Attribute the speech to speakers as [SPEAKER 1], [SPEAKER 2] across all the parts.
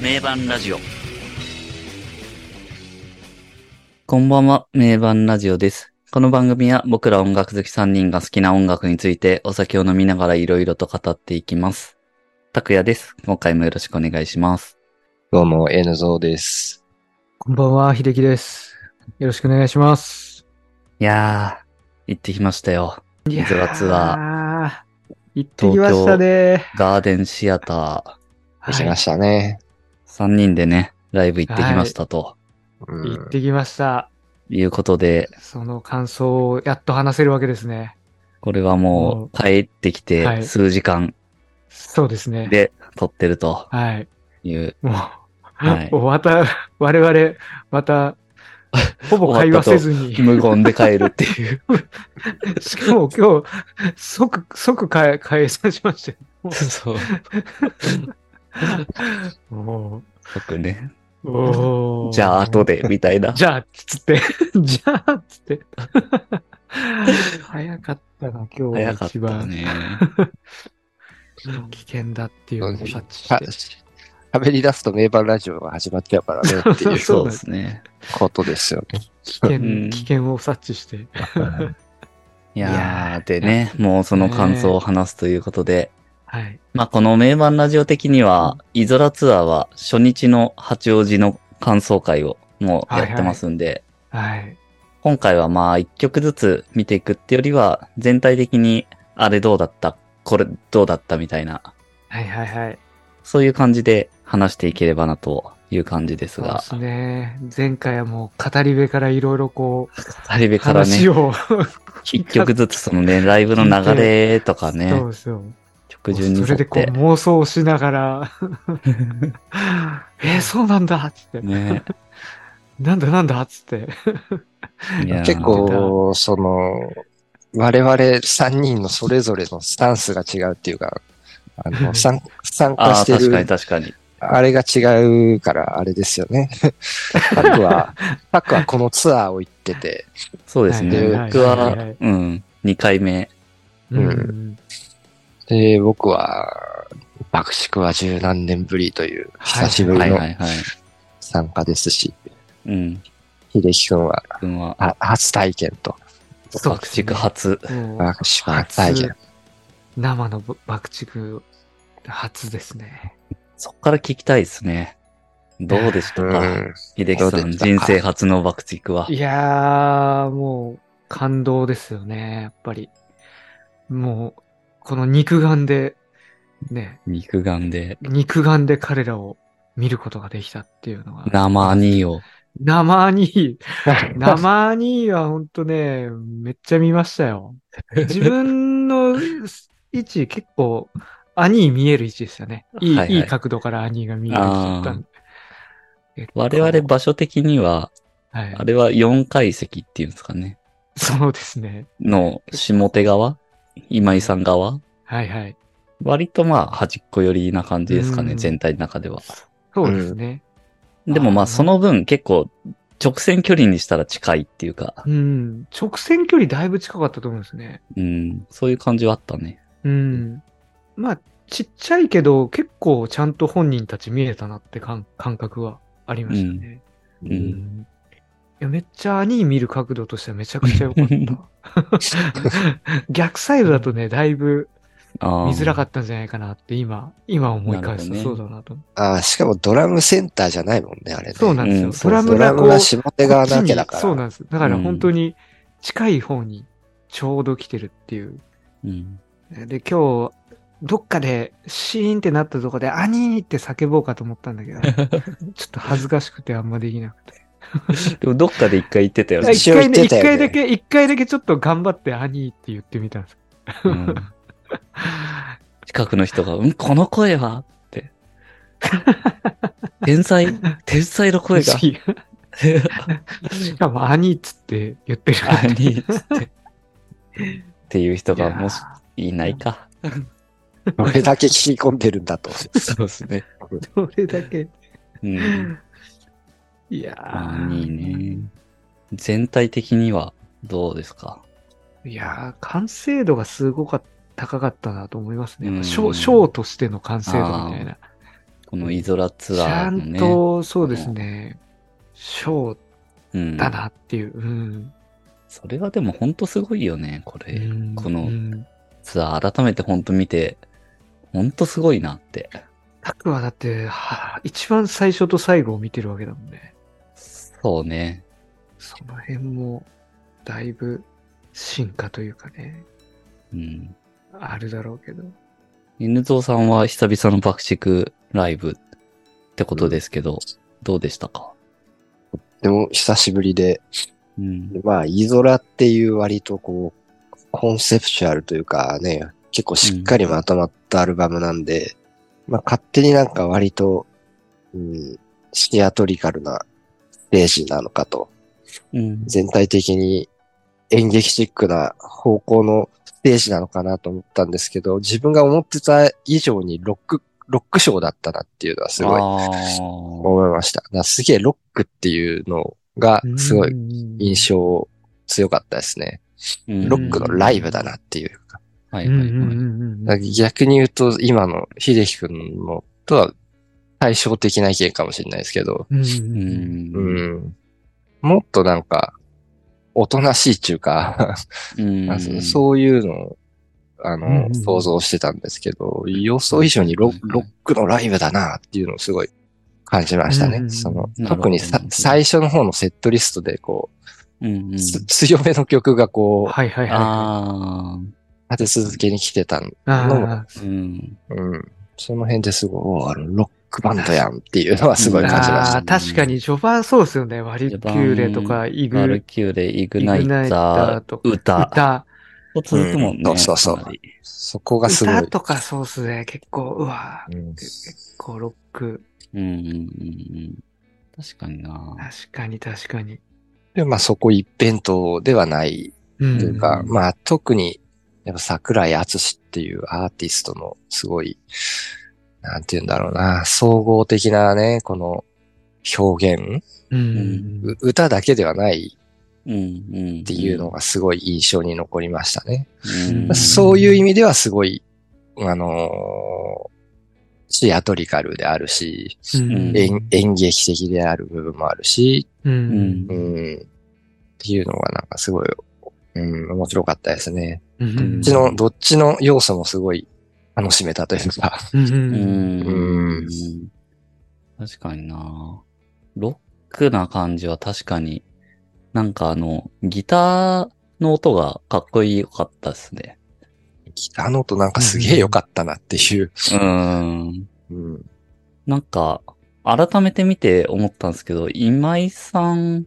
[SPEAKER 1] 名盤ラジオ。こんばんは、名盤ラジオです。この番組は僕ら音楽好き3人が好きな音楽についてお酒を飲みながらいろいろと語っていきます。拓也です。今回もよろしくお願いします。
[SPEAKER 2] どうも、N ゾーです。
[SPEAKER 3] こんばんは、秀樹です。よろしくお願いします。
[SPEAKER 1] いやー、行ってきましたよ。
[SPEAKER 3] い
[SPEAKER 1] 水がツア
[SPEAKER 3] ー。行ってきましたね。
[SPEAKER 1] ガーデンシアタ
[SPEAKER 2] 行きましたね。
[SPEAKER 1] ー3人でね、ライブ行ってきましたと
[SPEAKER 2] う
[SPEAKER 3] はい
[SPEAKER 2] ん
[SPEAKER 3] 行ってきました。
[SPEAKER 1] いうことで、
[SPEAKER 3] その感想をやっと話せるわけですね。
[SPEAKER 1] これはもう帰ってき
[SPEAKER 3] は
[SPEAKER 1] て
[SPEAKER 3] い
[SPEAKER 1] 数時間
[SPEAKER 3] そうですね。
[SPEAKER 1] で撮ってると
[SPEAKER 3] はい。
[SPEAKER 1] いう、
[SPEAKER 3] もう、
[SPEAKER 1] はい
[SPEAKER 3] もうまた、我々、また、ほぼ会話せずに。
[SPEAKER 1] 無言で帰るっていう。
[SPEAKER 3] しかも今日、即、即解解散しましたよ
[SPEAKER 1] そう。
[SPEAKER 3] も
[SPEAKER 1] 特ね。
[SPEAKER 3] うおー
[SPEAKER 1] じゃあ後で、みたい な。
[SPEAKER 3] じゃあ、つって。じゃあ、つって。早かったな、今日
[SPEAKER 1] 早
[SPEAKER 3] は
[SPEAKER 1] かっ
[SPEAKER 3] 一
[SPEAKER 1] た
[SPEAKER 3] 番、
[SPEAKER 1] ね。
[SPEAKER 3] 危険だっていうのを察知し
[SPEAKER 2] は
[SPEAKER 3] て。
[SPEAKER 2] 喋り出すと名盤ラジオが始まっちゃうか らねっていう
[SPEAKER 1] そうですね。
[SPEAKER 2] ことですよね。
[SPEAKER 3] 危険、
[SPEAKER 1] うん
[SPEAKER 3] 危険を察知して。
[SPEAKER 1] いやー、でね、もうその感想を話すということで、
[SPEAKER 3] はい。
[SPEAKER 1] まあこの名盤ラジオ的には、イゾラツアーは初日の八王子の感想会をもうやってますんで、
[SPEAKER 3] はい。
[SPEAKER 1] 今回はまあ一曲ずつ見ていくってよりは、全体的にあれどうだった、これどうだったみたいな、
[SPEAKER 3] はいはいはい。
[SPEAKER 1] そういう感じで話していければなという感じです
[SPEAKER 3] そうで
[SPEAKER 1] が、
[SPEAKER 3] すね。前回はもう語り部からいろいろこう、
[SPEAKER 1] 二人目からね
[SPEAKER 3] 話、を。
[SPEAKER 1] 一曲ずつそのね、ライブの流れとか
[SPEAKER 3] そ
[SPEAKER 1] ね
[SPEAKER 3] う、ですよ。
[SPEAKER 1] 曲順に
[SPEAKER 3] そ
[SPEAKER 1] 沿
[SPEAKER 3] れ
[SPEAKER 1] っ
[SPEAKER 3] でこう
[SPEAKER 1] て。
[SPEAKER 3] 妄想しな がら、えー、そうなんだっつって、
[SPEAKER 1] ね、
[SPEAKER 3] なんだなんだっつって。
[SPEAKER 1] いやー
[SPEAKER 2] 結構、その、我々3人のそれぞれのスタンスが違うっていうか、あの、参参加
[SPEAKER 1] ああ、
[SPEAKER 2] して
[SPEAKER 1] 確かに
[SPEAKER 2] る、
[SPEAKER 1] 確かに。
[SPEAKER 2] あれが違うから、あれですよ ね。パックは、パックはこのツアーを行ってて、
[SPEAKER 1] そうですね。
[SPEAKER 2] はい
[SPEAKER 1] 僕
[SPEAKER 3] はいはいは、
[SPEAKER 1] はいうん、2回目。
[SPEAKER 2] うんで、僕は、爆竹は十何年ぶりという、久しぶ
[SPEAKER 1] は
[SPEAKER 2] り
[SPEAKER 1] い
[SPEAKER 2] の
[SPEAKER 1] はいはい。
[SPEAKER 2] 参加ですし、
[SPEAKER 1] うん。
[SPEAKER 2] 秀樹くんは、
[SPEAKER 1] 君は、
[SPEAKER 2] あ初体験と。
[SPEAKER 3] そう
[SPEAKER 1] 爆
[SPEAKER 3] ですね
[SPEAKER 1] 竹初。
[SPEAKER 3] もう
[SPEAKER 2] 初体験。
[SPEAKER 3] 生の爆竹初ですね。
[SPEAKER 1] そっから聞きたいですね。どうでした
[SPEAKER 2] う
[SPEAKER 1] か
[SPEAKER 2] ん。
[SPEAKER 1] 秀樹さ
[SPEAKER 2] どうで
[SPEAKER 1] ん、
[SPEAKER 2] したか
[SPEAKER 1] 人生初の爆竹は。
[SPEAKER 3] いやー、もう感動ですよね、やっぱり。もう、この肉眼で、ね、
[SPEAKER 1] 肉眼で、
[SPEAKER 3] 肉眼で彼らを見ることができたっていうのが。
[SPEAKER 1] 生にを。
[SPEAKER 3] 生に、 生にはほんとね、めっちゃ見ましたよ。自分の位置結構、兄見える位置ですよ ね。いい、
[SPEAKER 1] はい
[SPEAKER 3] い
[SPEAKER 1] はい
[SPEAKER 3] い、角度から兄が見える位置だったんで。結構
[SPEAKER 1] 我々場所的には、
[SPEAKER 3] はい
[SPEAKER 1] あ。れは4階席っていうんですかね。
[SPEAKER 3] そうですね。
[SPEAKER 1] の下手側今井さん側
[SPEAKER 3] はいはい。
[SPEAKER 1] 割とまあ端っこ寄りな感じですかね、
[SPEAKER 3] うん
[SPEAKER 1] 全体の中では。
[SPEAKER 3] そうですね。
[SPEAKER 1] でもま
[SPEAKER 3] あ
[SPEAKER 1] あ
[SPEAKER 3] ー
[SPEAKER 1] その分結構直線距離にしたら近いっていうか、
[SPEAKER 3] うん。直線距離だいぶ近かったと思うんですね。
[SPEAKER 1] うん、そういう感じはあったね。
[SPEAKER 3] うん。まあ、ちっちゃいけど、結構ちゃんと本人たち見えたなって感感覚はありましたね。
[SPEAKER 1] う
[SPEAKER 3] うん
[SPEAKER 1] ん。
[SPEAKER 3] いやめっちゃ兄見る角度としてはめちゃくちゃ良か った。逆サイドだとね、だいぶ
[SPEAKER 1] あ
[SPEAKER 3] 見づら
[SPEAKER 1] っ
[SPEAKER 3] かったんじゃないかなって今、今思い返すと
[SPEAKER 1] なる
[SPEAKER 3] そ
[SPEAKER 1] ほ
[SPEAKER 3] う
[SPEAKER 1] ど
[SPEAKER 3] だなと思って。
[SPEAKER 2] あしかもドラムセンターじゃないもんね、あれね。
[SPEAKER 3] そうなんですよ。
[SPEAKER 1] うん
[SPEAKER 3] ド
[SPEAKER 1] そうそう
[SPEAKER 3] ラム
[SPEAKER 2] ド
[SPEAKER 3] が
[SPEAKER 2] ラ
[SPEAKER 3] こ
[SPEAKER 2] ム
[SPEAKER 3] う、
[SPEAKER 2] が下手側なわけだか
[SPEAKER 3] こ
[SPEAKER 2] ら。
[SPEAKER 3] っちにそうなんです。だから
[SPEAKER 1] うん
[SPEAKER 3] 本当に近い方にちょうど来てるっていう。
[SPEAKER 1] た。うん。
[SPEAKER 3] で、今日、どっかでシーンってなったとこで、アニーって叫ぼうかと思ったんだけ ど、ちょっと恥ずかしくてあんまできなくて。
[SPEAKER 1] でもどっかで一回行ってたよね。
[SPEAKER 2] 一
[SPEAKER 3] 一
[SPEAKER 2] 応言
[SPEAKER 3] 回
[SPEAKER 2] って
[SPEAKER 3] ね、一
[SPEAKER 2] たよね
[SPEAKER 3] 回だけ、一回だけちょっと頑張ってアニーって言ってみたんです。
[SPEAKER 1] うん近くの人が、うん、この声はって。天才、天才の声が。
[SPEAKER 3] ししかも、アニーっつって言ってる。
[SPEAKER 1] 兄っつって。っていう人
[SPEAKER 3] いや
[SPEAKER 1] が
[SPEAKER 3] ー
[SPEAKER 1] もしいないか。
[SPEAKER 2] これだけ聞き込んでるんだ と。
[SPEAKER 1] そうですね。
[SPEAKER 3] どれだけ。
[SPEAKER 1] うん。
[SPEAKER 3] いや
[SPEAKER 1] ま
[SPEAKER 3] ー
[SPEAKER 1] あ、いいね。全体的にはどうですか
[SPEAKER 3] いやー、完成度がすごかった。高かったなと思いますね。
[SPEAKER 1] うん
[SPEAKER 3] ショーショーとしての完成度みたいな。
[SPEAKER 1] このイゾラツ
[SPEAKER 3] ち
[SPEAKER 1] ア
[SPEAKER 3] ゃ
[SPEAKER 1] ーの
[SPEAKER 3] ん
[SPEAKER 1] ね。
[SPEAKER 3] と、そうですね、ショー
[SPEAKER 1] うん、
[SPEAKER 3] だなっていう。うん。
[SPEAKER 1] それはでもほんとすごいよね、これ。
[SPEAKER 3] うん
[SPEAKER 1] この
[SPEAKER 3] うん
[SPEAKER 1] ツアー改めてほんと見て、ほんとすごいなって。
[SPEAKER 3] タクはだって、は一番最初と最後を見てるわけだもんね。
[SPEAKER 1] そうね。
[SPEAKER 3] その辺も、だいぶ進化というかね、
[SPEAKER 1] うん。
[SPEAKER 3] あるだろうけど。
[SPEAKER 1] 犬蔵さんは久々の爆竹ライブってことですけど、どうでしたか
[SPEAKER 2] でも、久しぶりで、
[SPEAKER 1] うん。
[SPEAKER 2] まあ、イゾラっていう割とこう、コンセプチュアルというかね、結構しっかりまとまったアルバムなんで、まあ、勝手になんか割と、うん、シアトリカルなステージなのかと、
[SPEAKER 1] うん。
[SPEAKER 2] 全体的に演劇チックな方向のステージなのかなと思ったんですけど、自分が思ってた以上にロック、ロックショーだったなっていうのはすごい
[SPEAKER 1] あー
[SPEAKER 2] 思いました。だからすげえロックっていうのがすごい印
[SPEAKER 3] 象。
[SPEAKER 2] 象強かったですね。
[SPEAKER 1] うん
[SPEAKER 2] ロックのライブだなっていうか。
[SPEAKER 1] はい
[SPEAKER 3] うん
[SPEAKER 1] はい
[SPEAKER 3] うん
[SPEAKER 1] はい。
[SPEAKER 3] うんうん
[SPEAKER 2] だから逆に言うと、今の秀樹くんのとは対照的な意見かもしれないですけど、
[SPEAKER 3] うん
[SPEAKER 1] う。
[SPEAKER 3] うん
[SPEAKER 2] うんん。もっとなんか、おとなしいっていうか、
[SPEAKER 1] うん
[SPEAKER 2] あそうそういうのを、あ
[SPEAKER 3] うんうんう
[SPEAKER 2] の、
[SPEAKER 3] ん
[SPEAKER 2] 想像してたんですけど、予想以上にロロックのライブだなっていうのをすごい感じました
[SPEAKER 3] うんうんう
[SPEAKER 2] ね。
[SPEAKER 3] ん
[SPEAKER 2] その
[SPEAKER 1] なるほど、
[SPEAKER 2] 特にさ最初の方のセットリストで、こ
[SPEAKER 1] うんうん
[SPEAKER 2] う、つ 強めの曲がこう、
[SPEAKER 3] はいはいは
[SPEAKER 1] あ
[SPEAKER 2] 立て続けに来てたの
[SPEAKER 3] い。あ
[SPEAKER 2] も、
[SPEAKER 1] あ、うん。
[SPEAKER 2] うん。その辺ですごい、おーあの、ロックバンドやんっていうのはすごい
[SPEAKER 3] ー
[SPEAKER 2] 感じまし
[SPEAKER 3] あ
[SPEAKER 2] た。
[SPEAKER 3] ー、確かに序盤そうですよね。ワリキューレとかイ
[SPEAKER 1] バル
[SPEAKER 3] グ、
[SPEAKER 1] キューレ、イグナイ
[SPEAKER 3] イグナイター
[SPEAKER 1] タ
[SPEAKER 3] と
[SPEAKER 1] ー、歌。
[SPEAKER 3] 歌、
[SPEAKER 1] と続くもんね。
[SPEAKER 2] うんそうそうそう
[SPEAKER 1] かなり
[SPEAKER 2] そこがすごい。
[SPEAKER 3] 歌とかそうっすね。結構、うわ
[SPEAKER 2] うん
[SPEAKER 3] 結構ロック。
[SPEAKER 1] うんうんうんうん。確かにな。
[SPEAKER 3] 確かに確かに。
[SPEAKER 2] で、まあそこ一辺倒ではない
[SPEAKER 3] うん
[SPEAKER 2] というか、
[SPEAKER 1] うん
[SPEAKER 2] まあ特に、やっぱ桜井敦史っていうアーティストのすごい、なんて言うんだろうな、総合的なね、この表現、
[SPEAKER 3] うん
[SPEAKER 2] う歌だけではない
[SPEAKER 1] うんうん。っ
[SPEAKER 2] っていうの。がすごい印象に残りましたね。
[SPEAKER 1] うん。
[SPEAKER 2] そういう意味ではすごい、あのーシアトリカルであるし、
[SPEAKER 1] うん
[SPEAKER 2] 演演劇的である部分もあるし、
[SPEAKER 3] うんん
[SPEAKER 2] うん、っていうのがなんかすごい、うん、面白かったですね。
[SPEAKER 3] う
[SPEAKER 2] ど
[SPEAKER 3] ん
[SPEAKER 2] っちの、どっちの要素もすごい楽しめたというか。
[SPEAKER 3] うんう
[SPEAKER 1] うんん。
[SPEAKER 2] うん
[SPEAKER 1] 確かにな。ロックな感じは確かに、なんかあの、ギターの音がかっこよかったですね。
[SPEAKER 2] ギターの音なんかすげえ良かったなっていう。
[SPEAKER 1] うん。
[SPEAKER 2] うん。
[SPEAKER 1] なんか、改めて見て思ったんですけど、今井さん、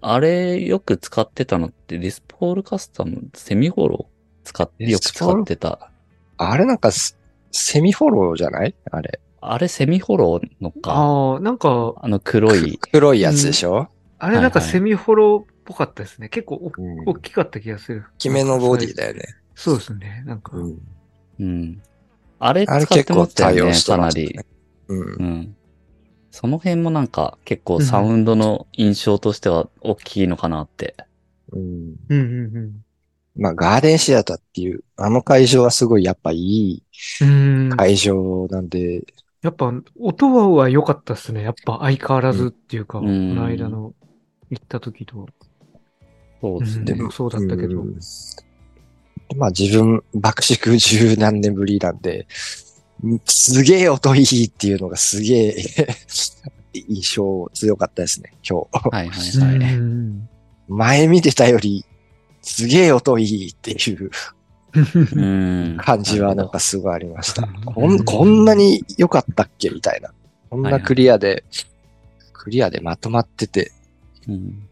[SPEAKER 1] あれよく使ってたのって、ディスポールカスタム、セミフォロー使っ
[SPEAKER 2] ディ
[SPEAKER 1] よく
[SPEAKER 2] スポール
[SPEAKER 1] 使ってた。
[SPEAKER 2] あれなんかすセミフォローじゃないあれ。
[SPEAKER 1] あれセミフォローのか、
[SPEAKER 3] ああ、なんか、
[SPEAKER 1] あの黒い
[SPEAKER 2] く。黒いやつでしょ、
[SPEAKER 3] あれなんか
[SPEAKER 1] はいはい
[SPEAKER 3] セミフォローっぽかったですね。結構お
[SPEAKER 2] うん
[SPEAKER 3] 大きかった気がする。
[SPEAKER 2] 大きめのボディだよね。
[SPEAKER 3] そうですね。なんか、
[SPEAKER 2] うん。
[SPEAKER 1] うん。あれ
[SPEAKER 2] あれ
[SPEAKER 1] 使っ
[SPEAKER 2] 結
[SPEAKER 1] てま
[SPEAKER 2] 構
[SPEAKER 1] した
[SPEAKER 2] 対
[SPEAKER 1] よ
[SPEAKER 2] 応
[SPEAKER 1] ね、
[SPEAKER 2] して
[SPEAKER 1] かな
[SPEAKER 2] ました
[SPEAKER 1] り
[SPEAKER 2] ね。。うん
[SPEAKER 1] う。ん。その辺もなんか結構サウンドの印象としては大きいのかなって。
[SPEAKER 2] うん。
[SPEAKER 3] うんうんうん
[SPEAKER 2] まあ、ガーデンシアターっていう、あの会場はすごいやっぱいい
[SPEAKER 3] うん。
[SPEAKER 2] 会場なんで、
[SPEAKER 3] やっぱ、音は良かったですね。やっぱ相変わらずっていうか、
[SPEAKER 1] う
[SPEAKER 3] こ
[SPEAKER 1] ん
[SPEAKER 3] の間の行った時と。
[SPEAKER 1] そうです
[SPEAKER 3] で
[SPEAKER 1] ね。
[SPEAKER 3] もそうだったけど
[SPEAKER 2] んまあ自分、爆竹十何年ぶりなんで、んすげえ音いいっていうのがすげえ 印象強かったですね、今日。
[SPEAKER 1] はいはいはい。
[SPEAKER 3] うん
[SPEAKER 2] 前見てたより、すげえ音いいっていう
[SPEAKER 1] うん。
[SPEAKER 2] 感じはなんかすごいありました。こ
[SPEAKER 3] うん
[SPEAKER 2] んこんなに良かったっけみたいな。こんなクリアで、クリアでまとまってて、
[SPEAKER 1] うん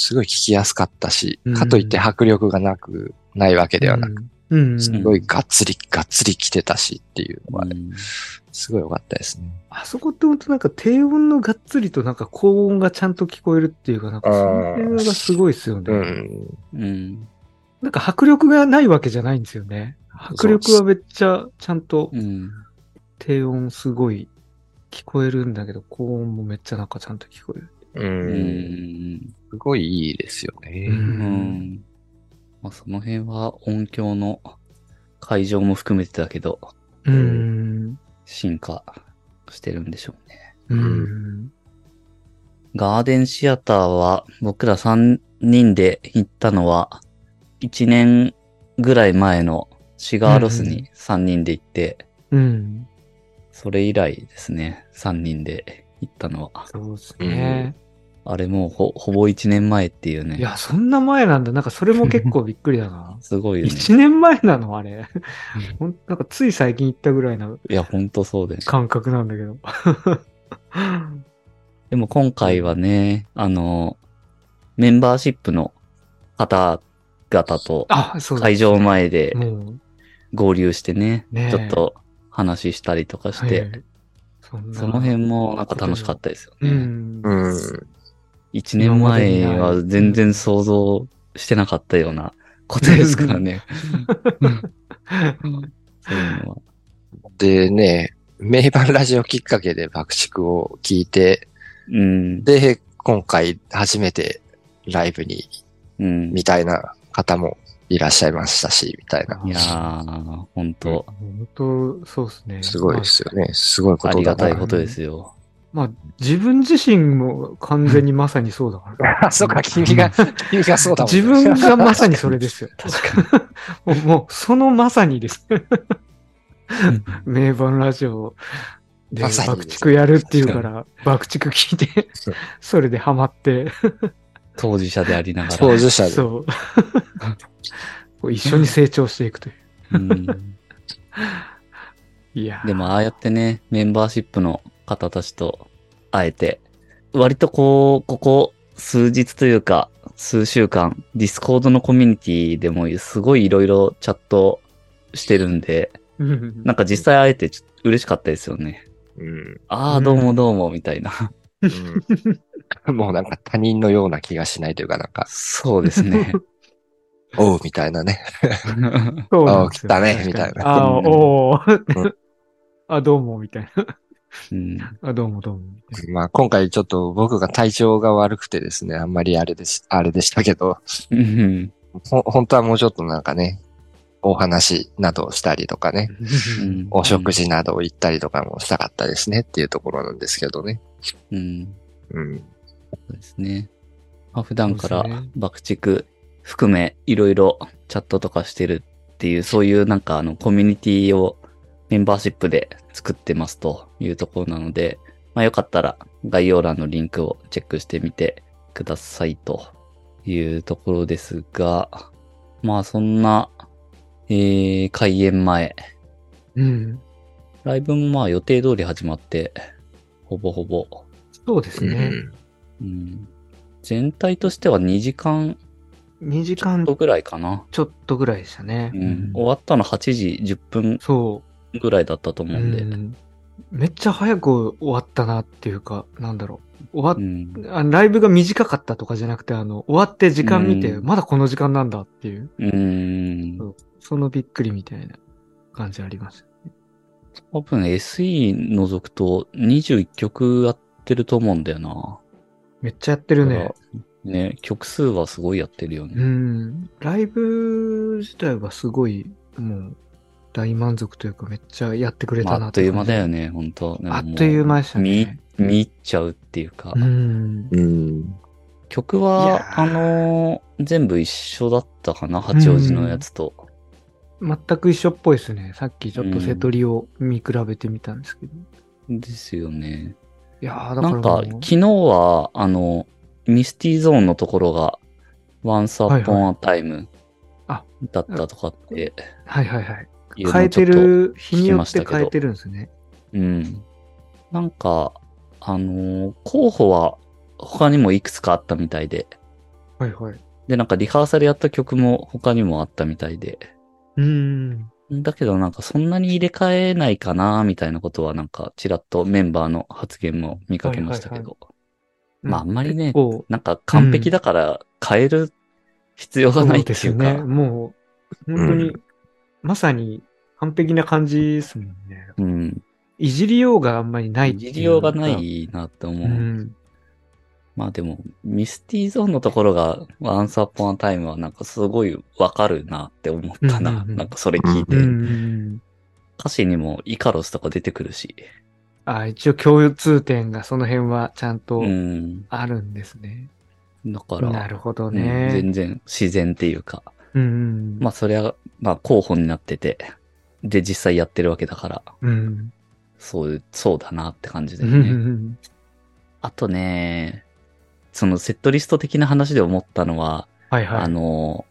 [SPEAKER 2] すごい聞きやすかったし
[SPEAKER 3] うん、
[SPEAKER 2] かといって迫力がなく、ないわけではなく
[SPEAKER 3] うんうん
[SPEAKER 2] す
[SPEAKER 1] ん
[SPEAKER 2] ごいがっつり、がっつり来てたしっていうのは、
[SPEAKER 1] うん
[SPEAKER 2] すごい良かったですね。
[SPEAKER 3] あそこって本当なんか低音のがっつりとなんか高音がちゃんと聞こえるっていうか、なんかその辺がすごいですよね。
[SPEAKER 2] うん。
[SPEAKER 1] うん。
[SPEAKER 3] なんか迫力がないわけじゃないんですよね。迫力はめっちゃちゃんと
[SPEAKER 1] うん。
[SPEAKER 3] 低音すごい聞こえるんだけど、高音もめっちゃなんかちゃんと聞こえる。
[SPEAKER 2] う。
[SPEAKER 1] うんん。
[SPEAKER 2] すごいいいですよね。
[SPEAKER 1] う。ん。まあ、その辺は音響の会場も含めてだけど、
[SPEAKER 3] うん。
[SPEAKER 1] 進化してるんでしょうね。
[SPEAKER 3] うん。
[SPEAKER 1] ガーデンシアターは僕ら3人で行ったのは1年ぐらい前のシガーロスに3人で行って、
[SPEAKER 3] うん。
[SPEAKER 1] それ以来ですね、3人で行ったのは。
[SPEAKER 3] そうですね。
[SPEAKER 1] あれもうほほぼ1年前っていう
[SPEAKER 3] い
[SPEAKER 1] ね。。
[SPEAKER 3] や、そんな前なんだ。なんかそれも結構びっくりだな
[SPEAKER 1] す ごいよね。
[SPEAKER 3] 一年前なのあれ。ほんなんかつい最近行ったぐらいの
[SPEAKER 1] いや、ほんとそうだよね。
[SPEAKER 3] 感覚なんだけど。
[SPEAKER 1] でも今回はね、あの、メンバーシップの方々と
[SPEAKER 3] あ、そうだ
[SPEAKER 1] 会場前で
[SPEAKER 3] もう
[SPEAKER 1] 合流してね、
[SPEAKER 3] ねえ
[SPEAKER 1] ちょっと話したりとかして、
[SPEAKER 3] はいそんな
[SPEAKER 1] その辺もなんか楽しかったですよ
[SPEAKER 3] う
[SPEAKER 1] ね。
[SPEAKER 3] ん。
[SPEAKER 2] うん。
[SPEAKER 1] 一、年前は全然想像してなかったようなことですからね。そういうのは。
[SPEAKER 2] でね、名盤ラジオきっかけで爆竹を聞いて、
[SPEAKER 1] うん。
[SPEAKER 2] で、今回初めてライブに、
[SPEAKER 1] うん。
[SPEAKER 2] みたいな方もいらっしゃいましたし、みたいな。
[SPEAKER 1] いやー、ほんと、
[SPEAKER 3] 本当、そうですね。
[SPEAKER 2] すごいですよね。すごいこ
[SPEAKER 1] あ
[SPEAKER 2] と
[SPEAKER 1] り
[SPEAKER 2] だ
[SPEAKER 1] がたい
[SPEAKER 2] な。
[SPEAKER 1] ことですよ。
[SPEAKER 3] まあ。まあ、自分自身も完全にまさにそうだか ら。
[SPEAKER 2] あ、そっか、君が、君がそうだもんね
[SPEAKER 3] 自分がまさにそれですよ。
[SPEAKER 1] 確
[SPEAKER 3] もう、もうそのまさにです。 名盤ラジオで
[SPEAKER 2] まさに
[SPEAKER 3] 爆竹やるっていうから、爆竹聞いて、それでハマって、
[SPEAKER 1] 当事者でありながら。
[SPEAKER 2] 当事者で。
[SPEAKER 3] そう。 こう一緒に成長していくという。
[SPEAKER 1] うん
[SPEAKER 3] いやー、
[SPEAKER 1] でもああやってね、メンバーシップの方たちと会えて、割とこう、ここ数日というか、数週間、ディスコードのコミュニティでもすごいいろいろチャットしてるんで、
[SPEAKER 3] うん、
[SPEAKER 1] なんか実際会えてちょっと嬉しかったですよね。
[SPEAKER 2] うん
[SPEAKER 1] ああ、
[SPEAKER 3] うん
[SPEAKER 1] どうもどうも、みたいな。
[SPEAKER 2] うん もうなんか他人のような気がしないというか、なんか、
[SPEAKER 1] そうです ね。
[SPEAKER 2] おうみたいなね。
[SPEAKER 3] そう
[SPEAKER 2] あ
[SPEAKER 3] な
[SPEAKER 2] あ、
[SPEAKER 3] んです
[SPEAKER 2] 来
[SPEAKER 3] よ
[SPEAKER 2] たね、みたいな。
[SPEAKER 3] ああ、
[SPEAKER 1] うん
[SPEAKER 3] おお
[SPEAKER 2] うん。
[SPEAKER 3] あ、どうも、みたいな。
[SPEAKER 1] うん、
[SPEAKER 3] あ、どうも、どうも。
[SPEAKER 2] まあ今回ちょっと僕が体調が悪くてですね、あんまりあれです、あれでしたけど、
[SPEAKER 1] うん
[SPEAKER 2] ほ、本当はもうちょっとなんかね、お話などをしたりとかね、
[SPEAKER 1] うん
[SPEAKER 2] お食事などを行ったりとかもしたかったですねっていうところなんですけどね。
[SPEAKER 1] うん
[SPEAKER 2] うん。
[SPEAKER 1] そうですね。まあ、普段か
[SPEAKER 3] そうです
[SPEAKER 1] ら
[SPEAKER 3] ね
[SPEAKER 1] 爆竹含めいろいろチャットとかしてるっていう、そういうなんかあのコミュニティをメンバーシップで作ってますというところなので、まあよかったら概要欄のリンクをチェックしてみてくださいというところですが、まあそんな、えー、開演前、
[SPEAKER 3] うん。
[SPEAKER 1] ライブもまあ予定通り始まって、ほぼほぼ
[SPEAKER 3] そうですね。
[SPEAKER 1] うん全体としては2時間
[SPEAKER 3] 2時間
[SPEAKER 1] ぐらいかな。
[SPEAKER 3] ちょっとぐらいでしたね。
[SPEAKER 1] うん、終わったの8時10分
[SPEAKER 3] そ
[SPEAKER 1] ぐらいだったと
[SPEAKER 3] う、
[SPEAKER 1] 思うんで。
[SPEAKER 3] うんめっちゃ早く終わったなっていうか、なんだろう。
[SPEAKER 1] う
[SPEAKER 3] 終わ
[SPEAKER 1] ん。
[SPEAKER 3] っ、あライブが短かったとかじゃなくて、あの、終わって時間見て、
[SPEAKER 1] うん
[SPEAKER 3] まだこの時間なんだっていう、
[SPEAKER 1] うん。
[SPEAKER 3] そのびっくりみたいな感じあります。
[SPEAKER 1] 多分 SE 除くと21曲やってると思うんだよな。
[SPEAKER 3] めっちゃやってるね。
[SPEAKER 1] ね、曲数はすごいやってるよ
[SPEAKER 3] う
[SPEAKER 1] ね。
[SPEAKER 3] ん。ライブ自体はすごい、もう、大満足というか、めっちゃやってくれ
[SPEAKER 1] まあ、
[SPEAKER 3] た
[SPEAKER 1] あ
[SPEAKER 3] な
[SPEAKER 1] っという間
[SPEAKER 3] 感じ
[SPEAKER 1] だよね、本当でもも
[SPEAKER 3] あっという間でしたね
[SPEAKER 1] 見、見入っちゃうっていうか。
[SPEAKER 3] うん。
[SPEAKER 2] うん。
[SPEAKER 1] 曲
[SPEAKER 3] い
[SPEAKER 1] は
[SPEAKER 3] や、ー
[SPEAKER 1] あのー全部一緒だったかな、八王子のやつと。
[SPEAKER 3] 全く一緒っぽいですね。さっきちょっと瀬取りを見比べてみたんですけど。
[SPEAKER 1] ですよね。
[SPEAKER 3] いやー、だから
[SPEAKER 1] なんか、
[SPEAKER 3] もう
[SPEAKER 1] 昨日は、あの、ミスティゾーンのところが、Once
[SPEAKER 3] はいはい
[SPEAKER 1] Upon a Time
[SPEAKER 3] あ
[SPEAKER 1] だったとかって
[SPEAKER 3] はいはいはい。
[SPEAKER 1] いうのを
[SPEAKER 3] 変え
[SPEAKER 1] ちょ
[SPEAKER 3] て
[SPEAKER 1] っと、
[SPEAKER 3] る、日によ
[SPEAKER 1] ま
[SPEAKER 3] っ
[SPEAKER 1] した
[SPEAKER 3] て
[SPEAKER 1] けど
[SPEAKER 3] 変えてるんですね。
[SPEAKER 1] うん。なんか、あのー候補は他にもいくつかあったみたいで、
[SPEAKER 3] はいはい。
[SPEAKER 1] で、なんかリハーサルやった曲も他にもあったみたいで、
[SPEAKER 3] うーん。
[SPEAKER 1] だけどなんかそんなに入れ替えないかなみたいなことはなんかちらっとメンバーの発言も見かけましたけど、
[SPEAKER 3] はいは
[SPEAKER 1] まああんまりね
[SPEAKER 3] 結構
[SPEAKER 1] なんか完璧だから変える必要がないってい
[SPEAKER 3] そううです
[SPEAKER 1] か、
[SPEAKER 3] ね。もう、本当に、
[SPEAKER 2] う
[SPEAKER 3] まさに完璧な感じですもんね。
[SPEAKER 1] うん。
[SPEAKER 3] いじりようがあんまりないっていう
[SPEAKER 1] い
[SPEAKER 3] か
[SPEAKER 1] じりようがな。いなって思う。
[SPEAKER 3] うん。
[SPEAKER 1] まあでも、ミスティーゾーンのところが、ワンスアップンタイムはなんかすごいわかるなって思ったな。
[SPEAKER 3] うんうんうん
[SPEAKER 1] なんかそれ聞いて、
[SPEAKER 3] うん。
[SPEAKER 1] 歌詞にもイカロスとか出てくるし。
[SPEAKER 3] あ一応共通点がその辺はちゃんと
[SPEAKER 1] うん。
[SPEAKER 3] あるんですね。
[SPEAKER 1] だから、
[SPEAKER 3] なるほど
[SPEAKER 1] うん
[SPEAKER 3] ね。
[SPEAKER 1] 全然自然っていうか。
[SPEAKER 3] うんうん。
[SPEAKER 1] まあ、そりゃ、まあ、候補になってて、で、実際やってるわけだから、
[SPEAKER 3] うん。
[SPEAKER 1] そう、そうだなって感じ
[SPEAKER 3] う
[SPEAKER 1] だよ
[SPEAKER 3] んう
[SPEAKER 1] ね。
[SPEAKER 3] ん
[SPEAKER 1] あとね、そのセットリスト的な話で思ったのは、
[SPEAKER 3] はいはい。
[SPEAKER 1] あ
[SPEAKER 3] あ
[SPEAKER 1] の、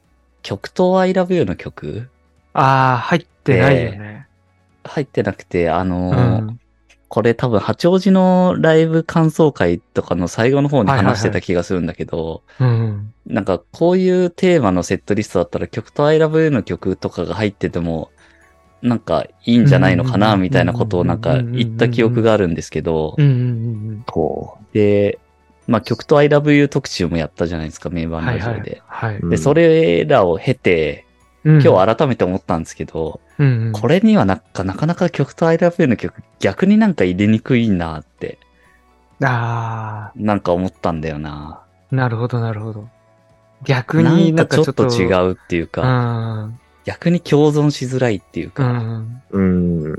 [SPEAKER 1] 極東 I love you の曲
[SPEAKER 3] あー、入ってないよね。
[SPEAKER 1] 入ってなくて、あ
[SPEAKER 3] う
[SPEAKER 1] の、
[SPEAKER 3] ん。
[SPEAKER 1] これ多分八王子のライブ感想会とかの最後の方に
[SPEAKER 3] はいはいはい
[SPEAKER 1] 話してた気がするんだけど、
[SPEAKER 3] うん。
[SPEAKER 1] なんかこういうテーマのセットリストだったら曲と I love you の曲とかが入ってても、なんかいいんじゃないのかなみたいなことをなんか言った記憶があるんですけど
[SPEAKER 3] うんう、んうん
[SPEAKER 2] こ
[SPEAKER 1] で、まあ曲と I love you 特集もやったじゃないですか、名
[SPEAKER 3] うん。
[SPEAKER 1] 盤
[SPEAKER 3] は
[SPEAKER 1] ラ
[SPEAKER 3] い
[SPEAKER 1] ジ
[SPEAKER 3] は
[SPEAKER 1] オ
[SPEAKER 3] い
[SPEAKER 1] で。。
[SPEAKER 3] はい。
[SPEAKER 2] う。
[SPEAKER 1] で、そ
[SPEAKER 2] れ、
[SPEAKER 1] れらを経て、
[SPEAKER 3] 今
[SPEAKER 1] 今日改めて思ったんですけど、
[SPEAKER 3] うん、
[SPEAKER 1] これにはなんかなかなか曲と I love you の曲逆になんか入れにくいなって、
[SPEAKER 3] あ
[SPEAKER 1] なんか思ったんだよな。
[SPEAKER 3] あ、なるほど、なるほど。逆
[SPEAKER 1] な
[SPEAKER 3] に
[SPEAKER 1] ん
[SPEAKER 3] なん
[SPEAKER 1] か
[SPEAKER 3] か
[SPEAKER 1] ち
[SPEAKER 3] ち
[SPEAKER 1] ょ
[SPEAKER 3] ょ
[SPEAKER 1] っ
[SPEAKER 3] っ
[SPEAKER 1] と
[SPEAKER 3] と。
[SPEAKER 1] 違
[SPEAKER 3] う。
[SPEAKER 1] うっていう
[SPEAKER 3] う
[SPEAKER 1] か、
[SPEAKER 3] ん。
[SPEAKER 1] 逆に共存しづらいっていう
[SPEAKER 3] う
[SPEAKER 1] か、
[SPEAKER 3] ん。
[SPEAKER 2] うん。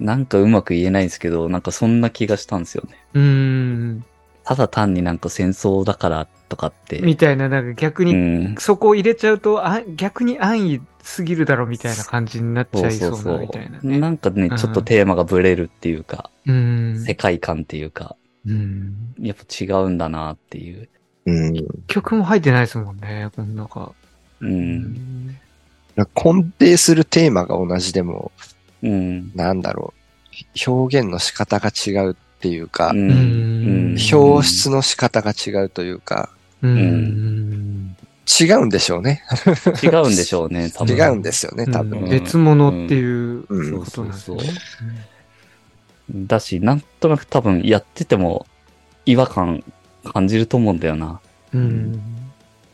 [SPEAKER 1] なんかうまく言えないんですけど、なんかそんな気がしたんですよね。
[SPEAKER 3] うん。
[SPEAKER 1] ただ単になんか戦争だからとかって。
[SPEAKER 3] みたいな、なんか逆
[SPEAKER 1] う
[SPEAKER 3] に、
[SPEAKER 1] ん。
[SPEAKER 3] そこを入れちゃうと、あ逆に安易すぎるだろ、みたいな感じになっち
[SPEAKER 1] そ
[SPEAKER 3] ゃ
[SPEAKER 1] う
[SPEAKER 3] い
[SPEAKER 1] そう
[SPEAKER 3] そう
[SPEAKER 1] そ
[SPEAKER 3] な、
[SPEAKER 1] う
[SPEAKER 3] みたいな。。ね。
[SPEAKER 1] なんかね
[SPEAKER 3] う、ん
[SPEAKER 1] ちょっとテーマがブレるっていうか、
[SPEAKER 3] うん。
[SPEAKER 1] 世界観っていうか、
[SPEAKER 3] うん。
[SPEAKER 1] やっぱ違うんだなっていう。
[SPEAKER 2] うん。
[SPEAKER 3] 曲も入ってないですもんね、この中。
[SPEAKER 1] う。。
[SPEAKER 3] うん
[SPEAKER 2] 根底するテーマが同じでも、
[SPEAKER 1] うん。
[SPEAKER 2] なんだろう。表現の仕方が違うっていうか、
[SPEAKER 1] うん
[SPEAKER 3] うん
[SPEAKER 2] 表出の仕方が違うというか、
[SPEAKER 3] うん。
[SPEAKER 2] 違うんでしょうね。
[SPEAKER 1] 違うんでしょう ね、多
[SPEAKER 2] 違
[SPEAKER 1] 分。
[SPEAKER 2] うんですよね、多分。
[SPEAKER 1] ん
[SPEAKER 3] 別物っていう
[SPEAKER 2] うん
[SPEAKER 3] ことなんですね。
[SPEAKER 1] だし、なんとなく多分やってても違和感感じると思うんだよな。
[SPEAKER 3] う
[SPEAKER 2] うん
[SPEAKER 3] ん。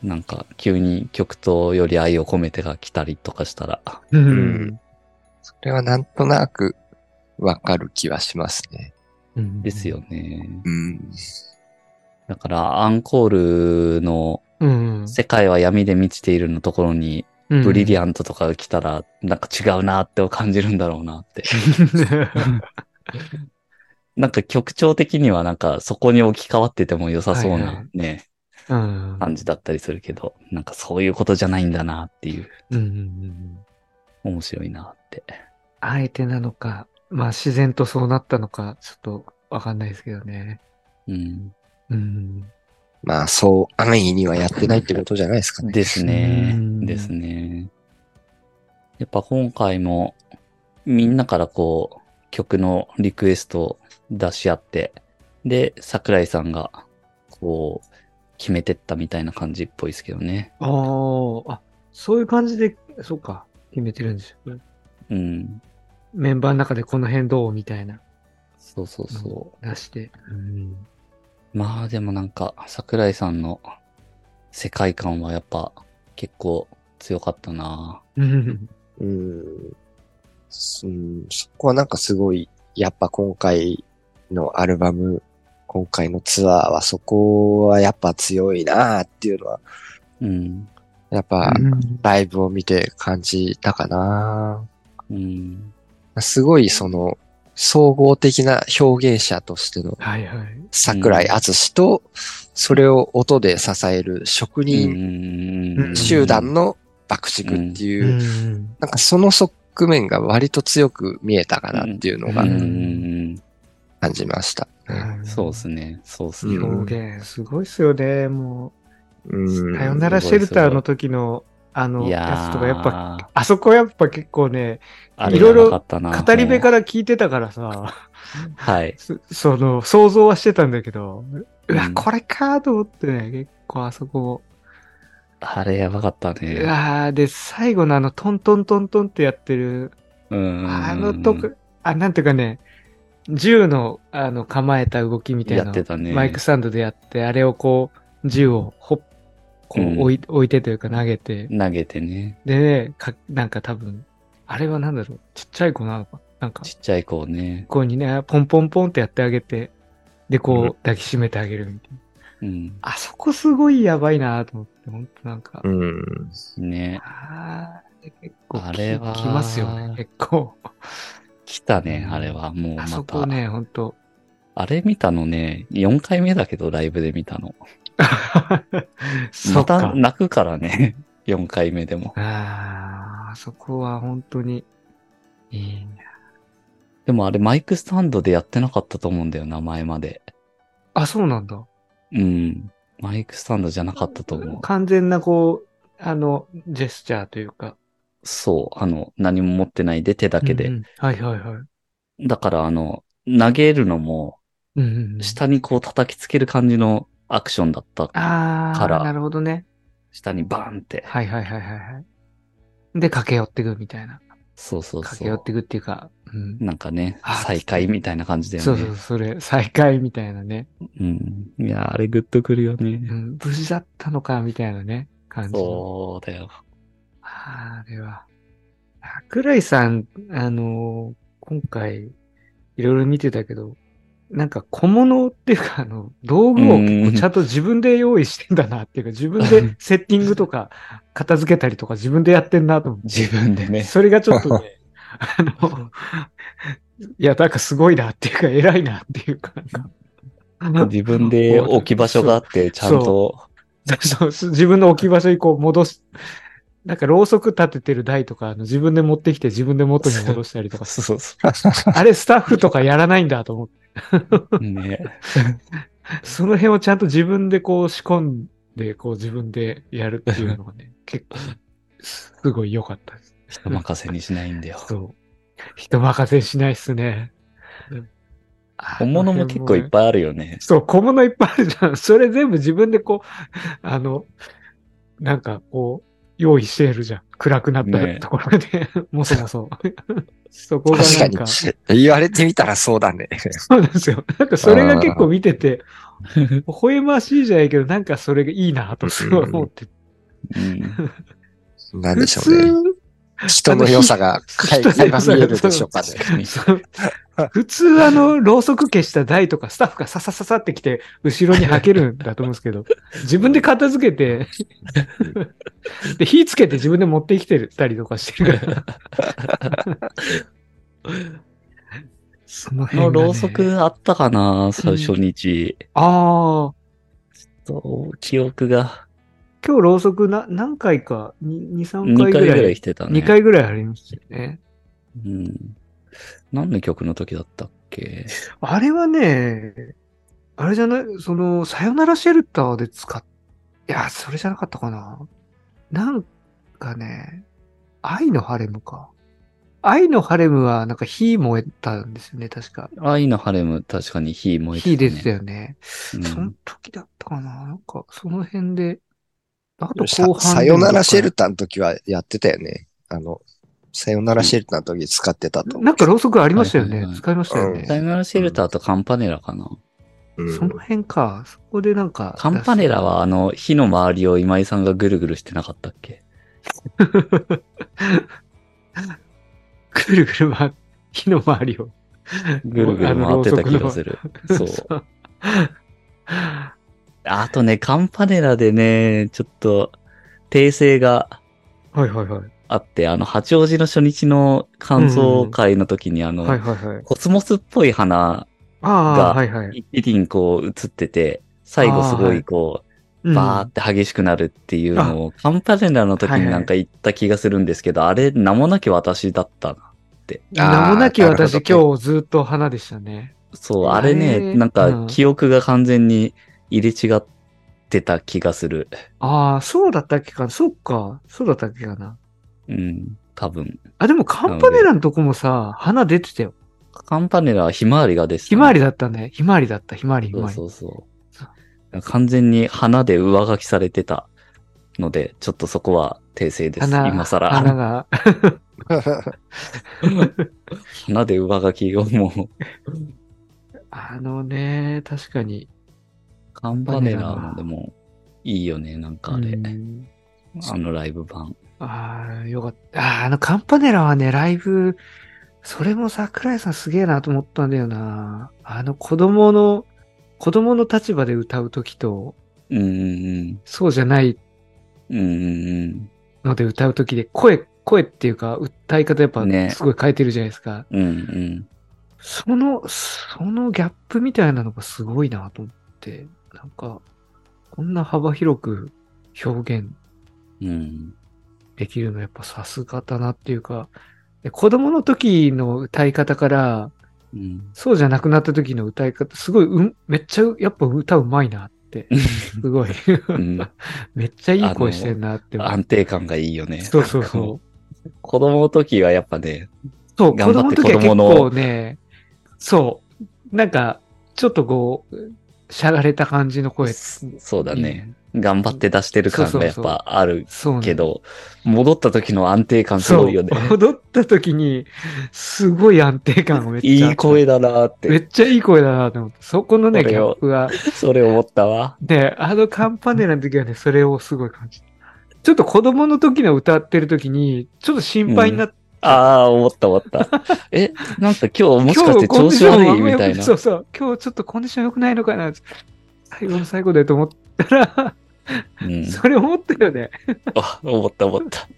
[SPEAKER 1] なんか急に曲とより愛を込めてが来たりとかしたら。
[SPEAKER 3] う
[SPEAKER 2] うん。それはなんとなくわかる気はしますね。
[SPEAKER 3] うん
[SPEAKER 1] です。よね。
[SPEAKER 2] うん。
[SPEAKER 1] だからアンコールの
[SPEAKER 3] うん。
[SPEAKER 1] 世界は闇で満ちているのところにブリリ
[SPEAKER 3] ア
[SPEAKER 1] アントとかが来たらなんか違うなって感じるんだろうなって。なんか曲調的にはなんかそこに置き換わってても良さそう
[SPEAKER 3] はいは
[SPEAKER 1] ないね、
[SPEAKER 3] うん。
[SPEAKER 1] 感じだったりするけど、なんかそういうことじゃないんだなっていう。
[SPEAKER 3] うんうんうん
[SPEAKER 1] 面白いなって。
[SPEAKER 3] あえてなのか、まあ自然とそうなったのか、ちょっとわかんないですけどね。
[SPEAKER 1] うん。
[SPEAKER 3] うん。
[SPEAKER 2] まあ、そう、安易にはやってないってことじゃないですかね。
[SPEAKER 1] ですね
[SPEAKER 3] う。ん
[SPEAKER 1] ですね。やっぱ今回もみんなからこう曲のリクエストを出し合って、で、桜井さんがこう決めてったみたいな感じっぽいですけどね。
[SPEAKER 3] あーあ、そういう感じで、そうか、決めてるんですよ。
[SPEAKER 1] うん。
[SPEAKER 3] メンバーの中でこの辺どうみたいな
[SPEAKER 1] そうそうそ
[SPEAKER 3] 出して。うん。
[SPEAKER 1] う。まあでもなんか桜井さんの世界観はやっぱ結構強かったな
[SPEAKER 3] うん。
[SPEAKER 2] うん。そうんそこはなんかすごい、やっぱ今回のアルバム、今回のツアーはそこはやっぱ強いなーっていうのは、
[SPEAKER 1] うん。
[SPEAKER 2] やっぱライブを見て感じたかな。
[SPEAKER 1] うん。
[SPEAKER 2] すごいその、総合的な表現者としての
[SPEAKER 3] はいはい。
[SPEAKER 2] 桜井敦史と、それを音で支える職人
[SPEAKER 1] うん
[SPEAKER 2] 集団の爆竹っていうう、
[SPEAKER 3] ん。
[SPEAKER 2] なんかその側面が割と強く見えたかなっていうの
[SPEAKER 1] う
[SPEAKER 2] が
[SPEAKER 1] んうんうん。
[SPEAKER 2] 感じました。
[SPEAKER 1] そうですね。そうですね。
[SPEAKER 2] うん
[SPEAKER 3] 表現、すごいっすよね。も
[SPEAKER 2] う
[SPEAKER 3] う、
[SPEAKER 2] ん。
[SPEAKER 3] さよならシェルターの時の、あの、やつとかやっぱ、
[SPEAKER 1] ぱ、
[SPEAKER 3] あそこやっぱ結構ね、
[SPEAKER 1] あれ
[SPEAKER 3] いろいろ
[SPEAKER 1] なかったな
[SPEAKER 3] 語り部か
[SPEAKER 1] も
[SPEAKER 3] ら聞いてたからさ、
[SPEAKER 1] うはい。
[SPEAKER 3] そその、想像はしてたんだけど、うわ、
[SPEAKER 1] うん
[SPEAKER 3] これかと思ってね、結構あそこ、
[SPEAKER 1] あれやばかった
[SPEAKER 3] う
[SPEAKER 1] ね。
[SPEAKER 3] わーで、最後のあの、トントントントンってやってる、
[SPEAKER 1] うん
[SPEAKER 3] あのとこ、あ、なんていうかね、銃の、あの、構えた動きみたいな
[SPEAKER 1] やっ。てたね。
[SPEAKER 3] マイクスタンドでやって、あれをこう、銃をほっ、こ
[SPEAKER 1] うん
[SPEAKER 3] う置い,、置いてというか投げて、
[SPEAKER 1] 投げてね。
[SPEAKER 3] でね、かなんか多分、あれはなんだろう、ちっちゃい子なのか、なんか、
[SPEAKER 1] ちっちゃい子をね。
[SPEAKER 3] こうにね、ポンポンポンってやってあげて、で、
[SPEAKER 2] うん
[SPEAKER 3] こう抱きしめてあげるみたいな。
[SPEAKER 1] うん。
[SPEAKER 3] あそこすごいやばいなと思って、ほんとなんか、
[SPEAKER 2] うん。
[SPEAKER 1] ね。
[SPEAKER 3] あー結構
[SPEAKER 1] あれは
[SPEAKER 3] ききますよね、結構。
[SPEAKER 1] き来たね、あれは。もう
[SPEAKER 3] あ
[SPEAKER 1] ま
[SPEAKER 3] そ
[SPEAKER 1] た。あ,、
[SPEAKER 3] こね、ほ んと。
[SPEAKER 1] れ見たのね、4回目だけど、ライブで見たの。
[SPEAKER 3] そ
[SPEAKER 1] ま
[SPEAKER 3] うか
[SPEAKER 1] た。泣くからね、4回 目でも。
[SPEAKER 3] あーそこは本当に、いいね。
[SPEAKER 1] でもあれマイクスタンドでやってなかったと思うんだよな、前まで。
[SPEAKER 3] あ、そうなんだ。
[SPEAKER 1] うん。マイクスタンドじゃなかったと思う。
[SPEAKER 3] 完全なこう、あの、ジェスチャーというか。
[SPEAKER 1] そう。あの、何も持ってないで手だけで。
[SPEAKER 3] うんうんはいはいはい。うん
[SPEAKER 1] だから、あの、投げるのも、
[SPEAKER 3] うんうん、
[SPEAKER 1] 下にこう叩きつける感じのアクションだった。
[SPEAKER 3] ああ、
[SPEAKER 1] から
[SPEAKER 3] なるほどね。
[SPEAKER 1] 下にバーンって。
[SPEAKER 3] はいはいはいはいはい。で、駆け寄ってくみたいな。
[SPEAKER 1] そうそう
[SPEAKER 3] 駆
[SPEAKER 1] そ
[SPEAKER 3] け寄っ
[SPEAKER 1] う。
[SPEAKER 3] てくっていうか、うん。
[SPEAKER 1] なんかね
[SPEAKER 3] あ、
[SPEAKER 1] 再会みたいな感じだよね。
[SPEAKER 3] そうそう、それ、再会みたいなね。
[SPEAKER 1] うん。いや、あれグッとくるよね
[SPEAKER 3] う。ん、無事だったのか、みたいなね、感じの。
[SPEAKER 1] そうだよ。
[SPEAKER 3] あーあれは。桜井さん、あのー今回、いろいろ見てたけど、なんか小物っていうか、あの、道具を結構ちゃんと自分で用意してんだなっていうか、自分でセッティングとか、片付けたりとか自分でやってんなと思って。
[SPEAKER 1] 自分でね。
[SPEAKER 3] それがちょっとね、あの、いや、なんかすごいなっていうか、偉いなっていうか、なんか、
[SPEAKER 1] 自分で置き場所があって、ちゃんと。
[SPEAKER 3] そう自分の置き場所にこう戻す。なんか、ろうそく立ててる台とか、あの自分で持ってきて自分で元に戻した りとか、
[SPEAKER 1] そうそうそ
[SPEAKER 3] あれスタッフとかやらないんだと思って、
[SPEAKER 1] う。ね。
[SPEAKER 3] その辺をちゃんと自分でこう仕込んで、こう自分でやるっていうのがね、結構、すごい良かったです。
[SPEAKER 1] 人任せにしないんだよ。
[SPEAKER 3] そう。人任せしないっすね。
[SPEAKER 1] 本物も結構いっぱいあるよね。
[SPEAKER 3] そう、小物いっぱいあるじゃん。それ全部自分でこう、あの、なんかこう、用意してるじゃん。暗くなった
[SPEAKER 1] ね
[SPEAKER 3] ところで、 もそもそ。そこが
[SPEAKER 2] 確
[SPEAKER 3] な
[SPEAKER 2] か
[SPEAKER 3] ん
[SPEAKER 2] に
[SPEAKER 3] か、。
[SPEAKER 2] 言われてみたらそうだね。
[SPEAKER 3] そうなんですよ。なんかそれが結構見てて、微笑ましいじゃないけど、なんかそれがいいなとすごい思って。
[SPEAKER 1] うん
[SPEAKER 2] なん
[SPEAKER 3] 普
[SPEAKER 2] でしょうね。
[SPEAKER 3] 通、
[SPEAKER 2] 人の良さが垣間見えるでしょうかね。
[SPEAKER 1] 確かに
[SPEAKER 3] そう普通あの、ろうそく消した台とかスタッフがささささってきて、後ろにはけるんだと思うんですけど、自分で片付けて、で、火つけて自分で持ってきてたりとかしてるから。その
[SPEAKER 1] あの
[SPEAKER 3] がね
[SPEAKER 1] ろうそ。くあったかな最初日。
[SPEAKER 3] ああ、
[SPEAKER 1] そう記憶が
[SPEAKER 3] 今日ろうそくな、何回か、2、3
[SPEAKER 1] 2回
[SPEAKER 3] 回ぐ
[SPEAKER 1] ぐ
[SPEAKER 3] ら
[SPEAKER 1] らい
[SPEAKER 3] い
[SPEAKER 1] 来。てたね。
[SPEAKER 3] 2回ぐらいありましたよね。
[SPEAKER 1] うん。何の曲の時だったっけ
[SPEAKER 3] あれはね、あれじゃない、その、さよならシェルターで使っ、いや、それじゃなかったかな。なんかね、愛のハレムか。愛のハレムは、なんか火燃えたんですよね、確か。
[SPEAKER 1] 愛のハレム、確かに火燃えて
[SPEAKER 3] 火
[SPEAKER 1] た、ね。
[SPEAKER 3] 出てたよね。
[SPEAKER 1] うん
[SPEAKER 3] その時だったかな。なんか、その辺で、あと
[SPEAKER 2] さ
[SPEAKER 3] 後半
[SPEAKER 2] さよならシェル
[SPEAKER 3] タ
[SPEAKER 2] ターの時はやってたよね。あの、さよならシェルターの時使ってたと思う。
[SPEAKER 3] なんかろうそくありましたよ
[SPEAKER 1] はい
[SPEAKER 3] ね
[SPEAKER 1] はい。はい
[SPEAKER 3] 使いましたよね。
[SPEAKER 1] サヨナラシェルターとカンパネラかな。
[SPEAKER 2] うん
[SPEAKER 3] その辺か。そこでなんか。
[SPEAKER 1] カンパネラはあの、火の周りを今井さんがぐるぐるしてなかったっけ
[SPEAKER 3] ぐるぐる回っ火の周りを。
[SPEAKER 1] ぐるぐる回ってた気がする。そう。
[SPEAKER 3] そう。
[SPEAKER 1] あとね、カンパネラでね、ちょっと、訂正が
[SPEAKER 3] はいはいはい。
[SPEAKER 1] あって、あの、八王子の初日の感想会の時に、あの、
[SPEAKER 3] はいはいはい。
[SPEAKER 1] コスモスっぽい花、
[SPEAKER 3] ああ、
[SPEAKER 1] が
[SPEAKER 3] はいはい。
[SPEAKER 1] 一気にこう映ってて、最後すごいこう、バー
[SPEAKER 3] ー
[SPEAKER 1] って激しくなるっていうのを、カンパネラの時になんか言った気がするんですけど、あれ、名もなき私だったな。
[SPEAKER 3] 名もなき
[SPEAKER 2] あーなるほ
[SPEAKER 3] 私、
[SPEAKER 2] ど
[SPEAKER 3] 今日ずっと花でしたね。
[SPEAKER 1] そう、あれ
[SPEAKER 3] あ
[SPEAKER 1] ね、
[SPEAKER 3] れ
[SPEAKER 1] なん
[SPEAKER 3] う
[SPEAKER 1] か
[SPEAKER 3] ん
[SPEAKER 1] 記憶が完全に入れ違ってた気がする。
[SPEAKER 3] ああ、そうだったっけかな。そっか。そうだったっけかな。
[SPEAKER 1] うん、多分。
[SPEAKER 3] あ、でもカンパネラのとこもさ、花出てたよ。
[SPEAKER 1] カンパネラはひまわりがです、
[SPEAKER 3] ひまわりだったね。ひまわりだった。ひまわり、ひま
[SPEAKER 1] そう
[SPEAKER 3] わり。
[SPEAKER 1] そうそう。完全に花で上書きされてたので、ちょっとそこは訂正です。
[SPEAKER 3] 花、
[SPEAKER 1] 今更。
[SPEAKER 3] 花
[SPEAKER 1] 花
[SPEAKER 3] が、
[SPEAKER 1] で上書きをもう、
[SPEAKER 3] あのね、確かに。
[SPEAKER 1] カンパネラのでもいいよね、なんかあれ。
[SPEAKER 3] うん
[SPEAKER 1] あのライブ版。
[SPEAKER 3] ああ、よかった。ああ、あのカンパネラはね、ライブ、それも桜井さんすげえなと思ったんだよな。あの子供の、子供の立場で歌うときと、
[SPEAKER 1] うんうん
[SPEAKER 3] そうじゃない
[SPEAKER 1] うん。うんうんうん。
[SPEAKER 3] ので歌うときで声声っていうか、訴え方やっぱ
[SPEAKER 1] ね
[SPEAKER 3] すごい変えてるじゃないですか。
[SPEAKER 1] うんうん。
[SPEAKER 3] その、そのギャップみたいなのがすごいなと思って、なんか、こんな幅広く表現
[SPEAKER 1] うん。
[SPEAKER 3] できるのやっぱさすがだなっていうか、で子供の時の歌い方から、
[SPEAKER 1] うん。
[SPEAKER 3] そうじゃなくなった時の歌い方、すごい、うん、めっちゃ、やっぱ歌うまいなって、すごい、
[SPEAKER 1] ん
[SPEAKER 3] めっちゃいい声してんなって思う
[SPEAKER 1] 安定感がいいよね。
[SPEAKER 3] そうそうそう。
[SPEAKER 1] 子供の時はやっぱね、
[SPEAKER 3] そう、
[SPEAKER 1] 頑
[SPEAKER 3] 子
[SPEAKER 1] 張っ
[SPEAKER 3] 供の
[SPEAKER 1] て
[SPEAKER 3] 時は結
[SPEAKER 1] 子供の
[SPEAKER 3] 構ね、そう、なんか、ちょっとこう、しゃがれた感じの声。
[SPEAKER 1] そうだね。頑張って出してる感
[SPEAKER 3] そう
[SPEAKER 1] が
[SPEAKER 3] そう
[SPEAKER 1] やっ
[SPEAKER 3] そう
[SPEAKER 1] ぱある
[SPEAKER 3] そうなの
[SPEAKER 1] けど、戻った時の安定感す
[SPEAKER 3] そう
[SPEAKER 1] ごいよね。
[SPEAKER 3] 戻った時に、すごい安定感をめっちゃ。
[SPEAKER 1] いい声だなーっ
[SPEAKER 3] め
[SPEAKER 1] て、
[SPEAKER 3] っちゃいい声だなと思って。そこのね、
[SPEAKER 1] こ
[SPEAKER 3] ギ
[SPEAKER 1] れ
[SPEAKER 3] ャ
[SPEAKER 1] を
[SPEAKER 3] ップが。
[SPEAKER 1] それ思ったわ。
[SPEAKER 3] で、あのカンパネラの時はね、それをすごい感じた。ちょっと子供の時の歌ってる時に、ちょっと心配になって、
[SPEAKER 1] ああ、思った思った。え、なんか今日もしかして調
[SPEAKER 3] 今日コンディ
[SPEAKER 1] 子
[SPEAKER 3] ション
[SPEAKER 1] 悪
[SPEAKER 3] あ
[SPEAKER 1] い
[SPEAKER 3] んま
[SPEAKER 1] み
[SPEAKER 3] 良く
[SPEAKER 1] たいな
[SPEAKER 3] そ。うそう。今日ちょっとコンディション良くないのかな最後の最後でと思ったら、
[SPEAKER 1] うん。
[SPEAKER 3] それ思ったよね。
[SPEAKER 1] あ、思った思った。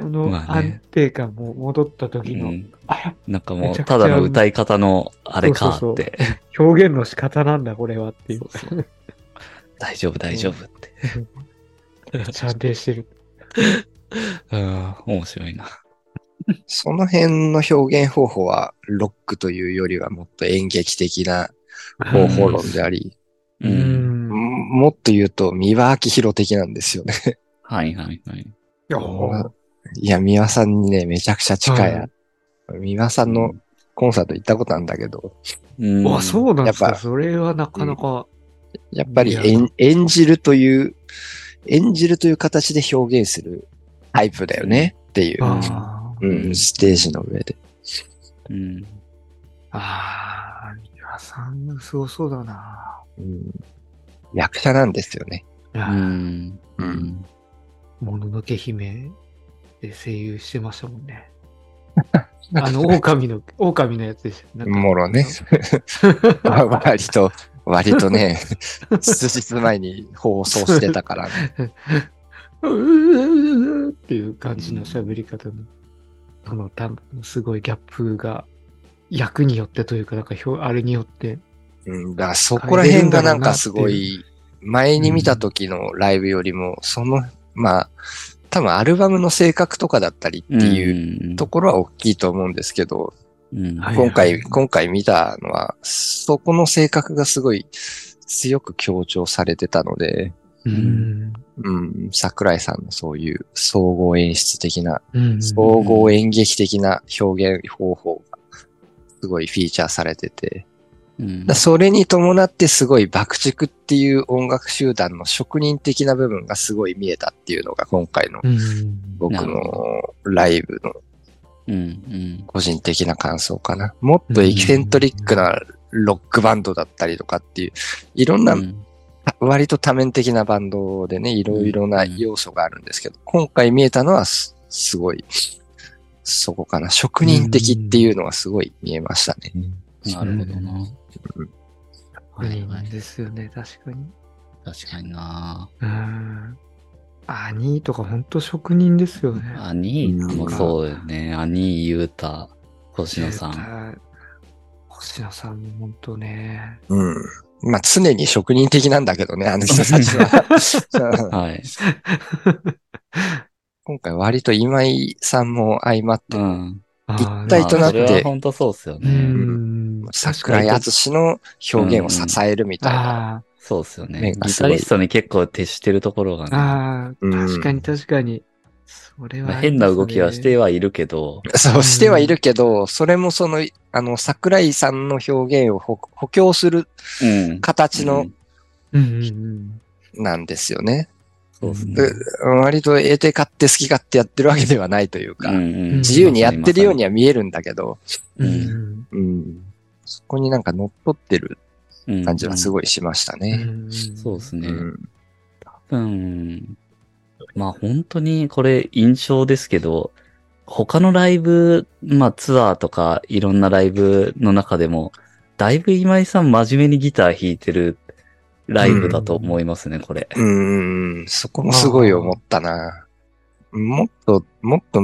[SPEAKER 3] この
[SPEAKER 1] まあね
[SPEAKER 3] 安定感も戻った時
[SPEAKER 1] う
[SPEAKER 3] の、
[SPEAKER 1] ん。
[SPEAKER 3] あ、やっ
[SPEAKER 1] なんか
[SPEAKER 3] め
[SPEAKER 1] もう、
[SPEAKER 3] ちゃくち
[SPEAKER 1] た
[SPEAKER 3] ゃ
[SPEAKER 1] だの歌い方のあれか
[SPEAKER 3] そ
[SPEAKER 1] っ
[SPEAKER 3] うそう
[SPEAKER 1] て。
[SPEAKER 3] ぱ表現の仕方なんだ、これはっていう。
[SPEAKER 1] そうそう大丈夫、大丈夫って。
[SPEAKER 3] めっちゃ安定してる。
[SPEAKER 1] うん、面白いな。
[SPEAKER 2] その辺の表現方法は、ロックというよりはもっと演劇的な方法論であり、
[SPEAKER 1] う。
[SPEAKER 3] うんん。い
[SPEAKER 2] んもっと言うと、三輪明宏的なんですよね。
[SPEAKER 1] はいはいはい。
[SPEAKER 3] や、
[SPEAKER 2] ほいや、三輪さんにね、めちゃくちゃ近い。
[SPEAKER 3] は
[SPEAKER 2] 三輪さんのコンサート行ったことあるんだけど、
[SPEAKER 1] うん、
[SPEAKER 3] あ、そうなんです
[SPEAKER 2] やっ
[SPEAKER 3] か。
[SPEAKER 2] ぱ
[SPEAKER 3] それはなかなか。
[SPEAKER 2] やっぱり
[SPEAKER 3] いや
[SPEAKER 2] 演演じるという、演じるという形で表現するタイプだよねっていう、
[SPEAKER 1] ん
[SPEAKER 3] あー
[SPEAKER 2] うん、ステージの上で。
[SPEAKER 1] うん。
[SPEAKER 3] あー、三輪さん、すごそうだな。
[SPEAKER 2] うん役者なんですよね。
[SPEAKER 3] いうや
[SPEAKER 1] ん。う
[SPEAKER 2] うんん。
[SPEAKER 3] もののけ姫で声優してましたもん ね。あの、狼の、狼のやつでした。なんか
[SPEAKER 2] も ろね。わ割と、割とね、数日前に放送してたから、ね、
[SPEAKER 3] うーうーうーっていう感じの喋り方の、その、たすごいギャップが、役によってというか、なんか表、あれによって、
[SPEAKER 2] うん。だからそこら辺がなんかすごい、前に見た時のライブよりも、その、まあ、多分アルバムの性格とかだったりっていう
[SPEAKER 1] うん
[SPEAKER 2] ところは大きいと思うんですけど、
[SPEAKER 1] うん。
[SPEAKER 3] はい
[SPEAKER 2] 今回、今回見たのは、そこの性格がすごい強く強調されてたので、
[SPEAKER 3] うんん、
[SPEAKER 2] うん、桜井さんのそういう総合演出的な、
[SPEAKER 3] うん、
[SPEAKER 2] 総合演劇的な表現方法が、すごいフィーチャーされてて、
[SPEAKER 1] うん
[SPEAKER 2] だそれに伴ってすごい爆竹っていう音楽集団の職人的な部分がすごい見えたっていうのが今回の
[SPEAKER 3] うん。
[SPEAKER 2] 僕
[SPEAKER 1] なる
[SPEAKER 2] のライブの
[SPEAKER 1] うん。うん。
[SPEAKER 2] 個人的な感想かな。もっとエキセントリックなロックバンドだったりとかっていう、いろんな
[SPEAKER 1] うん
[SPEAKER 2] 割と多面的なバンドでね、いろいろな要素があるんですけど、今回見えたのはすすごい、そこかな。職人的っていうのはすごい見えましたね。
[SPEAKER 1] なるほどな。はいは
[SPEAKER 3] う
[SPEAKER 1] い
[SPEAKER 3] んですよね、確かに。
[SPEAKER 1] 確かにな。
[SPEAKER 3] うん。兄とか本当職人ですよね。
[SPEAKER 1] 兄もそうよね。兄、ゆうた、星野さん。
[SPEAKER 3] ん。星野さんも本当ね。
[SPEAKER 2] うん。まあ常に職人的なんだけどね、あの人たちは。 うん
[SPEAKER 1] はい。
[SPEAKER 2] 今回割と今井さんも相まって、
[SPEAKER 1] うん。
[SPEAKER 3] あー
[SPEAKER 2] 一体と
[SPEAKER 1] ま
[SPEAKER 2] なっ
[SPEAKER 1] あそれは
[SPEAKER 2] て
[SPEAKER 1] 本当そうっすよ
[SPEAKER 3] う
[SPEAKER 1] ね。
[SPEAKER 3] ん。
[SPEAKER 2] 桜井敦の表現を支えるみたいな。
[SPEAKER 3] あ
[SPEAKER 1] そうっすよね。
[SPEAKER 2] ね
[SPEAKER 1] ギタリストに結構徹してるところが
[SPEAKER 3] あ、
[SPEAKER 1] ね。
[SPEAKER 3] ああ、
[SPEAKER 2] うん
[SPEAKER 3] 確かに確かに。それは
[SPEAKER 1] まあ
[SPEAKER 3] ありますね、
[SPEAKER 1] 変な動きはしてはいるけど、
[SPEAKER 2] そうしてはいるけど、それもその、あの、桜井さんの表現を補補強する
[SPEAKER 1] うん。
[SPEAKER 2] 形の
[SPEAKER 1] うん
[SPEAKER 3] うんうんうん。
[SPEAKER 2] なんですよね。
[SPEAKER 1] そうっすね。
[SPEAKER 2] で割と得手勝手好き勝手やってるわけではないというか、
[SPEAKER 1] うんうん
[SPEAKER 2] 自由にやってるようには見えるんだけど、
[SPEAKER 1] う
[SPEAKER 3] うんん
[SPEAKER 2] うん、そこになんか乗っ取ってる感じはす
[SPEAKER 1] い。
[SPEAKER 2] ごいしました
[SPEAKER 3] う
[SPEAKER 2] ね。
[SPEAKER 3] ん。
[SPEAKER 1] そうっすね。
[SPEAKER 2] うん
[SPEAKER 1] 多分、まあ本当にこれ印象ですけど、他のライブ、まあツアーとかいろんなライブの中でも、だいぶ今井さん真面目にギター弾いてるライブだと思いますね、これ。
[SPEAKER 2] うん、そこもすごい思ったな。もっと、もっと、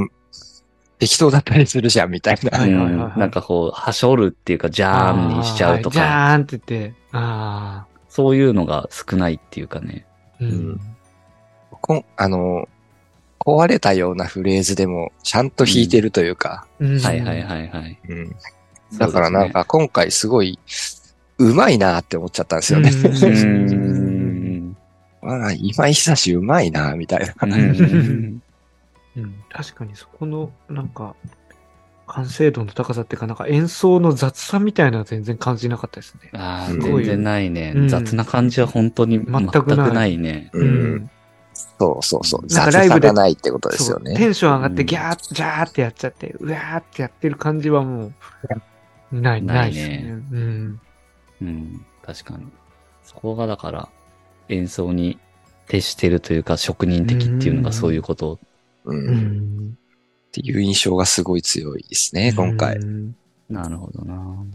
[SPEAKER 2] 適当だったりするじゃん、みたいな。
[SPEAKER 3] はいはいはいはい
[SPEAKER 1] うんなんかこう、はしょるっていうか、ジャーンにしちゃうと
[SPEAKER 3] あー
[SPEAKER 1] か、
[SPEAKER 3] はいジャーンって言って。ああ。
[SPEAKER 1] そういうのが少ないっていうかね。
[SPEAKER 3] う
[SPEAKER 2] うん。こんあの、壊れたようなフレーズでも、ちゃんと弾いてるというか、
[SPEAKER 3] うん
[SPEAKER 1] はいはいはいはい。
[SPEAKER 2] うんだからなん
[SPEAKER 1] そ
[SPEAKER 2] か今回すごい、うまいなって思っちゃったんですよね。
[SPEAKER 1] うですね、
[SPEAKER 3] う
[SPEAKER 1] うーん
[SPEAKER 3] ん
[SPEAKER 2] ああ、今井久志うまいな、みたいな。
[SPEAKER 1] うん
[SPEAKER 3] うん、確かにそこの、なんか、完成度の高さっていうか、なんか演奏の雑さみたいなのは全然感じなかったですね。
[SPEAKER 1] ああ、
[SPEAKER 2] す
[SPEAKER 3] ご
[SPEAKER 1] 全
[SPEAKER 3] い
[SPEAKER 1] 然ないね
[SPEAKER 3] う。ん
[SPEAKER 1] 雑な感じは本当に全
[SPEAKER 3] 全
[SPEAKER 1] く
[SPEAKER 3] くない
[SPEAKER 1] ないね。
[SPEAKER 2] う。そうそうそう。
[SPEAKER 3] なん
[SPEAKER 2] 雑
[SPEAKER 3] かライ
[SPEAKER 2] さ
[SPEAKER 3] ブで
[SPEAKER 2] がないってことです
[SPEAKER 3] そ
[SPEAKER 2] よ
[SPEAKER 3] う、
[SPEAKER 2] ね。
[SPEAKER 3] テンション上がっ
[SPEAKER 1] う
[SPEAKER 3] て
[SPEAKER 1] ん
[SPEAKER 3] ギャーッ、ジャーってやっちゃって、うわーってやってる感じはもう、ない、
[SPEAKER 1] な
[SPEAKER 3] ないい
[SPEAKER 1] ね
[SPEAKER 3] ですね。うん。
[SPEAKER 1] うん、確かに。そこがだから、演奏に徹してるというか、職人的っていうのがそういうことを
[SPEAKER 2] うん
[SPEAKER 3] う
[SPEAKER 2] っ
[SPEAKER 3] ん。
[SPEAKER 2] ていう印象がすごい強いですね、今回。
[SPEAKER 3] うん
[SPEAKER 1] なるほどな。
[SPEAKER 2] うん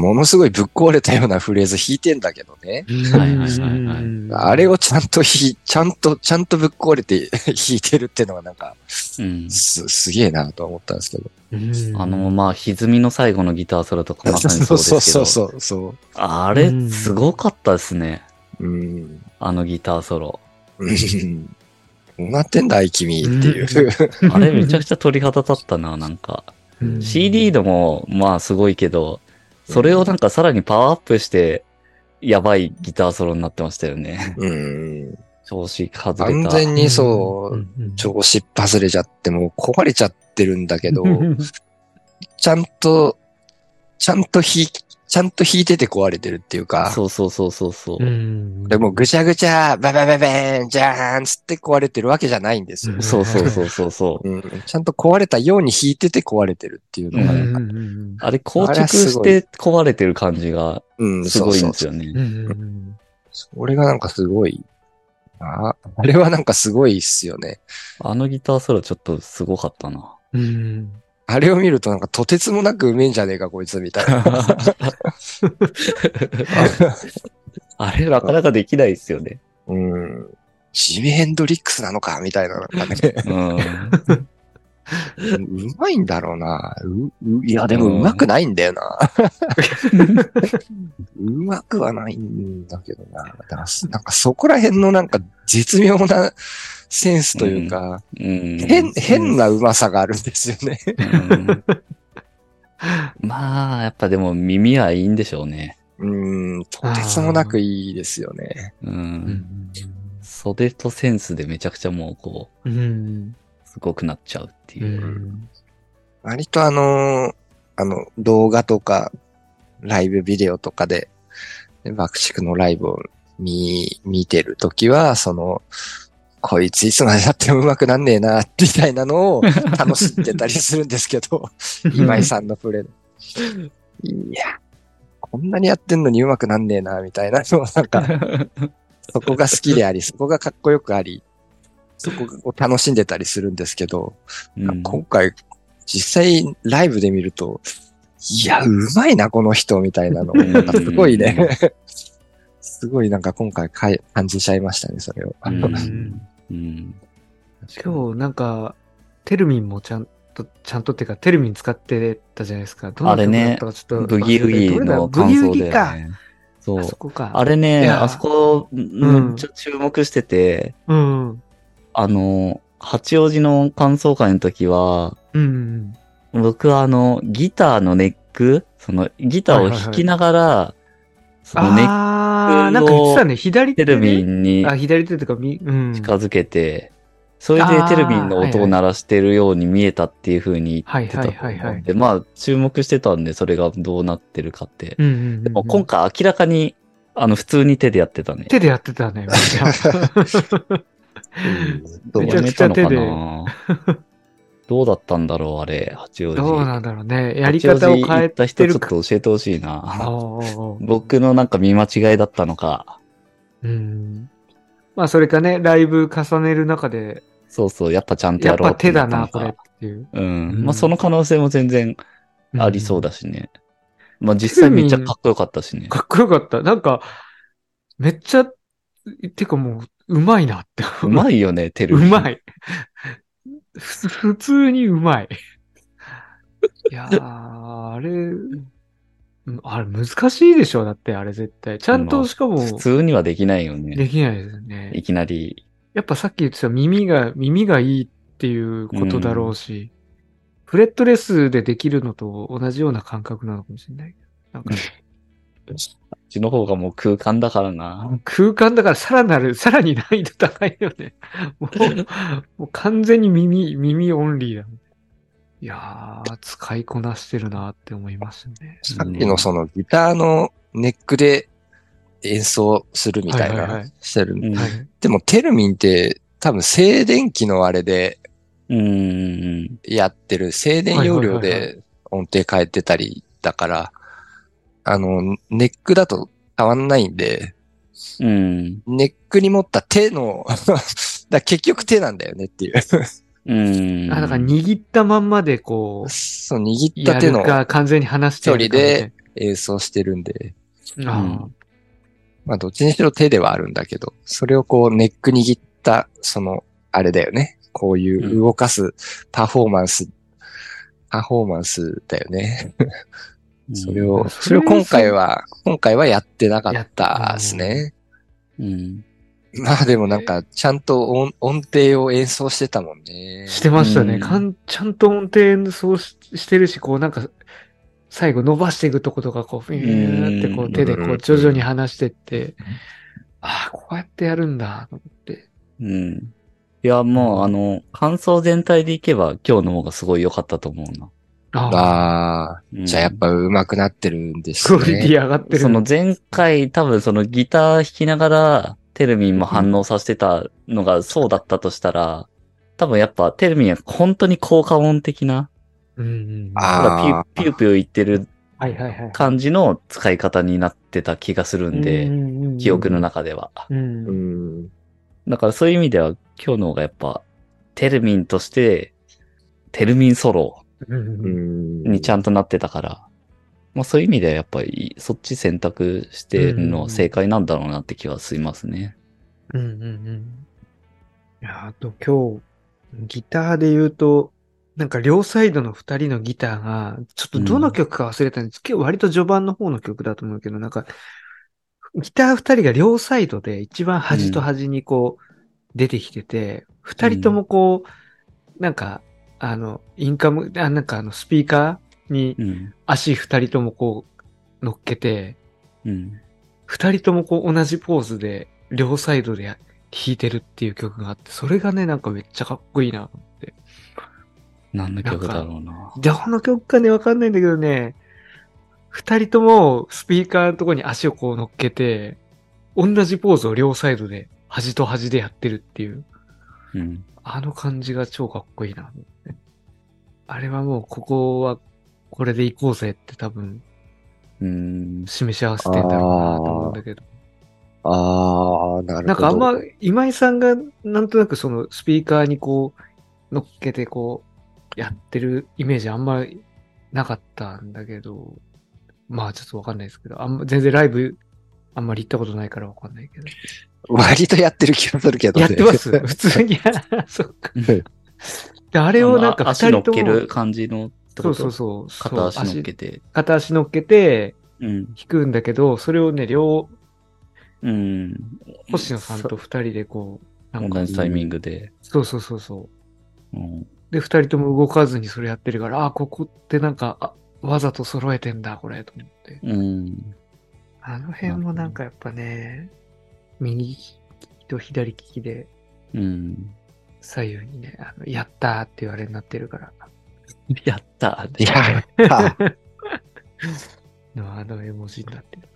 [SPEAKER 2] ものすごいぶっ壊れたようなフレーズ弾いてんだけどね。
[SPEAKER 1] はいはいはいはい
[SPEAKER 3] うん
[SPEAKER 2] あれをちゃんと弾い、ちゃんと、ちゃんとぶっ壊れて 弾いてるってのがなんか、
[SPEAKER 1] うん。
[SPEAKER 2] す、すげえなと思ったんですけど。
[SPEAKER 3] うん
[SPEAKER 1] あの、まあ、歪みの最後のギターソロとかまさにそうですけ
[SPEAKER 2] そ
[SPEAKER 1] ど。
[SPEAKER 2] うそうそうそ
[SPEAKER 1] あれ、すごかったですね。
[SPEAKER 2] う。うん。
[SPEAKER 1] あのギターソロ。
[SPEAKER 2] うんどうなってんだい、君っていう。
[SPEAKER 1] あれめちゃくちゃ鳥肌立ったな、なんか。
[SPEAKER 3] うん
[SPEAKER 1] CD でも、まあすごいけど、それをなんかさらにパワーアップして、やばいギターソロになってましたよね。
[SPEAKER 2] うん。
[SPEAKER 1] 調子外れ
[SPEAKER 2] 完
[SPEAKER 1] た。
[SPEAKER 2] 全にそう、
[SPEAKER 3] ん
[SPEAKER 2] 調子っ外れちゃって、もう壊れちゃってるんだけど、ちゃんと、ちゃんと弾い、ちゃんと弾いてて壊れてるっていうか、
[SPEAKER 1] そうそうそうそうそうう。
[SPEAKER 3] ん
[SPEAKER 2] でもうぐちゃぐちゃ、ババババーン、じゃーんつって壊れてるわけじゃないんですよ。
[SPEAKER 1] そうそうそうそうそう。
[SPEAKER 2] うん、ちゃんと壊れたように弾いてて壊れてるっていう
[SPEAKER 3] う
[SPEAKER 2] の
[SPEAKER 3] ん
[SPEAKER 2] が、
[SPEAKER 3] うん
[SPEAKER 2] なんか
[SPEAKER 3] うん
[SPEAKER 1] あれ硬直して壊れてる感じが
[SPEAKER 2] うん、
[SPEAKER 1] すごいんです
[SPEAKER 2] よ。
[SPEAKER 1] よね
[SPEAKER 3] う。んうん
[SPEAKER 2] それがなんかすごい、ああれはなんかすごいっすよね。
[SPEAKER 1] あのギターソロちょっとすごかったな。
[SPEAKER 3] うん
[SPEAKER 2] あれを見るとなんかとてつもなくうめえんじゃねえか、こいつみたいな。
[SPEAKER 1] あれなかなかできないですよね。
[SPEAKER 2] うん。ジミヘンドリックスなのか、みたいな、なんかね。
[SPEAKER 1] うん。
[SPEAKER 2] うまいんだろうな。う、ういや、でもうまくないんだよな。うまくはないんだけどな。だからすなんかそこら辺のなんか絶妙なセンスというか、
[SPEAKER 1] うん
[SPEAKER 2] 変、変なうまさがあるんですよ ね。
[SPEAKER 1] うん まあ、やっぱでも耳はいいんでしょうね。
[SPEAKER 2] うん、とてつもなくいいですよね。
[SPEAKER 1] う。
[SPEAKER 3] うんん
[SPEAKER 1] 袖とセンスでめちゃくちゃもうこう、
[SPEAKER 3] うん
[SPEAKER 1] すごくなっちゃうっていうう。
[SPEAKER 3] ん
[SPEAKER 2] 割とあのーあの、動画とか、ライブビデオとかで、ね爆竹のライブを見、見てるときは、その、こいついつまでやっても上手くなんねえな、みたいなのを楽しんでたりするんですけど、今井さんのプレイ。いや、こんなにやってんのに上手くなんねえな、みたいなのをなんか、そこが好きであり、そこがかっこよくあり、そこを楽しんでたりするんですけど、
[SPEAKER 1] うん
[SPEAKER 2] 今回、実際ライブで見ると、いや、うまいな、この人、みたいなの。
[SPEAKER 1] ん
[SPEAKER 2] なんかすごいね。 すごいなんか今回かい感じちゃいましたね、それを。
[SPEAKER 1] うん
[SPEAKER 3] うん
[SPEAKER 1] うん。
[SPEAKER 3] 今日なんかテルミンもちゃんとちゃんとっていうかテルミン使ってたじゃないですかどんな
[SPEAKER 1] あれね
[SPEAKER 3] 曲だったかちょっと
[SPEAKER 1] ブギウギの感想
[SPEAKER 3] ブギウ
[SPEAKER 1] で、
[SPEAKER 3] ギか
[SPEAKER 1] ね。そ
[SPEAKER 3] あ
[SPEAKER 1] う
[SPEAKER 3] そ。こか
[SPEAKER 1] あれ
[SPEAKER 3] い
[SPEAKER 1] ね、
[SPEAKER 3] や
[SPEAKER 1] あそこ、
[SPEAKER 3] ん
[SPEAKER 1] めっちゃ注目してて、
[SPEAKER 3] うんうん
[SPEAKER 1] あの、八王子の感想会の時は、
[SPEAKER 3] うん
[SPEAKER 1] 僕はあの、ギターのネック、その、ギターを弾きながら、そのネック
[SPEAKER 3] ああなんか言ってたね左
[SPEAKER 1] テ
[SPEAKER 3] 手ね
[SPEAKER 1] ルビンに
[SPEAKER 3] あ左手とかみうん
[SPEAKER 1] 近づけて、それでテルビンの音を鳴らしてるように見えたっていう風に言ってたと
[SPEAKER 3] はいはい
[SPEAKER 1] 思
[SPEAKER 3] はいは
[SPEAKER 1] うん
[SPEAKER 3] い
[SPEAKER 1] で、まあ注目してたんで、それがどうなってるかって。
[SPEAKER 3] うんうんうんうん
[SPEAKER 1] でも今回明らかに、あの、普通に手でやってたね。
[SPEAKER 3] 手でやってたね。
[SPEAKER 2] どう
[SPEAKER 3] めちゃくちゃ手で
[SPEAKER 1] やめたのか などうだったんだろう、あれ、八王子。
[SPEAKER 3] どうなんだろうね。やり方を変
[SPEAKER 1] 八王子行っ
[SPEAKER 3] えてる
[SPEAKER 1] た人
[SPEAKER 3] か
[SPEAKER 1] ち。ょっと教えてほしい
[SPEAKER 3] あ
[SPEAKER 1] な。
[SPEAKER 3] あ
[SPEAKER 1] 僕のなんか見間違いだったのか。
[SPEAKER 3] うん。まあ、それかね、ライブ重ねる中で、
[SPEAKER 1] そうそう、やっぱちゃんと
[SPEAKER 3] や
[SPEAKER 1] や
[SPEAKER 3] っ
[SPEAKER 1] ろう
[SPEAKER 3] ぱ手だ
[SPEAKER 1] な
[SPEAKER 3] な、
[SPEAKER 1] った
[SPEAKER 3] こ
[SPEAKER 1] の
[SPEAKER 3] れっ
[SPEAKER 1] か
[SPEAKER 3] ていう。
[SPEAKER 1] うん。
[SPEAKER 3] う
[SPEAKER 1] まあ
[SPEAKER 3] ん
[SPEAKER 1] その可能性も全然ありそう
[SPEAKER 3] だ。
[SPEAKER 1] だしね。まあ実際めっちゃかっこよかったしね。
[SPEAKER 3] かっこよかった。なんか、めっちゃ、てかもう、うまいなって
[SPEAKER 1] う
[SPEAKER 3] 思
[SPEAKER 1] まいよね、テル
[SPEAKER 3] う
[SPEAKER 1] ミ。
[SPEAKER 3] ま
[SPEAKER 1] い。
[SPEAKER 3] い。ふつ普通にうまい。いやー、あれ、うんあれ難しいでしょだってあれ絶対。ちゃん
[SPEAKER 1] ま
[SPEAKER 3] と
[SPEAKER 1] あ
[SPEAKER 3] しかも
[SPEAKER 1] 普通にはできないよね。
[SPEAKER 3] できないですよね。
[SPEAKER 1] いきなり。
[SPEAKER 3] やっぱさっき言ってた耳が、耳がいいっていうことだろうし、フレットレスでできるのと同じような感覚なのかもしれない。なんか
[SPEAKER 1] うちの方がもう空間だからな。
[SPEAKER 3] 空間だからさらなる、さらに難易度高いよね。もう、もう完全に耳、耳オンリーだもん。いやー、使いこなしてるなって思いますね。
[SPEAKER 2] さっきのそのギターのネックで演奏するみたい
[SPEAKER 3] はいはいは、
[SPEAKER 2] ないしてるん
[SPEAKER 1] うん。
[SPEAKER 3] はい。
[SPEAKER 2] でもテルミンって多分静電気のあれで
[SPEAKER 1] うん。
[SPEAKER 2] やってる、静電容量
[SPEAKER 3] はいはいは
[SPEAKER 2] で音程変えてたりだから、あの、ネックだと変わんないんで、
[SPEAKER 1] うん。
[SPEAKER 2] ネックに持った手の、 だから結局手なんだよねっていう。
[SPEAKER 1] うん。
[SPEAKER 3] あ、だから握ったまんまでこ う、
[SPEAKER 2] そう、握った
[SPEAKER 3] や
[SPEAKER 2] 手
[SPEAKER 3] る
[SPEAKER 2] の
[SPEAKER 3] か完全に離してやるかみたい
[SPEAKER 2] 演奏してるんで、
[SPEAKER 3] な。あ
[SPEAKER 2] まあどっちにしろ手ではあるんだけど、それをこうネック握った、その、あれだよね。こういう動かすパフォーマンス、パフォーマンスだよね。
[SPEAKER 1] うん
[SPEAKER 2] それを、
[SPEAKER 3] そ
[SPEAKER 2] そ
[SPEAKER 3] れ
[SPEAKER 2] れ
[SPEAKER 3] を
[SPEAKER 2] を今回は、今回はやってなかったです
[SPEAKER 3] や
[SPEAKER 2] ね。
[SPEAKER 1] うん。
[SPEAKER 2] まあでもなんか、ちゃんと音音程を演奏してたもんね
[SPEAKER 3] ー。してました
[SPEAKER 1] う
[SPEAKER 3] ね。
[SPEAKER 1] ん
[SPEAKER 3] かんちゃんと音程そうししてるし、こうなんか、最後伸ばしていくとことか、こう、ふィーってこ
[SPEAKER 1] う
[SPEAKER 3] うん手でこう徐々に離してって、ああ、こうやってやるんだ、と思って。
[SPEAKER 1] うん。いや、もう、あの、感想全体でいけば、今日の方がすごい良かったと思うな。
[SPEAKER 3] ああ、
[SPEAKER 2] ああ、
[SPEAKER 1] うん
[SPEAKER 2] じゃあやっぱ上手くなってるんです
[SPEAKER 3] クオリティ
[SPEAKER 2] ね。
[SPEAKER 3] 上がってる。
[SPEAKER 1] その前回多分そのギター弾きながらテルミンも反応させてたのがそうだったとしたら、多分やっぱテルミンは本当に効果音的な、
[SPEAKER 3] うんうんうん。
[SPEAKER 2] あー
[SPEAKER 1] なんかピュピューピュー言ってる
[SPEAKER 3] はいはいはい。
[SPEAKER 1] 感じの使い方になってた気がするん
[SPEAKER 3] う
[SPEAKER 1] で、
[SPEAKER 3] んうんうん
[SPEAKER 1] 記憶の。中では。
[SPEAKER 3] うん。
[SPEAKER 2] うん。
[SPEAKER 1] だからそういう意味では今日の方がやっぱテルミンとして、テルミンソロ
[SPEAKER 3] うん
[SPEAKER 2] う
[SPEAKER 3] うん
[SPEAKER 2] ん。
[SPEAKER 1] にちゃんとなってたから、まあそういう意味ではやっぱりそっち選択してるのは正解なんだろうなって気はしますね。
[SPEAKER 3] うんうん。いや、あと今日、ギターで言うと、なんか両サイドの二人のギターが、ちょっとどの曲か忘れたんですけど、割と序盤の方の曲だと思うけど、なんか、ギター二人が両サイドで一番端と端にこう、出てきてて、二人ともこう、なんか、あの、インカム、あなんかあの、スピーカーに
[SPEAKER 1] うん。
[SPEAKER 3] 足二人ともこう、乗っけて、
[SPEAKER 1] うん。
[SPEAKER 3] 二人ともこう同じポーズで、両サイドで弾いてるっていう曲があって、それがね、なんかめっちゃかっこいいな。
[SPEAKER 1] 何の曲だろうな。
[SPEAKER 3] どの曲かね、わかんないんだけどね、二人ともスピーカーのとこに足をこう乗っけて、同じポーズを両サイドで、端と端でやってるっていう、
[SPEAKER 1] うん。
[SPEAKER 3] あの感じが超かっこいいな。あれはもう、ここは、これで行こうぜって多分、
[SPEAKER 1] うん。
[SPEAKER 3] 示し合わせてんだろうなと思うんだけど。
[SPEAKER 2] ああ、なるほど。
[SPEAKER 3] なんかあんま、今井さんがなんとなくそのスピーカーにこう、乗っけてこう、やってるイメージあんまりなかったんだけど、まあちょっとわかんないですけど、あんま、全然ライブ、あんまり行ったことないからわかんないけど。
[SPEAKER 2] 割とやってる気がするけどね。
[SPEAKER 3] やっ てます 普通に。そっか。で、あれをなん
[SPEAKER 1] あ
[SPEAKER 3] か
[SPEAKER 1] の
[SPEAKER 3] 二
[SPEAKER 1] 足乗
[SPEAKER 3] 人
[SPEAKER 1] っ
[SPEAKER 3] とも
[SPEAKER 1] ける感じのって
[SPEAKER 3] そ
[SPEAKER 1] こ
[SPEAKER 3] う
[SPEAKER 1] と
[SPEAKER 3] そうそう。そう
[SPEAKER 1] 片足乗っけて。
[SPEAKER 3] 片足乗っけて
[SPEAKER 1] うん。
[SPEAKER 3] 弾くんだけど、それをね、両、
[SPEAKER 1] うん。
[SPEAKER 3] 星野さんと二人でこう、なんか
[SPEAKER 1] 同、じタイミングで。
[SPEAKER 3] そうそうそうそう。
[SPEAKER 1] うん。
[SPEAKER 3] で、二人とも動かずにそれやってるから、あ、ここってなんか、あわざと揃えてんだ、これ、と思って。
[SPEAKER 1] うん。
[SPEAKER 3] あの辺もなんかやっぱね、右利きと左利きで
[SPEAKER 1] うん。
[SPEAKER 3] 左右にね、あのやったーって言われになってるから、
[SPEAKER 1] やった。
[SPEAKER 2] いや、
[SPEAKER 3] のあの絵文字になってる。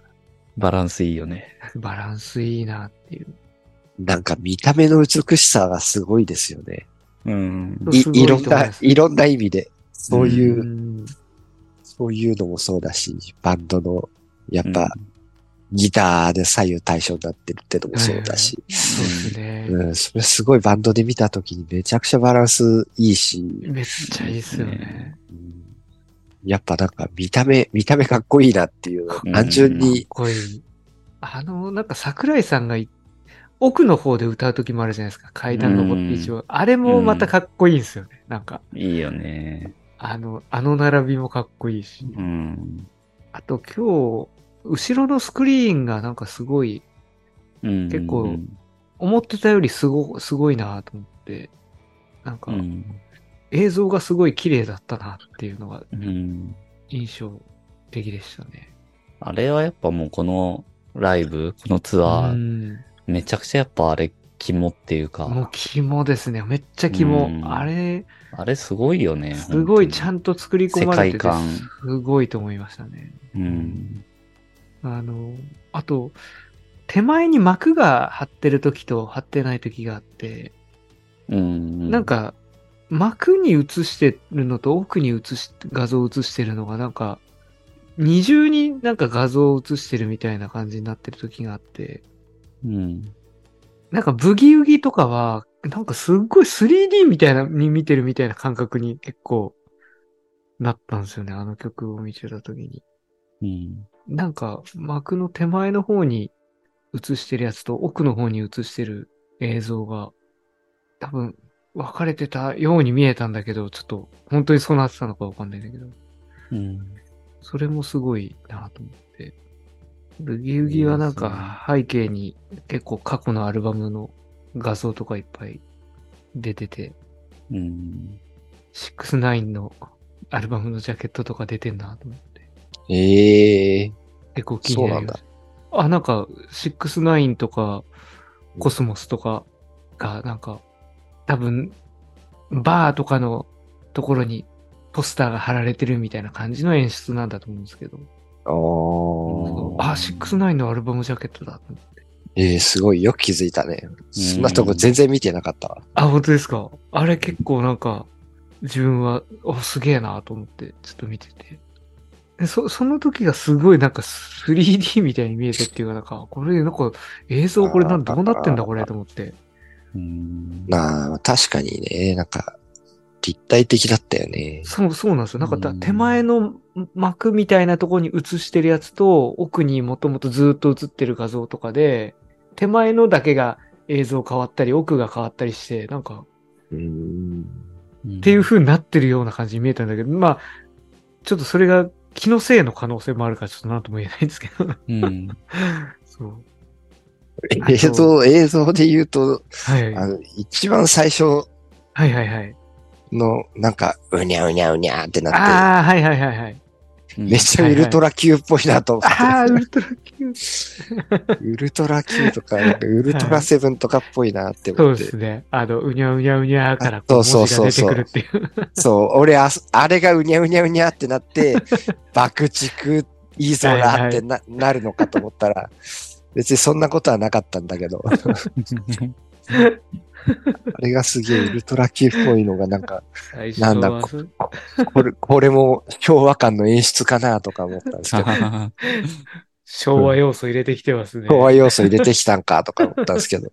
[SPEAKER 1] バランスいいよね。
[SPEAKER 3] バランスいいなっていう。
[SPEAKER 2] なんか見た目の美しさがすごいですよね。
[SPEAKER 1] うん。
[SPEAKER 2] い
[SPEAKER 3] すごい
[SPEAKER 2] いろん
[SPEAKER 3] と思い
[SPEAKER 2] な
[SPEAKER 3] ま、す
[SPEAKER 2] いろんな意味で。そういう、
[SPEAKER 3] うん
[SPEAKER 2] そういうのもそうだし、バンドの、やっぱ、ギターで左右対称になってるってのもそうだし、
[SPEAKER 3] そうですね。
[SPEAKER 2] うん、それすごいバンドで見たときにめちゃくちゃバランスいいし、
[SPEAKER 3] めっちゃいいっすよね。
[SPEAKER 2] うんやっぱなんか見た目、見た目かっこいいなっていうのを単純
[SPEAKER 1] うん
[SPEAKER 2] に
[SPEAKER 3] こういう。あの、なんか桜井さんがい奥の方で歌う時もあるじゃないですか。階段登って一応。あれもまたかっこいいんですよね。なんか、
[SPEAKER 1] いいよね。
[SPEAKER 3] あの、あの並びもかっこいいし。
[SPEAKER 1] うん。
[SPEAKER 3] あと今日、後ろのスクリーンがなんかすごい、
[SPEAKER 1] うん
[SPEAKER 3] 結構思ってたよりすご、すごいなと思って、なん
[SPEAKER 1] う
[SPEAKER 3] か
[SPEAKER 1] ん。
[SPEAKER 3] 映像がすごい綺麗だったなっていうのが
[SPEAKER 1] うん。
[SPEAKER 3] 印象的でしたね。
[SPEAKER 1] あれはやっぱもうこのライブ、このツア
[SPEAKER 3] う
[SPEAKER 1] ー、
[SPEAKER 3] ん
[SPEAKER 1] めちゃくちゃやっぱあれ肝っていう
[SPEAKER 3] もう
[SPEAKER 1] か、
[SPEAKER 3] 肝ですね。めっちゃ
[SPEAKER 1] うん
[SPEAKER 3] 肝。あれ、
[SPEAKER 1] あれすごいよね。
[SPEAKER 3] すごいちゃ
[SPEAKER 1] ん
[SPEAKER 3] んと作り込まれてて
[SPEAKER 1] 世界観、
[SPEAKER 3] すごいと思いましたね。
[SPEAKER 1] うん。
[SPEAKER 3] あの、あと、手前に膜が張ってる時と張ってない時があって、
[SPEAKER 1] うん。
[SPEAKER 3] なん、か、膜に映してるのと奥に映し、画像を映してるのがなんか、二重になんか画像を映してるみたいな感じになってる時があって、
[SPEAKER 1] うん。
[SPEAKER 3] なんかブギウギとかは、なんかすっごい 3D みたいな、に見てるみたいな感覚に結構なったんですよね。あの曲を見てた時に。
[SPEAKER 1] うん。
[SPEAKER 3] なんか幕の手前の方に映してるやつと奥の方に映してる映像が多分分かれてたように見えたんだけど、ちょっと本当にそうなってたのかわかんないんだけど、
[SPEAKER 1] うん。
[SPEAKER 3] それもすごいなと思って。ブギウギはなんか背景に結構過去のアルバムの画像とかいっぱい出てて、
[SPEAKER 1] うん。
[SPEAKER 3] 69のアルバムのジャケットとか出てんなと思って。
[SPEAKER 2] ええ
[SPEAKER 3] 結構気になりました。あ、なんか、69とか、コスモスとかが、なんか、多分、バーとかのところにポスターが貼られてるみたいな感じの演出なんだと思うんですけど、
[SPEAKER 2] ー。おー。
[SPEAKER 3] あ、69のアルバムジャケットだと思って。
[SPEAKER 2] ええすごい。よく気づいたね。そんなとこ全然見てなかったわ。
[SPEAKER 3] あ、本当ですかあれ結構なんか、自分は、お、すげえなと思って、ちょっと見てて。でそ、その時がすごいなんか 3D みたいに見えてっていうか、なんか、これ、なんか、映像これなんどうなってんだこれと思って。
[SPEAKER 1] うん。
[SPEAKER 2] なあ、確かにね、なんか、立体的だったよね。
[SPEAKER 3] そう、そうなんですよ。なんかだ、
[SPEAKER 1] うん
[SPEAKER 3] 手前の幕みたいなところに映してるやつと、奥にもともとずっと映ってる画像とかで、手前のだけが映像変わったり、奥が変わったりして、なんか、
[SPEAKER 2] うーん。
[SPEAKER 1] っ
[SPEAKER 3] っていう風になってるような感じに見えたんだけど、まあ、ちょっとそれが気のせいの可能性もあるから、ちょっとなんとも言えないんですけど。
[SPEAKER 1] うん。
[SPEAKER 3] そう。
[SPEAKER 2] 映像、映像で言うと、
[SPEAKER 3] はい。
[SPEAKER 2] あ
[SPEAKER 3] はい
[SPEAKER 2] の、一番最初
[SPEAKER 3] はいはい。
[SPEAKER 2] の、なんか、うにゃうにゃうにゃってなっ
[SPEAKER 3] ああ、はいはいはいはい。
[SPEAKER 2] て、めっちゃウルトラ級っぽいなと思って。
[SPEAKER 3] ああ、ウルトラ級。
[SPEAKER 2] ウルトラ Q とか、なんかウルトラセブンとかっぽいなって
[SPEAKER 3] そ
[SPEAKER 2] 思
[SPEAKER 3] う
[SPEAKER 2] っ
[SPEAKER 3] で
[SPEAKER 2] て。
[SPEAKER 3] すね。あの、うにゃうにゃうにゃからこう
[SPEAKER 2] あそう
[SPEAKER 3] 文字
[SPEAKER 2] そ
[SPEAKER 3] が
[SPEAKER 2] うそう
[SPEAKER 3] 出てくるっていう。
[SPEAKER 2] そう俺あそ、あれがうにゃうにゃうにゃってな って、爆竹いいぞなってな,、なるのかと思ったら、別にそんなことはなかったんだけ ど、あれがすげえウルトラ Q っぽいのがなんか、
[SPEAKER 3] 最初
[SPEAKER 2] なんだ
[SPEAKER 3] はそう
[SPEAKER 2] これ、これも昭和感の演出かなとか思ったんですけど、
[SPEAKER 3] 昭和要素入れてきてますね。
[SPEAKER 2] 昭和要素入れてきたんかとか思ったんですけ ど、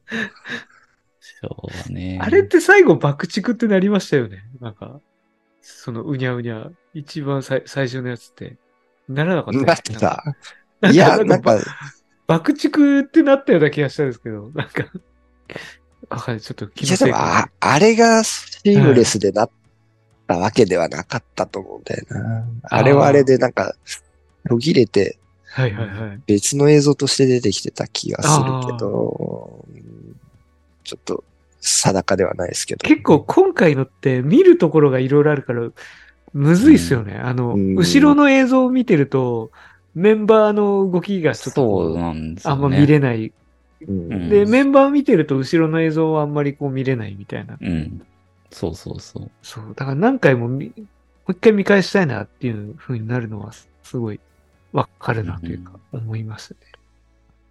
[SPEAKER 1] そうだね。
[SPEAKER 3] あれって最後爆竹ってなりましたよね。なんか、そのうにゃうにゃ、一番さい最初のやつって、ならなかったよね
[SPEAKER 2] なって
[SPEAKER 3] なんか
[SPEAKER 2] た。いや、 な
[SPEAKER 3] な
[SPEAKER 2] んん
[SPEAKER 3] か
[SPEAKER 2] か、
[SPEAKER 3] 爆竹ってなったような気がしたんですけど、なんか、わかんない、ちょっと気
[SPEAKER 2] い
[SPEAKER 3] の
[SPEAKER 2] や、
[SPEAKER 3] せ
[SPEAKER 2] で
[SPEAKER 3] い
[SPEAKER 2] も
[SPEAKER 3] か
[SPEAKER 2] あ、あれがシームレスでなったわけではなかったと思うんだよな。あれはあれでなんか、途切れて
[SPEAKER 3] な。はいはいはい。
[SPEAKER 2] 別の映像として出てきてた気がするけど、うんちょっと定かではないですけど。
[SPEAKER 3] 結構今回のって見るところがいろいろあるから、むずいっすよね。あの、
[SPEAKER 2] うん
[SPEAKER 3] 後ろの映像を見てると、メンバーの動きがちょっとこ、
[SPEAKER 1] そううなんですよ、
[SPEAKER 3] あ
[SPEAKER 1] ね。
[SPEAKER 3] んま見れない
[SPEAKER 2] うん
[SPEAKER 1] うん
[SPEAKER 3] で、メンバー見てると後ろの映像はあんまりこう見れないみたいな。
[SPEAKER 1] うん。そうそうそう。
[SPEAKER 3] そう。だから何回も見、もう一回見返したいなっていう風になるのはすすごいわかるなというか思いましたね。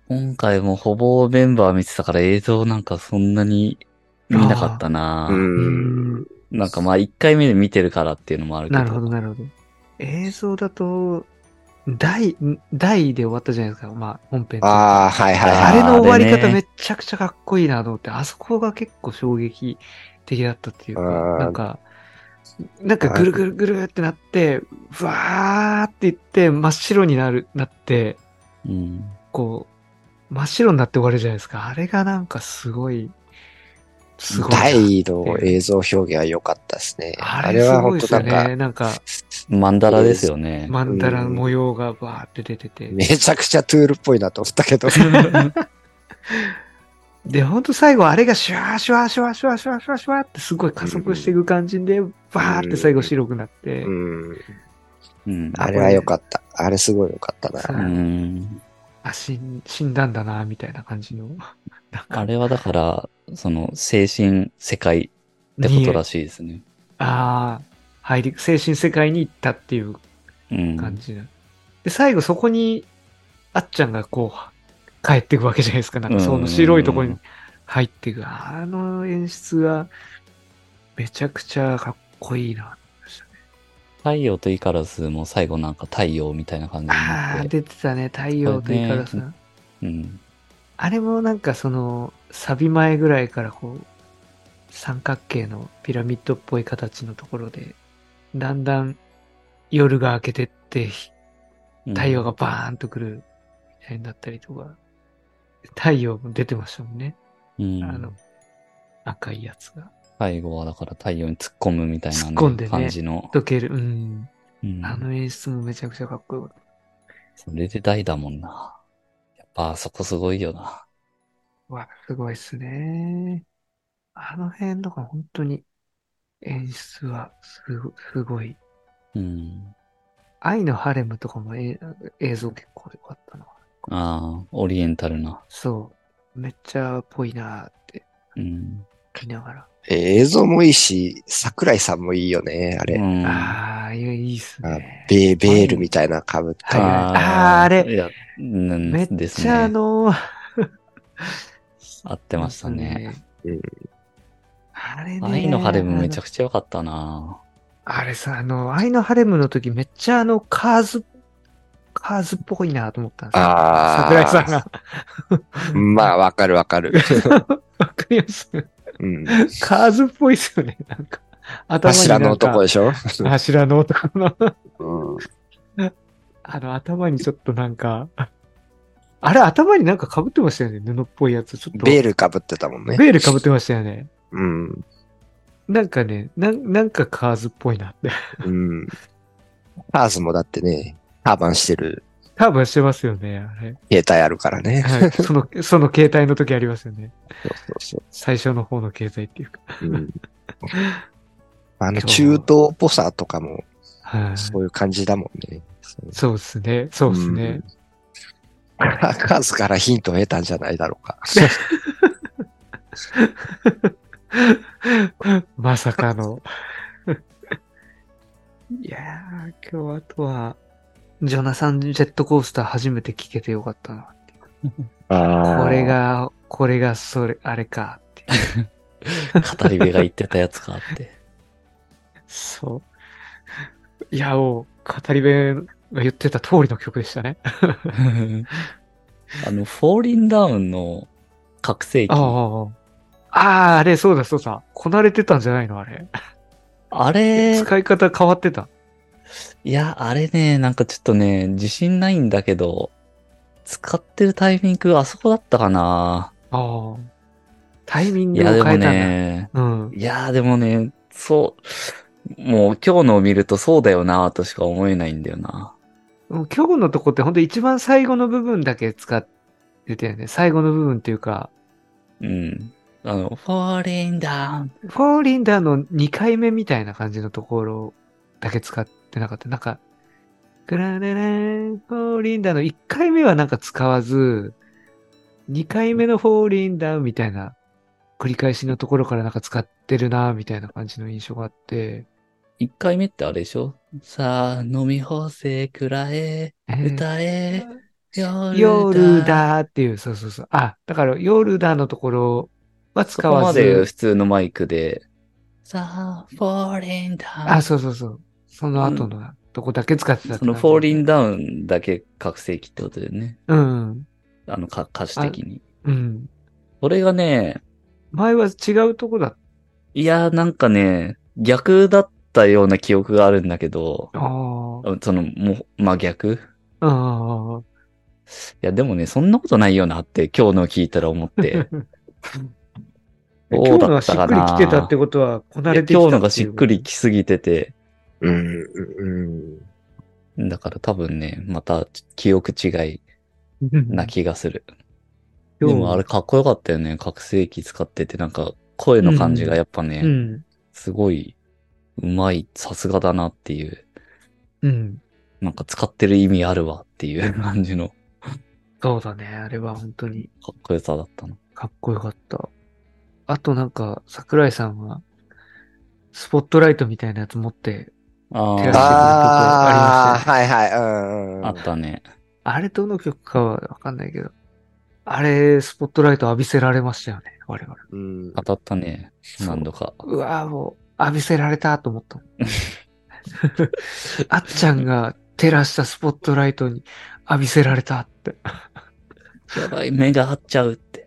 [SPEAKER 1] 今回もほぼメンバー見てたから映像なんかそんなに見なかったな
[SPEAKER 2] う。
[SPEAKER 3] うんん
[SPEAKER 1] なんかまあ1回目で見てるからっていうのもあるけど。
[SPEAKER 3] なるほど、なるほど。映像だと、第、第で終わったじゃないですか。まあ本編と
[SPEAKER 2] ああ、はいはい
[SPEAKER 3] あ
[SPEAKER 2] はい。
[SPEAKER 3] れの終わり方
[SPEAKER 1] あれね
[SPEAKER 3] めちゃくちゃかっこいいなと思って、あそこが結構衝撃的だったっていうか、
[SPEAKER 2] うん
[SPEAKER 3] なんか、なんかぐるぐるぐるってなって、ふわーっていって真っ白になる、なって、
[SPEAKER 1] うん。
[SPEAKER 3] こ真っ白になって終わるじゃないですか。あれがなんかすごい、すごいな。
[SPEAKER 2] 大の映像表現は良かったですね。
[SPEAKER 3] あれは本
[SPEAKER 2] な
[SPEAKER 3] 当
[SPEAKER 2] んか、
[SPEAKER 3] ね。なんか、
[SPEAKER 1] マンダラですよね。
[SPEAKER 3] マンダラ模様がバーって出てて。
[SPEAKER 2] めちゃくちゃトゥールっぽいなと思った けど。
[SPEAKER 3] で、ほんと最後あれがシュワーシュワーシュワーシュワーシュワーシュワーシュワーってすごい加速していく感じで、バーって最後白くなって。
[SPEAKER 2] うん
[SPEAKER 1] うん。
[SPEAKER 2] あれは良かった。あれすごい良かったな。
[SPEAKER 1] う
[SPEAKER 3] うん
[SPEAKER 1] ん。
[SPEAKER 3] あ、死ん死んだんだな、みたいな感じの。
[SPEAKER 1] あれはだから、その、精神世界ってことらしいですね。
[SPEAKER 3] ああ、入り、精神世界に行ったっていう
[SPEAKER 1] うん。
[SPEAKER 3] 感じだ。で、最後そこに、あっちゃんがこう、帰っていくわけじゃないですか。なんかその白いところに入っていく。あの演出が、めちゃくちゃかっこいいな。
[SPEAKER 1] 太陽とイカラスも最後なんか太陽みたいな感じに
[SPEAKER 3] あ
[SPEAKER 1] な
[SPEAKER 3] あ、
[SPEAKER 1] って。
[SPEAKER 3] 出てたね。太陽とイカラス
[SPEAKER 1] これ
[SPEAKER 3] な。
[SPEAKER 1] うん。
[SPEAKER 3] あれもなんかその、サビ前ぐらいからこう、三角形のピラミッドっぽい形のところで、だんだん夜が明けてって、
[SPEAKER 1] うん
[SPEAKER 3] 太陽がバーンと来るみたいになったりとか、太陽も出てましたもんね。
[SPEAKER 1] うん
[SPEAKER 3] あの、赤いやつが。
[SPEAKER 1] 最後はだから太陽に突っ込むみたいな
[SPEAKER 3] 突っ込んでね
[SPEAKER 1] 感じの。
[SPEAKER 3] 溶ける。うん。
[SPEAKER 1] うん
[SPEAKER 3] あの演出もめちゃくちゃかっこよかった。
[SPEAKER 1] それで大だもんな。やっぱあそこすごいよな。
[SPEAKER 3] うわ、すごいっすね。あの辺とか本当に演出はすごすごい。
[SPEAKER 1] うん。
[SPEAKER 3] 愛のハレムとかもえ映像結構良かったな。
[SPEAKER 1] ああ、オリエンタルな。
[SPEAKER 3] そう。めっちゃぽいなーって
[SPEAKER 1] うん。
[SPEAKER 3] 言いながら。
[SPEAKER 2] 映像もいいし、桜井さんもいいよね、あれ。
[SPEAKER 1] うん
[SPEAKER 3] ああ、いやいいっす
[SPEAKER 2] あ
[SPEAKER 3] ね。
[SPEAKER 2] ベーベールみたいな被ったり。
[SPEAKER 3] あーあれ
[SPEAKER 1] いや、うん
[SPEAKER 3] めっ
[SPEAKER 1] です
[SPEAKER 3] ち
[SPEAKER 1] ね
[SPEAKER 3] ゃあのー、
[SPEAKER 1] 合ってましたね。
[SPEAKER 2] うん
[SPEAKER 3] あれね。
[SPEAKER 1] 愛のハレムめちゃ
[SPEAKER 3] くち
[SPEAKER 1] くちゃ良かったな
[SPEAKER 3] ゃ。あれさ、あの、愛のハレムの時めっちゃあの、カーズ、カーズっぽいなと思ったんですよ。
[SPEAKER 2] ああ。
[SPEAKER 3] 桜井さんが。
[SPEAKER 2] まあ、わかるわ かる。
[SPEAKER 3] わかります
[SPEAKER 2] うん、
[SPEAKER 3] カーズっぽいっすよね。なんか、頭に
[SPEAKER 2] 柱
[SPEAKER 3] なんか
[SPEAKER 2] の男でしょ、
[SPEAKER 3] 柱の男の。
[SPEAKER 2] うん、
[SPEAKER 3] あの、頭にちょっとなんか、あれ、頭になんか被ってましたよね。布っぽいやつ。ちょっと。
[SPEAKER 2] ベール被ってたもんね。
[SPEAKER 3] ベール被ってましたよね。
[SPEAKER 2] うん。
[SPEAKER 3] なんかね、なんなんかカーズっぽいなって。
[SPEAKER 2] うん。パーズもだってね、ターバンしてる
[SPEAKER 3] 多分してますよね、あれ。
[SPEAKER 2] 携帯あるからね。
[SPEAKER 3] はい、その、その携帯の時ありますよね。
[SPEAKER 2] そうそう
[SPEAKER 3] 最初の方の携帯っていうか。
[SPEAKER 2] そう。うん、あの、中東っぽさとかも、
[SPEAKER 3] はい。
[SPEAKER 2] そういう感じだもんね。そう
[SPEAKER 3] そうですね。そうですね。
[SPEAKER 2] カーズからヒントを得たんじゃないだろうか。
[SPEAKER 3] まさかの。 いやー、今日あとは、ジョナサンジェットコースター初めて聞けてよかったな。 これ。が、これがそれ、あれかっていう。
[SPEAKER 1] 語り部が言ってたやつかって。
[SPEAKER 3] そう。いや、もう、語り部が言ってた通りの曲でしたね。
[SPEAKER 1] あの、フォーリンダウンの覚醒器。
[SPEAKER 3] あ
[SPEAKER 1] あ
[SPEAKER 3] あ。ああ、あれ、そうだ、そうだ。こなれてたんじゃないのあれ。
[SPEAKER 1] れ、
[SPEAKER 3] 使い方変わってた。
[SPEAKER 1] いや、あれね、なんかちょっとね、自信ないんだけど、使ってるタイミングあそこだったかな
[SPEAKER 3] ああ。タイミン
[SPEAKER 1] い
[SPEAKER 3] グ
[SPEAKER 1] や、
[SPEAKER 3] を
[SPEAKER 1] で
[SPEAKER 3] 変えた
[SPEAKER 1] も
[SPEAKER 3] んだ。
[SPEAKER 1] ね、
[SPEAKER 3] うん。
[SPEAKER 1] いやーでもね、そう、もう今日のを見るとそうだよなーとしか思えないんだよな。
[SPEAKER 3] もう今日のとこって本当一番最後の部分だけ使ってたよね。最後の部分っていうか、
[SPEAKER 1] うん。あの、フォーリンダウン。
[SPEAKER 3] フォーリンダーの2回目みたいな感じのところだけ使ってなかった。なんか、グラレレン、フォーリンダーの1回目はなんか使わず、2回目のフォーリンダーみたいな繰り返しのところからなんか使ってるなみたいな感じの印象があって、
[SPEAKER 1] 一回目ってあれでしょさあ、飲み放せ、くらえ、
[SPEAKER 3] えー
[SPEAKER 1] 歌え、夜だ。
[SPEAKER 3] 夜。だーっていう、そうそうそう。あ、だから夜だのところは
[SPEAKER 1] そ
[SPEAKER 3] 使
[SPEAKER 1] こま
[SPEAKER 3] わ
[SPEAKER 1] で普
[SPEAKER 3] ず。
[SPEAKER 1] 通のマイクで。さあ、フォーリンダウ
[SPEAKER 3] あ、
[SPEAKER 1] ン。
[SPEAKER 3] そうそうそう。その後のとこだけ使ってたって
[SPEAKER 1] その
[SPEAKER 3] 感じ
[SPEAKER 1] フォーリンダウンだけ覚醒器ってことだよね。
[SPEAKER 3] うん。
[SPEAKER 1] あの、か歌詞的に。
[SPEAKER 3] うん。
[SPEAKER 1] それがね、
[SPEAKER 3] 前は違うとこだっ
[SPEAKER 1] いやーなんかね、逆だったような記憶があるんだけど、
[SPEAKER 3] た。ああ。
[SPEAKER 1] その、もう、真逆
[SPEAKER 3] ああ。
[SPEAKER 1] や、でもね、そんなことないよなって、今日の聞いたら思 って。ど
[SPEAKER 3] 今日
[SPEAKER 1] う
[SPEAKER 3] の
[SPEAKER 1] だ
[SPEAKER 3] が
[SPEAKER 1] っ
[SPEAKER 3] したっ
[SPEAKER 1] か
[SPEAKER 3] くり
[SPEAKER 1] な
[SPEAKER 3] きてたってことは、こなれてき
[SPEAKER 1] いや
[SPEAKER 3] た
[SPEAKER 1] 今日のがしっくりきすぎてて、
[SPEAKER 2] うん、うん。
[SPEAKER 1] だから多分ね、また記憶違いな
[SPEAKER 3] な
[SPEAKER 1] 気がする。
[SPEAKER 3] 今
[SPEAKER 1] で
[SPEAKER 3] 日
[SPEAKER 1] もあれかっこよかったよね。覚醒器使ってて、なんか声の感じがやっぱね、
[SPEAKER 3] うん。
[SPEAKER 1] すごいうまい、さすがだなっていう、
[SPEAKER 3] うん。
[SPEAKER 1] なんか使ってる意味あるわっていう 感じの
[SPEAKER 3] そうだね。あれは本当に
[SPEAKER 1] かっこよさだったな。
[SPEAKER 3] かっこよかった。あとなんか、桜井さんは、スポットライトみたいなやつ持って、
[SPEAKER 1] あ
[SPEAKER 3] テ
[SPEAKER 1] あ
[SPEAKER 2] あ
[SPEAKER 3] ラス席にと
[SPEAKER 2] あ、はいはい、うん、うん。
[SPEAKER 1] あったね。
[SPEAKER 3] あれどの曲かはわかんないけど、あれ、スポットライト浴びせられましたよね。我々。
[SPEAKER 2] うん
[SPEAKER 1] 当たったね。
[SPEAKER 3] う
[SPEAKER 1] 何度か。
[SPEAKER 3] うわぁ、もう、浴びせられたと思 ったもん。あっちゃんが照らしたスポットライトに浴びせられたって。
[SPEAKER 1] やばい、目が合っちゃう って。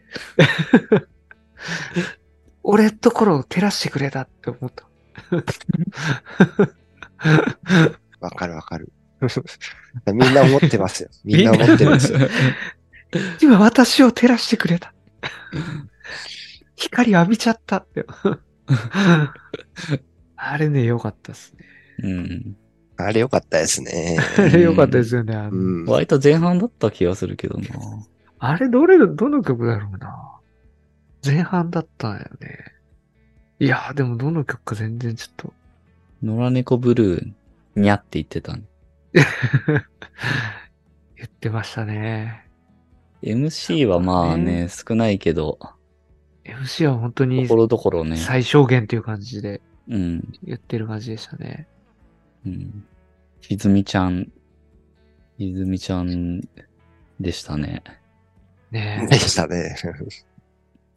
[SPEAKER 3] 俺のところを照らしてくれたって思った。
[SPEAKER 2] わかるわかる。みんな思ってますよ。みんな思ってるんですよ。
[SPEAKER 3] 今私を照らしてくれた。光浴びちゃった って。あれね、良かったですね。
[SPEAKER 1] うん。
[SPEAKER 2] あれ良かったですね。
[SPEAKER 3] あれ 良かったですよね。あの
[SPEAKER 2] うん。
[SPEAKER 1] 割と前半だった気がするけどな。
[SPEAKER 3] あれ、どれ、どの曲だろうな。前半だったんだよね。いやー、でもどの曲か全然ちょっと。
[SPEAKER 1] 野良猫ブルー、にゃって言ってたね。
[SPEAKER 3] 言ってましたね。
[SPEAKER 1] MC はまあね、少ないけど、
[SPEAKER 3] MC は本当
[SPEAKER 1] と
[SPEAKER 3] に
[SPEAKER 1] ころどころね。
[SPEAKER 3] 最小限という感じで
[SPEAKER 1] うん。
[SPEAKER 3] 言ってる感じでしたね。
[SPEAKER 1] うん。ひずみちゃん、ひずみちゃんでしたね。
[SPEAKER 3] ね
[SPEAKER 2] でしたね。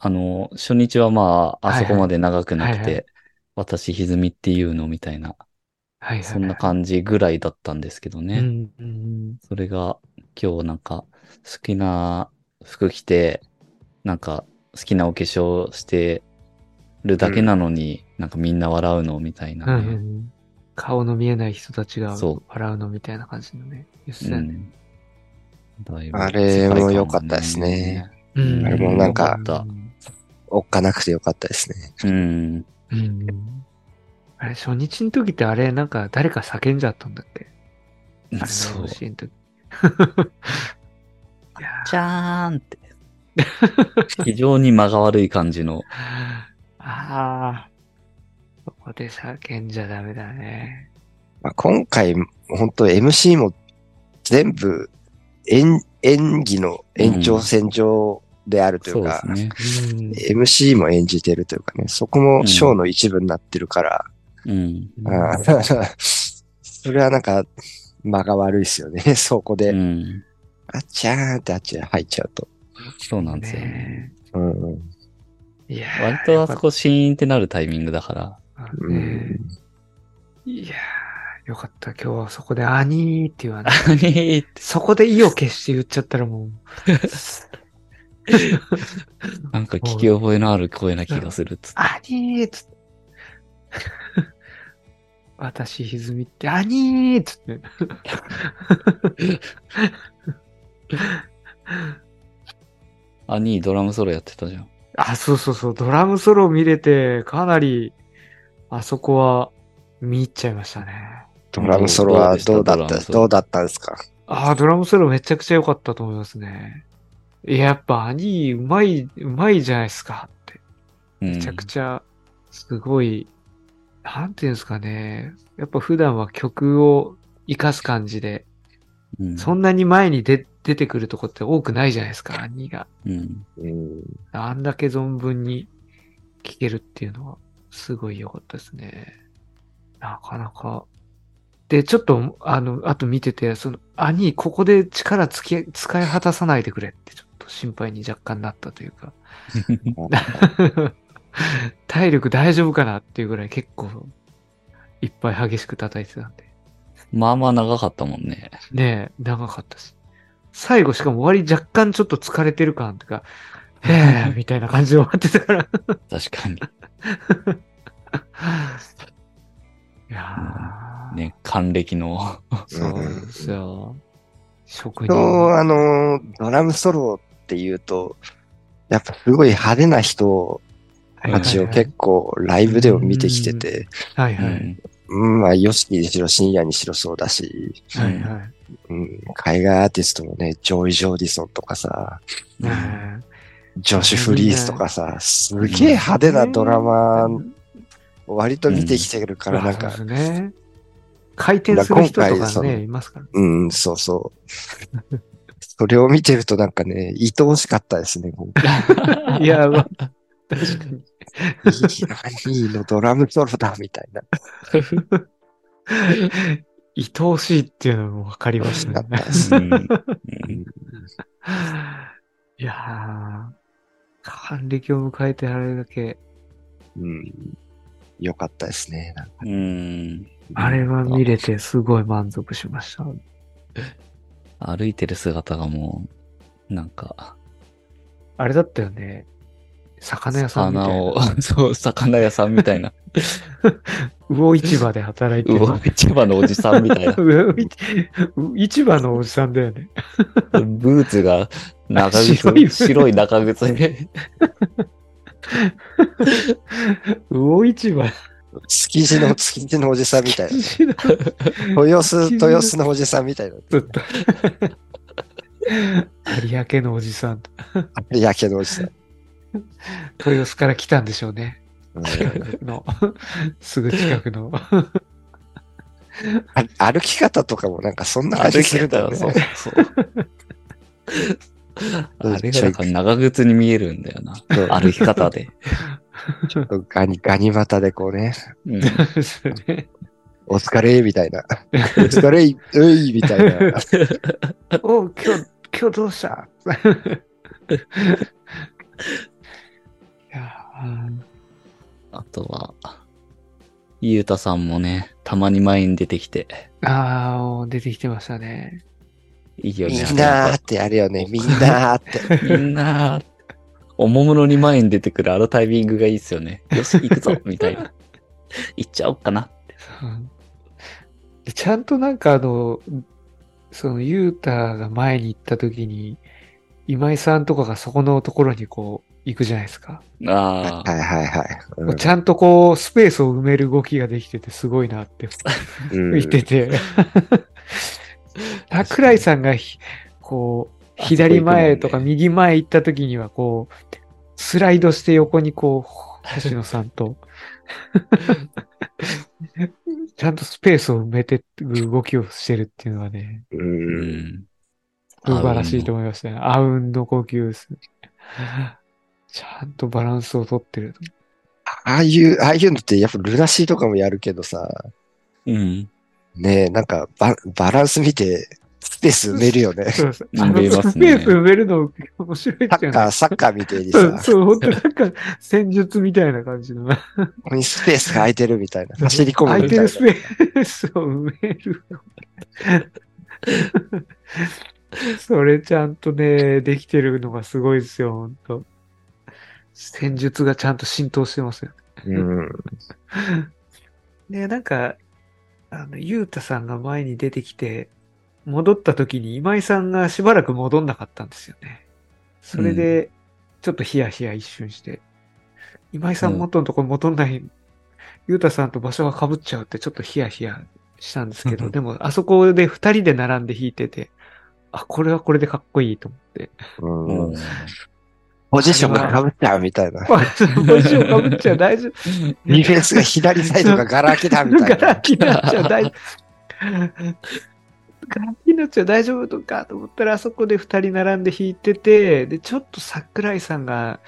[SPEAKER 1] あの、初日はまあ、
[SPEAKER 3] はいは
[SPEAKER 1] あ
[SPEAKER 3] い
[SPEAKER 1] そこまで長くなく
[SPEAKER 3] はいは
[SPEAKER 1] て、私ひずみっていうのみたいな、
[SPEAKER 3] はいはい。
[SPEAKER 1] そんな感じぐらいだったんですけどね。
[SPEAKER 3] うんうん
[SPEAKER 1] それが今日なんか好きな服着て、なんか好きなお化粧してるだけなのに、なんかみんな笑うのみたい
[SPEAKER 3] うんう
[SPEAKER 1] な、
[SPEAKER 3] んう
[SPEAKER 1] ね
[SPEAKER 3] ん。顔の見えない人たちが
[SPEAKER 1] そう
[SPEAKER 3] 笑うのみたいな感じのね。言って
[SPEAKER 1] う
[SPEAKER 3] たよね
[SPEAKER 1] んだいぶ
[SPEAKER 2] あれも良かったですね
[SPEAKER 3] う
[SPEAKER 1] うん
[SPEAKER 3] ん
[SPEAKER 1] あ
[SPEAKER 2] れもなんか
[SPEAKER 3] う
[SPEAKER 2] おっかなくて良かったですね。
[SPEAKER 1] うん。
[SPEAKER 3] うん。あれ、初日の時ってあれ、なんか誰か叫んじゃったんだっけあれの
[SPEAKER 1] そう。
[SPEAKER 3] MC の時。いや
[SPEAKER 1] じゃーんって。 非常に間が悪い感じの。
[SPEAKER 3] ーああ、そこで叫んじゃダメだね。
[SPEAKER 2] まあ、今回、本当 MC も全部演演技の延長線上であるとい
[SPEAKER 1] そううで
[SPEAKER 2] か
[SPEAKER 1] す、ね。
[SPEAKER 3] うん。
[SPEAKER 2] MC も演じてるというかね、そこもショーの一部になってるから、
[SPEAKER 1] うん。
[SPEAKER 2] あーそれはなんか間が悪いですよね、そこで。
[SPEAKER 1] うん。
[SPEAKER 2] あっちゃーんってあっちゃ入っちゃうと。
[SPEAKER 1] そうなんですよね。
[SPEAKER 3] ね
[SPEAKER 2] うんうん
[SPEAKER 3] え。いやー
[SPEAKER 1] 割とあそこシーンってなるタイミングだから。
[SPEAKER 2] う
[SPEAKER 3] ね
[SPEAKER 2] ん
[SPEAKER 3] いやーよかった。今日はそこで、あにーって言わない。
[SPEAKER 1] 何って
[SPEAKER 3] そこで意を決して言っちゃった らもう、
[SPEAKER 1] なんか聞き覚えのある声な気がするっつって
[SPEAKER 3] あにーっつって。私、歪みって、あにーっつって。
[SPEAKER 1] 兄ドラムソロやってたじゃん。
[SPEAKER 3] あ、そうそうそう。ドラムソロ見れて、かなり、あそこは、見入っちゃいましたね。
[SPEAKER 2] ドラムソロはどうだっ
[SPEAKER 1] どうで
[SPEAKER 2] た、
[SPEAKER 1] した
[SPEAKER 2] どうだったんですか
[SPEAKER 3] ああ、ドラムソロめちゃくちゃ良かったと思いますね。いややっぱ、兄、うまい、うまいじゃないですかって。
[SPEAKER 1] め
[SPEAKER 3] めちゃくちゃ、すごい、なんていうんですかね。やっぱ普段は曲を活かす感じで、
[SPEAKER 1] ゃ、うん、
[SPEAKER 3] そんなに前に出出てくるとこって多くないじゃないですか、兄が。
[SPEAKER 1] うん。
[SPEAKER 2] うん
[SPEAKER 3] あんだけ存分に聴けるっていうのは、すごい良かったですね。なかなか。で、ちょっと、あの、あと見てて、その、兄、ここで力つけ、使い果たさないでくれって、ちょっと心配に若干なったというか、 体力大丈夫かなっていうぐらい結構、いっぱい激しく叩いてたんで。
[SPEAKER 1] まあまあ長かったもんね。
[SPEAKER 3] ねえ、長かったし。最後、しかも終わり若干ちょっと疲れてる感とか、へえ、みたいな感じで終わってたから。
[SPEAKER 1] 確かに。
[SPEAKER 3] いやー
[SPEAKER 1] ね、還暦の。
[SPEAKER 3] そうなんですよ。職人。
[SPEAKER 2] そう、あのー、ドラムソロっていうと、やっぱすごい派手な人
[SPEAKER 3] はいは
[SPEAKER 2] た
[SPEAKER 3] い
[SPEAKER 2] ちを結構ライブでも見てきてて、
[SPEAKER 3] はいは
[SPEAKER 1] う
[SPEAKER 3] い。
[SPEAKER 1] ん
[SPEAKER 2] うん、まあ、ヨシキにしろ深夜にしろそうだし、
[SPEAKER 3] はいはい。
[SPEAKER 2] うん、海外アーティストもね、ジョイ・ジョーディソンとかさ、
[SPEAKER 1] うん
[SPEAKER 3] ね
[SPEAKER 2] ジョシュ・フリースとかさ、すげえ派手なドラマ、割と見てきてるから、なんか、
[SPEAKER 3] そうですね。回転する人
[SPEAKER 2] だ
[SPEAKER 3] と
[SPEAKER 2] から今回
[SPEAKER 3] か
[SPEAKER 2] その
[SPEAKER 3] ね、いますからね。
[SPEAKER 2] うん、そうそう。それを見てるとなんかね、愛おしかったですね、今回。
[SPEAKER 3] いや、まあ確かに。
[SPEAKER 2] いいのドラムソロだ、みたいな。
[SPEAKER 3] 愛おしいっていうのもわかりまし
[SPEAKER 2] なっ
[SPEAKER 3] たね
[SPEAKER 2] た。です
[SPEAKER 1] う
[SPEAKER 2] ね。
[SPEAKER 1] ん
[SPEAKER 3] いやー、還暦を迎えてあれだけ、
[SPEAKER 2] うん。よかったですね。なんか
[SPEAKER 1] うん
[SPEAKER 3] あれは見れてすごい満足しました。
[SPEAKER 1] 歩いてる姿がもう、なんか、
[SPEAKER 3] あれだったよね。魚屋さんみたい
[SPEAKER 1] 魚
[SPEAKER 3] な
[SPEAKER 1] を、そう、魚屋さんみたいな、
[SPEAKER 3] 魚市場で働いてる
[SPEAKER 1] 魚市場のおじさんみたいな、
[SPEAKER 3] 魚市市場のおじさんだよね。
[SPEAKER 1] ブーツが長靴、
[SPEAKER 3] 白
[SPEAKER 1] 白
[SPEAKER 3] い
[SPEAKER 1] い長靴で、
[SPEAKER 3] 魚市場。
[SPEAKER 2] 築地 の、築地のおじさんみたいな。
[SPEAKER 3] な。
[SPEAKER 2] 豊洲、豊洲のおじさんみたいな。
[SPEAKER 3] ずっと。有明のおじさん。
[SPEAKER 2] やけどおじさん。
[SPEAKER 3] 豊洲から来たんでしょうね。
[SPEAKER 2] うん
[SPEAKER 3] 近くの。すぐ近くの。
[SPEAKER 2] あ歩き方とかもなんかそんな感
[SPEAKER 1] 歩き
[SPEAKER 2] じするんだ
[SPEAKER 1] 方
[SPEAKER 2] よ
[SPEAKER 1] は
[SPEAKER 2] ね。
[SPEAKER 1] そう、そう。あれがなんか長靴に見えるんだよな。
[SPEAKER 2] そう
[SPEAKER 1] 歩き方で。
[SPEAKER 2] ちょっとガニ、ガニ股でこうね、
[SPEAKER 1] うん
[SPEAKER 3] です ね
[SPEAKER 2] お疲れみたいな。お疲れい、ういみた いな。
[SPEAKER 3] おう今日、今日どうした いやー
[SPEAKER 1] あとは、ゆうたさんもね、たまに前に出てきて、
[SPEAKER 3] あー、出てきてましたね。
[SPEAKER 1] いいよ
[SPEAKER 2] み
[SPEAKER 1] ね。
[SPEAKER 2] んなーってやるよね。みんなーって。
[SPEAKER 1] あれみんなー おもむろに前に出てくるあのタイミングがいいっすよね。よし、行くぞみたいな。行っちゃおうかな。
[SPEAKER 3] うん でちゃんとなんかあの、その、ゆうたが前に行った時に、今井さんとかがそこのところにこう、行くじゃないですか。
[SPEAKER 1] あ
[SPEAKER 2] はいはいはい。うん
[SPEAKER 3] ちゃんとこう、スペースを埋める動きができててすごいなって、
[SPEAKER 2] うん
[SPEAKER 3] 見てて。桜井さんがひ、こう、
[SPEAKER 1] あ
[SPEAKER 3] 左前とか
[SPEAKER 1] そこ行くもん
[SPEAKER 3] 右前行った時にはこう、スライドして横にこう、橋野さんと、ちゃんとスペースを埋めてる動きをしてるっていうのはね、
[SPEAKER 2] う。
[SPEAKER 1] あ。うんん。
[SPEAKER 3] 素晴らしいと思いましたね。あうんの呼吸ですね。ちゃんとバランスをとってる。
[SPEAKER 2] ああいう、ああいうのってやっぱルナシーとかもやるけどさ、
[SPEAKER 1] うん。
[SPEAKER 2] ねえ、なんかババランス見て、スペース埋めるよ ね。
[SPEAKER 3] そうです。
[SPEAKER 1] うん
[SPEAKER 3] あの
[SPEAKER 1] 見えますね
[SPEAKER 3] スペース埋めるの面白い
[SPEAKER 2] サ
[SPEAKER 3] じゃ
[SPEAKER 2] ッカ
[SPEAKER 3] な
[SPEAKER 2] ー、
[SPEAKER 3] い
[SPEAKER 2] サッカーみたいに
[SPEAKER 3] そう、
[SPEAKER 2] さ、
[SPEAKER 3] そう、本当なんか戦術みたいな感じの。
[SPEAKER 2] ここにスペースが空いてるみたいな。走り込む
[SPEAKER 3] 空い
[SPEAKER 2] みた
[SPEAKER 3] て
[SPEAKER 2] いな
[SPEAKER 3] る。スペースを埋める。それちゃんとね、できてるのがすごいですよ、ほんと。戦術がちゃんと浸透してますよ。
[SPEAKER 2] うん。
[SPEAKER 3] ね、なんか、あの、ゆうたさんが前に出てきて、戻った時に今井さんがしばらく戻んなかったんですよね。それで、ちょっとヒヤヒヤ一瞬して、今井さ
[SPEAKER 1] うんん
[SPEAKER 3] 元のとこ戻んない、ゆうたさんと場所が被っちゃうってちょっとヒヤヒヤしたんですけ
[SPEAKER 1] う
[SPEAKER 3] ど、
[SPEAKER 1] ん
[SPEAKER 3] でも、あそこで二人で並んで弾いてて、あ、これはこれでかっこいいと思 って。
[SPEAKER 2] う
[SPEAKER 1] うん
[SPEAKER 2] んポジションが被っちゃうみたいな。
[SPEAKER 3] ポジション被っち ゃう大丈夫。
[SPEAKER 2] ディフェンスが左サイドがガラ空きだみたい
[SPEAKER 3] ガ
[SPEAKER 2] な。
[SPEAKER 3] ラ空きになっちゃう大丈夫。 ガラ空きになっちゃう大丈夫とかと思ったら、あそこで2人並んで弾いてて、で、ちょっと桜井さんが、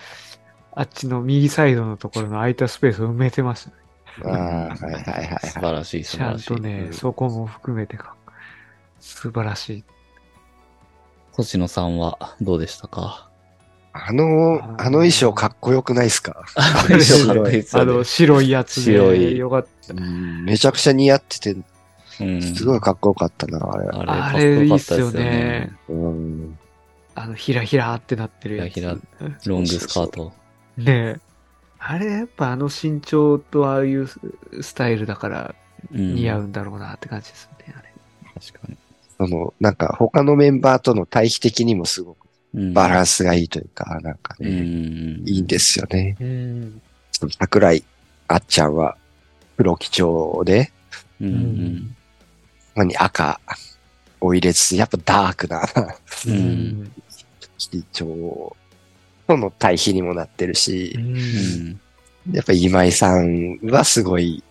[SPEAKER 3] あっちの右サイドのところの空いたスペースを埋めてましたね。
[SPEAKER 2] ああ、はいはいはい
[SPEAKER 1] 素
[SPEAKER 2] は
[SPEAKER 1] 晴らしい、素
[SPEAKER 3] ち
[SPEAKER 1] 晴
[SPEAKER 3] ゃ
[SPEAKER 1] ら
[SPEAKER 3] ん
[SPEAKER 1] しい。
[SPEAKER 3] とね、そこも含めてか。素晴らしい。
[SPEAKER 1] 星野さんはどうでしたか
[SPEAKER 2] い。あの、あの衣装かっこよくないですか
[SPEAKER 1] 相性がいいっす
[SPEAKER 3] あ
[SPEAKER 1] よね
[SPEAKER 3] の、白いやつで、
[SPEAKER 1] 白い
[SPEAKER 3] よかっ
[SPEAKER 2] うんめちゃくちゃ似合ってて、
[SPEAKER 1] うん
[SPEAKER 2] すごいかっこよかったな、あれ。
[SPEAKER 1] あれ、か
[SPEAKER 3] あ
[SPEAKER 1] っ
[SPEAKER 3] れ
[SPEAKER 1] こよか
[SPEAKER 3] いいっ
[SPEAKER 1] っ
[SPEAKER 3] す
[SPEAKER 1] たで
[SPEAKER 3] よ
[SPEAKER 1] すよね
[SPEAKER 3] ね。
[SPEAKER 2] うん。
[SPEAKER 3] た。あの、ひらひらってなってるやつ。
[SPEAKER 1] ひらひロングスカート。
[SPEAKER 3] ねえあれ、やっぱあの身長とああいうススタイルだから、
[SPEAKER 1] 似
[SPEAKER 3] 似合うんだろうなって感じですよね、あれ。
[SPEAKER 1] 確かに。
[SPEAKER 2] その、なんか他のメンバーとの対比的にもすごく
[SPEAKER 1] うん
[SPEAKER 2] バランスがいいというか、なんか
[SPEAKER 1] う
[SPEAKER 2] ね、
[SPEAKER 1] ん。
[SPEAKER 2] いいんですよね。
[SPEAKER 3] うん。
[SPEAKER 2] その桜井あっちゃんは黒基調で、
[SPEAKER 1] う。。
[SPEAKER 3] うん
[SPEAKER 2] まに赤を入れつつ、やっぱダークな
[SPEAKER 1] う。
[SPEAKER 3] うんん。
[SPEAKER 2] 基調との対比にもなってるし、
[SPEAKER 1] うん。
[SPEAKER 2] やっぱ今井さんはすごい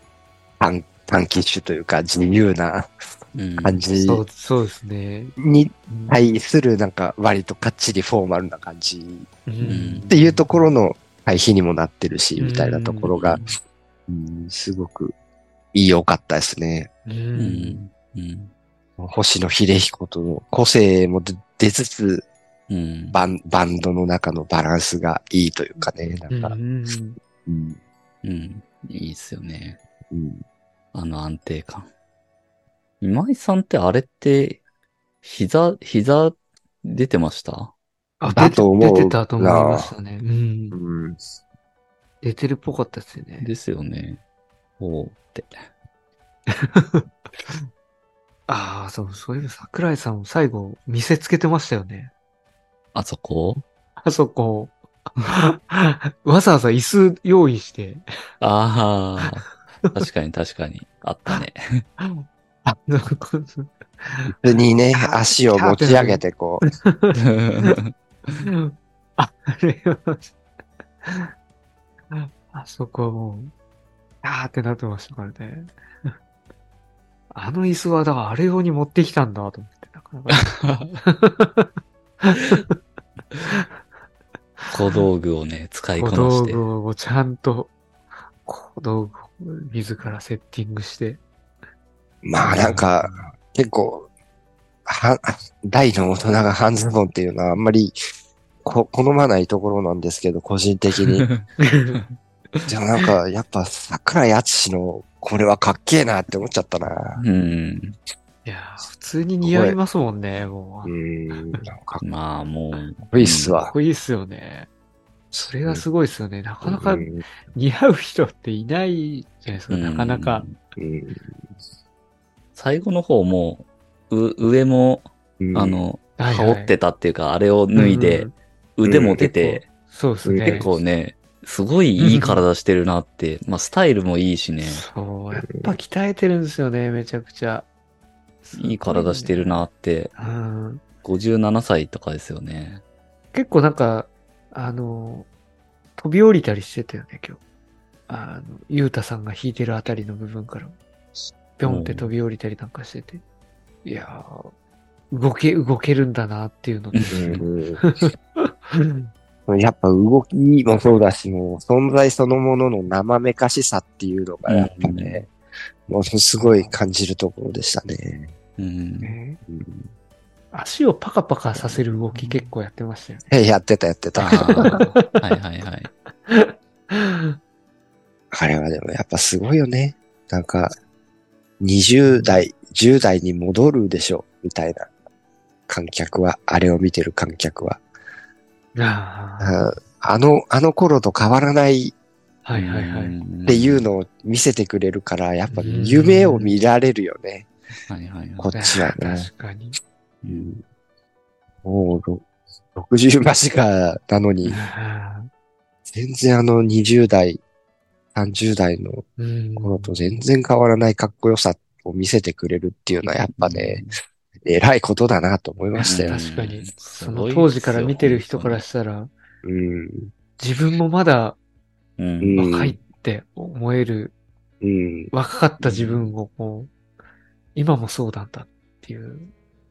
[SPEAKER 2] 短短期種というか自由な
[SPEAKER 1] うん。
[SPEAKER 2] 感じ
[SPEAKER 3] そう、そうですね。
[SPEAKER 2] に
[SPEAKER 3] うん。
[SPEAKER 2] 対するなんか割とかっちりフォーマルな感じ
[SPEAKER 3] うん。
[SPEAKER 2] っていうところの対比にもなってるし、みたいなところが、うんすごく良かったですね。
[SPEAKER 3] うん。
[SPEAKER 1] うん。
[SPEAKER 2] 星野秀彦との個性も出出つつ
[SPEAKER 1] うん。
[SPEAKER 2] バン、バンドの中のバランスがいいというかね、な
[SPEAKER 3] うん
[SPEAKER 2] か、
[SPEAKER 3] ん。
[SPEAKER 2] うん
[SPEAKER 1] うん。いいっすよね。
[SPEAKER 2] うん
[SPEAKER 1] あの安定感。今井さんってあれって、膝、膝出てました
[SPEAKER 3] あ
[SPEAKER 2] だと思う
[SPEAKER 3] 出て出てたと思いましたね。うん。
[SPEAKER 2] うん
[SPEAKER 3] 出てるっぽかったです よね。
[SPEAKER 1] ですよね。おうって。
[SPEAKER 3] ああ、そう、そういう桜井さんも最後見せつけてましたよね。
[SPEAKER 1] あそこ
[SPEAKER 3] あ そこ。わざわざ椅子用意して。
[SPEAKER 1] ああ。確かに確かに。あったね。
[SPEAKER 3] あ、なんか
[SPEAKER 2] 普通にね、足を持ち上げてこう、
[SPEAKER 3] あれは、 あそこはもう、あーってなってましたからね。あの椅子は、だからあれ用に持ってきたんだと 思って、なかなか。
[SPEAKER 1] 小道具をね、使いこ
[SPEAKER 3] 小
[SPEAKER 1] な
[SPEAKER 3] 道
[SPEAKER 1] して。
[SPEAKER 3] 具をちゃんと、小道具を自らセッティングして。
[SPEAKER 2] まあなんか、結構、は、大の大人が半ズボンっていうのはあんまりこ好まないところなんですけど、個人的に。でもなんか、やっぱ桜井敦のこれはかっけえなって思っちゃったな。
[SPEAKER 1] うん。
[SPEAKER 3] いやー、普通に似合いますもんね、も
[SPEAKER 2] う
[SPEAKER 3] う。
[SPEAKER 2] ん、なんかかっ
[SPEAKER 1] まあもう。
[SPEAKER 2] こいいっす
[SPEAKER 3] かっ
[SPEAKER 2] わ。
[SPEAKER 3] こいいっすよね。それがすごいっすよね。なかなか
[SPEAKER 2] うん
[SPEAKER 3] 似合う人っていないじゃないです
[SPEAKER 1] う
[SPEAKER 3] か、
[SPEAKER 1] ん
[SPEAKER 3] なかなか。。
[SPEAKER 2] うん
[SPEAKER 1] 最後の方もう、う上も、
[SPEAKER 2] うん
[SPEAKER 1] あの、
[SPEAKER 3] はい
[SPEAKER 1] 羽
[SPEAKER 3] はい
[SPEAKER 1] 織ってたっていうか、あれを脱いで、、腕も出て、
[SPEAKER 3] そうですね。
[SPEAKER 1] 結構ね、すごいいい体してるなって、まあスタイルもいいしね、
[SPEAKER 3] そう、やっぱ鍛えてるんですよね、めちゃくちゃ。
[SPEAKER 1] いい体して
[SPEAKER 3] る。
[SPEAKER 1] るなって、
[SPEAKER 3] うん。
[SPEAKER 1] 57歳とかですよね。
[SPEAKER 3] 結構なんか、あの、飛び降りたりしてたよね、今日。あの、ゆうたさんが弾いてるあたりの部分から、ぴょんって飛び降りたりなんかしてて。いやー、動け、動けるんだなっていうのと。
[SPEAKER 2] うんうんやっぱ動きもそうだし、もう存在そのものの生めかしさっていうのがやっぱね、もうすごい感じるところでしたね。
[SPEAKER 1] うん。
[SPEAKER 3] ね
[SPEAKER 2] うん
[SPEAKER 3] 足をパカパカさせる動き結構やってましたよね。
[SPEAKER 2] えやってたやって
[SPEAKER 1] あ
[SPEAKER 2] た。
[SPEAKER 1] ーはいはいはい。
[SPEAKER 2] あれはでもやっぱすごいよね。なんか、20代、10代に戻るでしょ、みたいな。観客は、あれを見てる観客は。
[SPEAKER 3] ああ、
[SPEAKER 2] ああの、あの頃と変わらない
[SPEAKER 3] はいはいはい。
[SPEAKER 1] っ
[SPEAKER 2] っていうのを見せてくれるから、やっぱ
[SPEAKER 3] うん
[SPEAKER 2] 夢を見られるよね。
[SPEAKER 1] はいはいはい。
[SPEAKER 2] こっちはね。
[SPEAKER 3] 確かに。
[SPEAKER 1] うん
[SPEAKER 2] もうろ、60間近なのに、全然あの20代、30代の
[SPEAKER 3] うん。
[SPEAKER 2] 頃と全然変わらないかっこよさを見せてくれるっていうのはやっぱね、、偉いことだなと思いましたよ。
[SPEAKER 3] 確かに、
[SPEAKER 1] す
[SPEAKER 3] そ
[SPEAKER 1] ごいっすよ
[SPEAKER 3] の当時から見てる人からしたら、
[SPEAKER 2] うん。
[SPEAKER 3] 自分もまだ
[SPEAKER 1] うん。
[SPEAKER 2] うん
[SPEAKER 3] 若いって思える、
[SPEAKER 2] うん。
[SPEAKER 3] 若かった自分をこう、今もそうなんだっていう、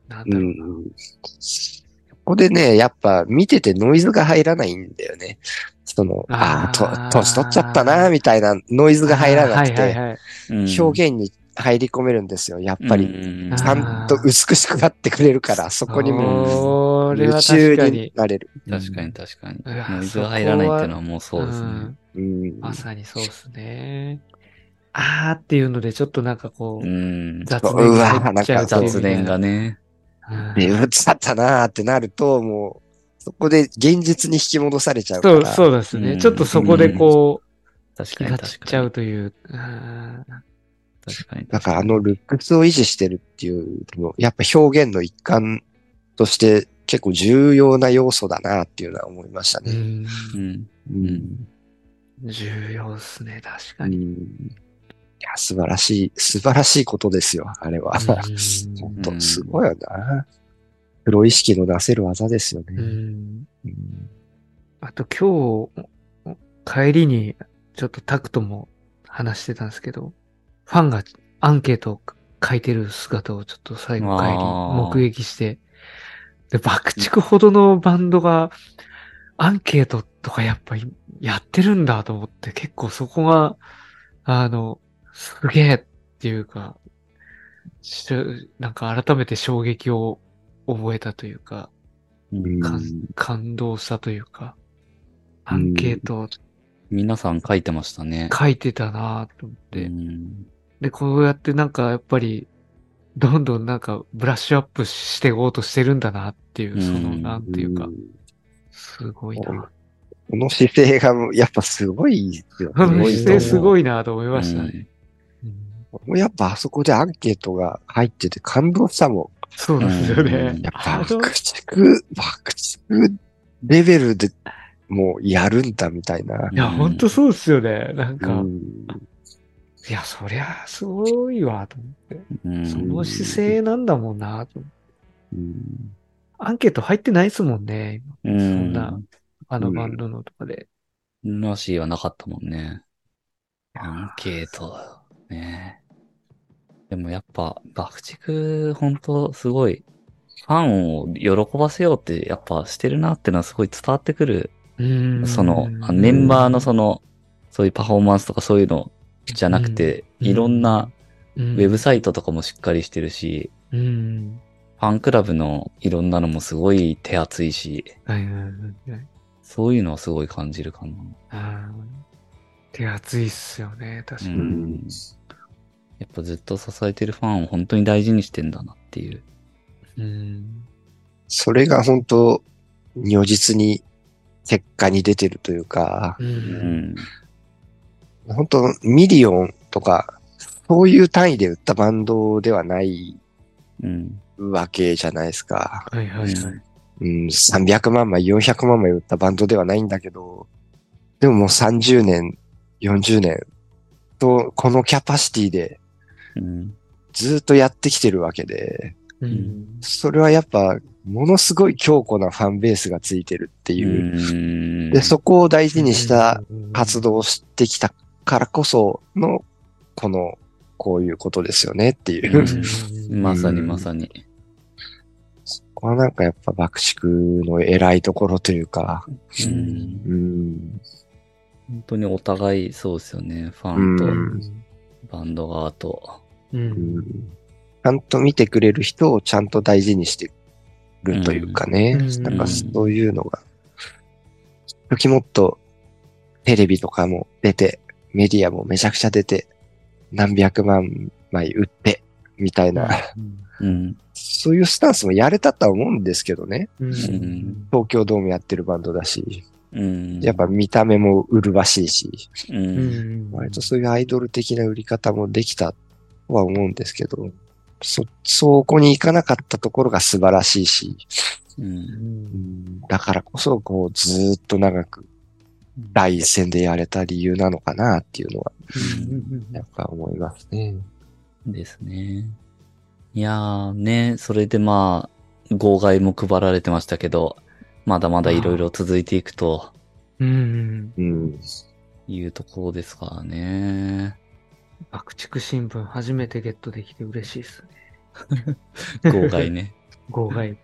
[SPEAKER 3] なん
[SPEAKER 2] う
[SPEAKER 3] だろう。
[SPEAKER 2] ん。ここでね、やっぱ見ててノイズが入らないんだよね。その、あ
[SPEAKER 3] あー
[SPEAKER 2] あ、と、年取っちゃったな、みたいなノイズが入らなく
[SPEAKER 3] あーはい
[SPEAKER 2] て、
[SPEAKER 3] はいはい。
[SPEAKER 2] 表現に入り込めるんですよ、やっぱり。
[SPEAKER 1] り
[SPEAKER 3] あー
[SPEAKER 2] ちゃんと美しくなってくれるから、そこにも
[SPEAKER 3] それ
[SPEAKER 2] 夢
[SPEAKER 3] は
[SPEAKER 2] 中
[SPEAKER 3] 確か
[SPEAKER 2] に
[SPEAKER 3] に。
[SPEAKER 2] なれる。
[SPEAKER 1] 確かに確かに。
[SPEAKER 3] うわ
[SPEAKER 1] ノイズが入らないっていうのはもうそうですね。
[SPEAKER 3] ん
[SPEAKER 2] うん。
[SPEAKER 3] まさにそうですね。あーっていうので、ちょっとなんかこう、
[SPEAKER 1] うん。
[SPEAKER 3] 雑念が入っちゃうっていうみたいな
[SPEAKER 1] 雑念がね。
[SPEAKER 3] うん
[SPEAKER 2] で、うつだったなーってなると、もう、そこで現実に引き戻されちゃうか
[SPEAKER 3] そう、
[SPEAKER 2] ら。
[SPEAKER 3] そうですね。
[SPEAKER 1] うん
[SPEAKER 3] ちょっとそこでこう、
[SPEAKER 1] 確
[SPEAKER 3] 気
[SPEAKER 1] かに
[SPEAKER 3] が
[SPEAKER 1] 確
[SPEAKER 3] 散っち
[SPEAKER 1] か
[SPEAKER 3] ゃ
[SPEAKER 1] に。
[SPEAKER 3] うという。うん
[SPEAKER 1] 確かに。
[SPEAKER 2] なんかあのルックスを維持してるっていうのも、やっぱ表現の一環として結構重要な要素だなっていうのは思いました
[SPEAKER 3] う
[SPEAKER 2] ね。
[SPEAKER 3] ん。
[SPEAKER 1] うん。
[SPEAKER 2] う。
[SPEAKER 1] うんん。
[SPEAKER 3] 重要っすね、確か
[SPEAKER 2] い
[SPEAKER 3] に。
[SPEAKER 2] や、素晴らしい、素晴らしいことですよ、あれは。
[SPEAKER 3] うん
[SPEAKER 2] 本当すごいよな。プロ意識の出せる技ですよね。
[SPEAKER 3] うん。
[SPEAKER 2] うん
[SPEAKER 3] あと今日、お帰りにちょっとタクトも話してたんですけど、ファンがアンケートを書いてる姿をちょっと最後帰り
[SPEAKER 1] あー
[SPEAKER 3] 目撃して、で、爆竹ほどのバンドがアンケートとかやっぱりやってるんだと思って結構そこが、あの、すげえっていうか、しょなんか改めて衝撃を覚えたというか、
[SPEAKER 2] う
[SPEAKER 3] 感
[SPEAKER 2] ん
[SPEAKER 3] 感動したというか、アンケート
[SPEAKER 1] 皆さん書いてましたね。
[SPEAKER 3] 書いてたなと思って、
[SPEAKER 1] うん
[SPEAKER 3] で、こうやってなんかやっぱり、どんどんなんかブラッシュアップしていこうとしてるんだなっていう、その、
[SPEAKER 1] うん
[SPEAKER 3] なんていうか
[SPEAKER 2] こ、
[SPEAKER 3] すごいな。
[SPEAKER 2] の姿勢がやっぱすごいですよね。
[SPEAKER 3] この姿勢すご
[SPEAKER 2] い
[SPEAKER 3] いなと思いましたね。うん
[SPEAKER 2] と思う。やっぱあそこでアンケートが入ってて感動したも
[SPEAKER 3] そうですよ
[SPEAKER 1] う
[SPEAKER 3] ね
[SPEAKER 1] ん
[SPEAKER 2] ん。やっぱ
[SPEAKER 3] あの
[SPEAKER 2] 爆竹、爆竹レベルでもうやるんだみたいな。
[SPEAKER 3] いや、ほんとそうですよね。なん
[SPEAKER 2] う
[SPEAKER 3] か、
[SPEAKER 2] ん
[SPEAKER 3] いや、そりゃ、すごいわ、と思って。
[SPEAKER 1] うん
[SPEAKER 3] その姿勢なんだもんな、と思って。
[SPEAKER 2] うん
[SPEAKER 3] アンケート入ってないですもんね、今
[SPEAKER 1] そ
[SPEAKER 3] んな。あのバンドのとかで。
[SPEAKER 1] らしいはなかったもんね。アンケートだよね。でもやっぱ、爆竹、ほんとすごい、ファンを喜ばせようって、やっぱしてるなってのはすごい伝わってくる。
[SPEAKER 3] うん
[SPEAKER 1] その、あメンバーのその、そういうパフォーマンスとかそういうのじゃなくて、
[SPEAKER 3] うん
[SPEAKER 1] いろんな
[SPEAKER 3] ウ
[SPEAKER 1] ウェブサイトとかもしっかりしてるし、
[SPEAKER 3] うん。
[SPEAKER 1] ファンクラブのいろんなのもすごい手厚いし、
[SPEAKER 3] はいはいはいはい。
[SPEAKER 1] そういうのはすごい感じるかな。
[SPEAKER 3] あー手厚いっすよね、確か
[SPEAKER 1] う
[SPEAKER 3] に。
[SPEAKER 1] んやっぱずっと支えてるファンを本当に大事にしてんだなっていう。
[SPEAKER 3] うん。
[SPEAKER 2] それが本当、如実に結果に出てるというか、
[SPEAKER 3] う。
[SPEAKER 1] うんん。
[SPEAKER 2] 本当ミリオンとか、そういう単位で売ったバンドではない
[SPEAKER 1] うん。
[SPEAKER 2] わけじゃないですか。
[SPEAKER 3] はいはいはい。
[SPEAKER 2] うん、300万枚、400万枚売ったバンドではないんだけど、でももう30年、40年と、このキャパシティで
[SPEAKER 1] うん。
[SPEAKER 2] ずっとやってきてるわけで、
[SPEAKER 3] うんん。
[SPEAKER 2] それはやっぱ、ものすごい強固なファンベースがついてるってい
[SPEAKER 1] う
[SPEAKER 2] う。
[SPEAKER 1] ん
[SPEAKER 2] で、そこを大事にした活
[SPEAKER 3] 動。
[SPEAKER 2] 動をしてきたからこその、この、こういうことですよねっていう。
[SPEAKER 1] うんまさにまさに。
[SPEAKER 2] そ こはなんかやっぱ爆竹の偉いところというか、
[SPEAKER 1] う
[SPEAKER 3] うんん。
[SPEAKER 2] うん。
[SPEAKER 1] 本当にお互いそうですよね。ファ
[SPEAKER 2] う
[SPEAKER 1] ン
[SPEAKER 2] ん
[SPEAKER 1] とバンド側と。
[SPEAKER 3] う。
[SPEAKER 2] うんんちゃんと見てくれる人をちゃんと大事にしてるというかね。
[SPEAKER 3] うん
[SPEAKER 2] なんかそういうのが、時もっとテレビとかも出て、メディアもめちゃくちゃ出て、何百万枚売って、みたいな、
[SPEAKER 1] うん。
[SPEAKER 2] そういうスタンスもやれたとは思うんですけどね。
[SPEAKER 3] うん
[SPEAKER 1] ん
[SPEAKER 2] 東京ドームやってるバンドだし、
[SPEAKER 1] うん。
[SPEAKER 2] やっぱ見た目も麗しいし、
[SPEAKER 1] う。
[SPEAKER 3] うんん。
[SPEAKER 2] 割とそういうアイドル的な売り方もできたとは思うんですけど、そ、そこに行かなかったところが素晴らしいし、
[SPEAKER 1] うん。
[SPEAKER 2] だからこそ、こう、ずーっと長く、第一線でやれた理由なのかなっていうのは、やっぱ思いますね。
[SPEAKER 1] ですね。いやーね、それでまあ、号外も配られてましたけど、まだまだいろいろ続いていくと
[SPEAKER 3] うん。
[SPEAKER 2] うん。
[SPEAKER 1] いうところですからね。
[SPEAKER 3] 爆竹新聞初めてゲットできて嬉しいっすね。
[SPEAKER 1] 号外ね。
[SPEAKER 3] 号外。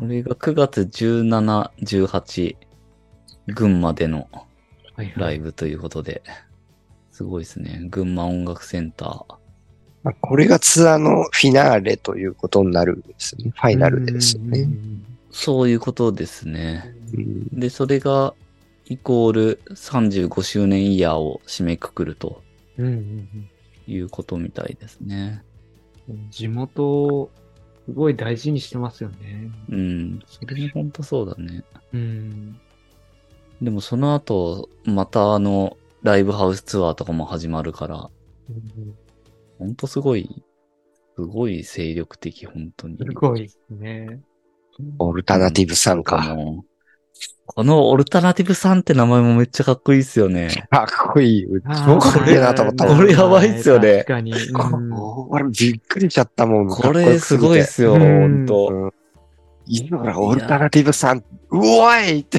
[SPEAKER 1] これが9月17、18、群馬での
[SPEAKER 3] はいは
[SPEAKER 1] ラ
[SPEAKER 3] い。
[SPEAKER 1] イブということで、すごいですね。群馬音楽センター。
[SPEAKER 2] まあ、これがツアーのフィナーレということになるんですよね。ファイナルですよ
[SPEAKER 3] う
[SPEAKER 2] ね。
[SPEAKER 3] ん。
[SPEAKER 1] そういうことですね。
[SPEAKER 2] うん
[SPEAKER 1] で、それが、イコール35周年イヤーを締めくくると
[SPEAKER 3] うんうん
[SPEAKER 1] いうことみたいですね。
[SPEAKER 3] うん。地元をすごい大事にしてますよね。
[SPEAKER 1] うん。それも本当そうだね。
[SPEAKER 3] うん。
[SPEAKER 1] でもその後、またあの、ライブハウスツアーとかも始まるから、
[SPEAKER 3] うん
[SPEAKER 1] ほんとすごい、すごい精力的、本当に。
[SPEAKER 3] すごいですね。
[SPEAKER 2] オルタナティブさん
[SPEAKER 1] こ
[SPEAKER 2] か。
[SPEAKER 1] の、このオルタナティブさんって名前もめっちゃかっこいいっすよね。
[SPEAKER 2] かっこいい。超
[SPEAKER 3] あー
[SPEAKER 2] かっこいいなと思ったもん。
[SPEAKER 1] これやばいっすよね
[SPEAKER 3] 確かに。うん
[SPEAKER 2] こ俺びっくりしちゃったもん。
[SPEAKER 1] これすごいっ
[SPEAKER 2] っ
[SPEAKER 1] すよ、
[SPEAKER 3] うん
[SPEAKER 1] ほんと。
[SPEAKER 2] よ。今からオルタナティブさん、うおいって。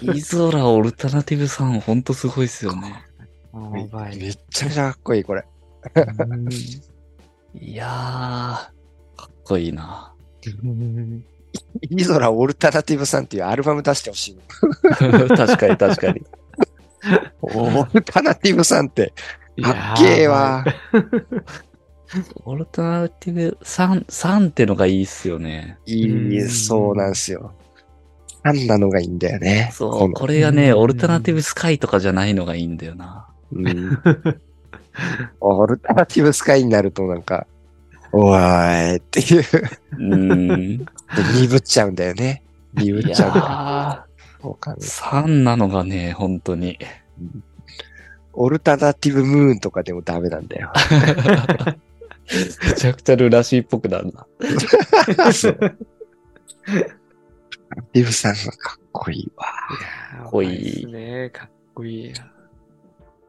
[SPEAKER 1] イゾラオルタナティブさん、ほんとすごいっすよね。
[SPEAKER 3] やばい。
[SPEAKER 2] めっちゃめちゃかっこいい、これ。
[SPEAKER 3] うん
[SPEAKER 1] いやー、かっこいいな。
[SPEAKER 3] うん
[SPEAKER 2] イゾラオルタナティブさんっていうアルバム出してほしい。
[SPEAKER 1] 確かに確かに。
[SPEAKER 2] オルタナティブさんって、
[SPEAKER 3] いや
[SPEAKER 2] か
[SPEAKER 3] ー
[SPEAKER 2] っけえわ。
[SPEAKER 1] オルタナティブ3、3ってのがいいっすよね。
[SPEAKER 2] いい、
[SPEAKER 3] うん
[SPEAKER 2] そうなんすよ。あんなのがいいんだよね。
[SPEAKER 1] そ
[SPEAKER 2] こ
[SPEAKER 1] う、
[SPEAKER 2] の
[SPEAKER 1] これがね、
[SPEAKER 3] うん
[SPEAKER 1] オルタナティブスカイとかじゃないのがいいんだよな。
[SPEAKER 2] うん、オルタナティブスカイになるとなんか、おーいっていう、
[SPEAKER 1] うん。
[SPEAKER 2] 鈍っちゃうんだよね。鈍
[SPEAKER 1] い
[SPEAKER 2] っ
[SPEAKER 1] や
[SPEAKER 2] ちゃうんだよ。
[SPEAKER 1] ー、
[SPEAKER 2] そうかね
[SPEAKER 1] 3なのがね、本当に。
[SPEAKER 2] オルタナティブムーンとかでもダメなんだよ。
[SPEAKER 1] めちゃくちゃルラシーっぽくなるな。
[SPEAKER 2] そうティブさんがかっこいいわ。
[SPEAKER 3] かっ
[SPEAKER 1] こいい
[SPEAKER 3] ですね。かっこいいな。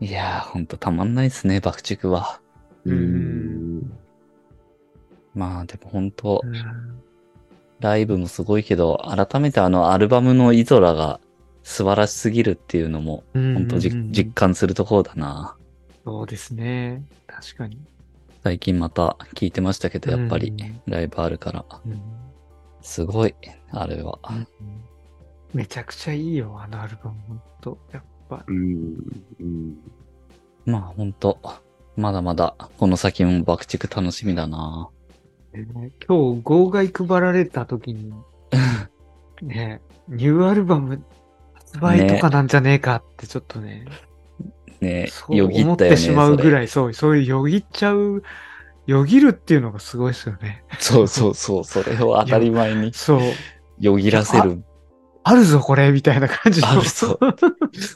[SPEAKER 1] いやー、ほんとたまんないですね、爆竹は。
[SPEAKER 3] うん
[SPEAKER 1] まあ、でも本当
[SPEAKER 3] う、ん
[SPEAKER 1] ライブもすごいけど、改めてあのアルバムのイゾラが素晴らしすぎるっていうのも、本当じ
[SPEAKER 3] うんうんうん
[SPEAKER 1] 実感するところだな。
[SPEAKER 3] そうですね。確かに。
[SPEAKER 1] 最近また聞いてましたけど、やっぱり
[SPEAKER 3] うん
[SPEAKER 1] ライブあるから。
[SPEAKER 3] うん
[SPEAKER 1] すごい、あれは。
[SPEAKER 3] めちゃくちゃいいよ、あのアルバム。本当やっぱ。
[SPEAKER 2] うんうん
[SPEAKER 1] まあ本当まだまだ、この先も爆竹楽しみだな。
[SPEAKER 3] ね今日号外配られた時に、ね、ニューアルバム発売とかなんじゃねえかってちょっとね、
[SPEAKER 1] ね
[SPEAKER 3] そう
[SPEAKER 1] よぎ
[SPEAKER 3] 思
[SPEAKER 1] っ
[SPEAKER 3] った
[SPEAKER 1] よね。
[SPEAKER 3] てしまうぐ
[SPEAKER 1] い。
[SPEAKER 3] らい、そう、そういうよぎっちゃう、よぎるっていうのがすごいですよね。
[SPEAKER 1] そうそうそう、それを当たり前に
[SPEAKER 3] そう、
[SPEAKER 1] よぎらせ る。
[SPEAKER 3] あるぞこれみたいな感じの。
[SPEAKER 1] あるぞ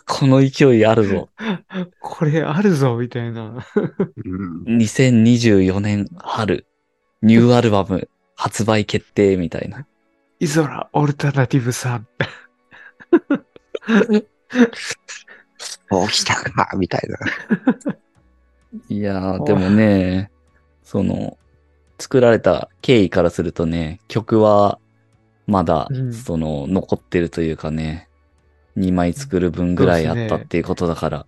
[SPEAKER 1] この勢いあるぞ。
[SPEAKER 3] これあるぞみたいな。
[SPEAKER 2] うん
[SPEAKER 1] 2024年春、ニューアルバム発売決定みたいな。
[SPEAKER 3] イゾラ、オルタナティブさん。
[SPEAKER 2] そうきたかみたいな。
[SPEAKER 1] いやー、でもね、その、作られた経緯からするとね、曲はまだ、
[SPEAKER 3] うん
[SPEAKER 1] その、残ってるというかね、2枚作る分ぐらいあったっていうことだから、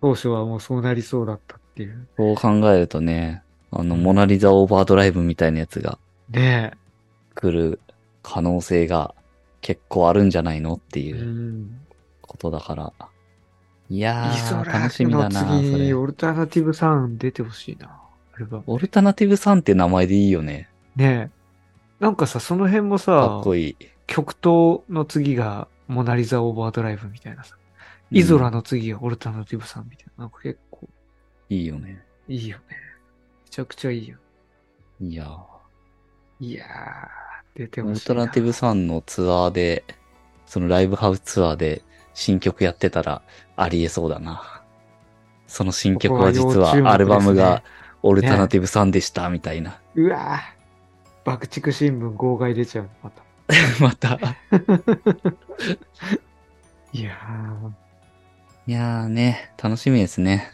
[SPEAKER 3] 当初はもうそうなりそうだったっていう。
[SPEAKER 1] そう考えるとね、あの、モナリザオーバードライブみたいなやつが
[SPEAKER 3] ね
[SPEAKER 1] 来る可能性が結構あるんじゃないのってい
[SPEAKER 3] え。う。
[SPEAKER 1] うんことだから。いや
[SPEAKER 3] イゾ
[SPEAKER 1] ー、
[SPEAKER 3] ラ
[SPEAKER 1] 楽しみだ
[SPEAKER 3] の
[SPEAKER 1] な、そ
[SPEAKER 3] 次、
[SPEAKER 1] れ。
[SPEAKER 3] オルタナティブさん出てほしいな。アルバム。
[SPEAKER 1] オルタナティブさんって名前でいいよね。
[SPEAKER 3] ねえ。なんかさ、その辺も
[SPEAKER 1] か
[SPEAKER 3] さ
[SPEAKER 1] っ、こいい。
[SPEAKER 3] 極東の次がモナリザオーバードライブみたいなさ。イゾラ
[SPEAKER 1] の。
[SPEAKER 3] の次がオルタナティブさんみたいな。なんか結構
[SPEAKER 1] いいよね。
[SPEAKER 3] いいよね。めちゃくちゃいいよ。
[SPEAKER 1] いやー。
[SPEAKER 3] いやー、出て
[SPEAKER 1] オ
[SPEAKER 3] ほ
[SPEAKER 1] ル
[SPEAKER 3] しい
[SPEAKER 1] タ
[SPEAKER 3] な。
[SPEAKER 1] ナティブさんのツアーで、そのライブハウスツアーで新曲やってたらありえそうだな。その新曲は実
[SPEAKER 3] ここは要注目ですね
[SPEAKER 1] はアルバムがオルタナティブさんでしたみたいな。
[SPEAKER 3] うわぁ。爆竹新聞号外出ちゃうの、また。
[SPEAKER 1] また。
[SPEAKER 3] いや
[SPEAKER 1] いやーね、楽しみですね。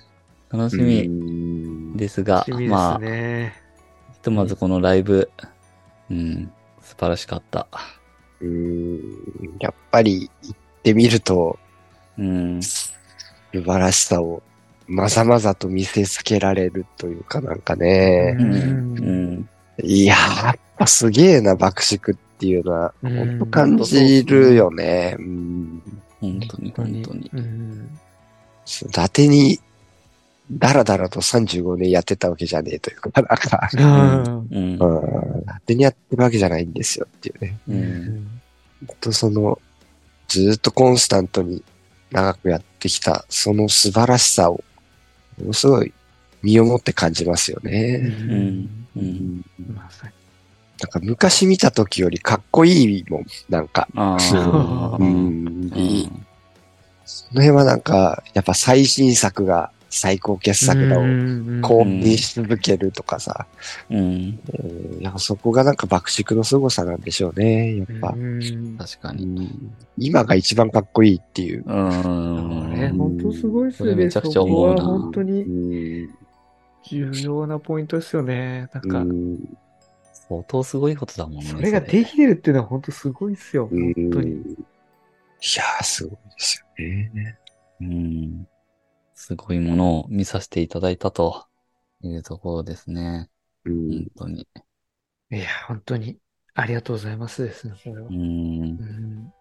[SPEAKER 1] 楽しみ
[SPEAKER 2] うん
[SPEAKER 1] です
[SPEAKER 3] ー、
[SPEAKER 1] が、
[SPEAKER 3] 楽しみで
[SPEAKER 1] ますあ、
[SPEAKER 3] ね。
[SPEAKER 1] ひとまずこのライブ、うん、素晴らしかった。
[SPEAKER 2] うんやっぱり行ってみると、
[SPEAKER 1] うん、
[SPEAKER 2] 素晴らしさをまざまざと見せつけられるというかなんかね
[SPEAKER 1] う。ん、
[SPEAKER 3] うん
[SPEAKER 1] うん、
[SPEAKER 2] いやー、やっぱすげえな、爆竹っていうのは、
[SPEAKER 3] うん
[SPEAKER 2] 本当感じるよね。うん
[SPEAKER 1] 本当に、本当に。
[SPEAKER 3] うん
[SPEAKER 2] そう伊達に、だらだらと35年やってたわけじゃねえというか、なんか、
[SPEAKER 1] うん、うん
[SPEAKER 2] う、ん、伊達にやってるわけじゃないんですよっていうね。
[SPEAKER 1] う、
[SPEAKER 3] うんん
[SPEAKER 2] 本当その、ずーっとコンスタントに長くやってきた、その素晴らしさを、ものすごい身をもって感じますよ
[SPEAKER 3] う
[SPEAKER 2] ね。
[SPEAKER 3] ん
[SPEAKER 1] うん。
[SPEAKER 3] まさに。
[SPEAKER 2] なんか昔見た時よりかっこいいもん、なんか。
[SPEAKER 1] ああ、
[SPEAKER 2] うん、いい。その辺はなんか、やっぱ最新作が最高傑作だをコ
[SPEAKER 3] こ
[SPEAKER 2] ンビし続けるとかさ、
[SPEAKER 1] うん。
[SPEAKER 2] うんなんかそこがなんか爆竹の凄さなんでしょうね、やっぱ。
[SPEAKER 1] 確か
[SPEAKER 2] う
[SPEAKER 1] に。
[SPEAKER 2] ん今が一番かっこいいっていう。
[SPEAKER 1] うー
[SPEAKER 3] ね、
[SPEAKER 1] ん。
[SPEAKER 3] 本当すごいっす
[SPEAKER 1] これ
[SPEAKER 3] よね。
[SPEAKER 1] めちゃくちゃ思うな
[SPEAKER 3] そこは本当
[SPEAKER 2] う
[SPEAKER 3] に
[SPEAKER 2] ん
[SPEAKER 3] 重要なポイントですよね。なんか、
[SPEAKER 2] うん
[SPEAKER 1] 相当すごいことだもんね。
[SPEAKER 3] それができてるっていうのは本当すごいっすよ。
[SPEAKER 2] うん
[SPEAKER 3] 本当に。
[SPEAKER 2] いやー、すごいですよね。
[SPEAKER 1] うん。すごいものを見させていただいたというところですね。
[SPEAKER 2] う
[SPEAKER 1] 本
[SPEAKER 2] ん、
[SPEAKER 1] 当に。
[SPEAKER 3] いや、本当にありがとうございますですね、これは
[SPEAKER 1] う。ん
[SPEAKER 3] う。ん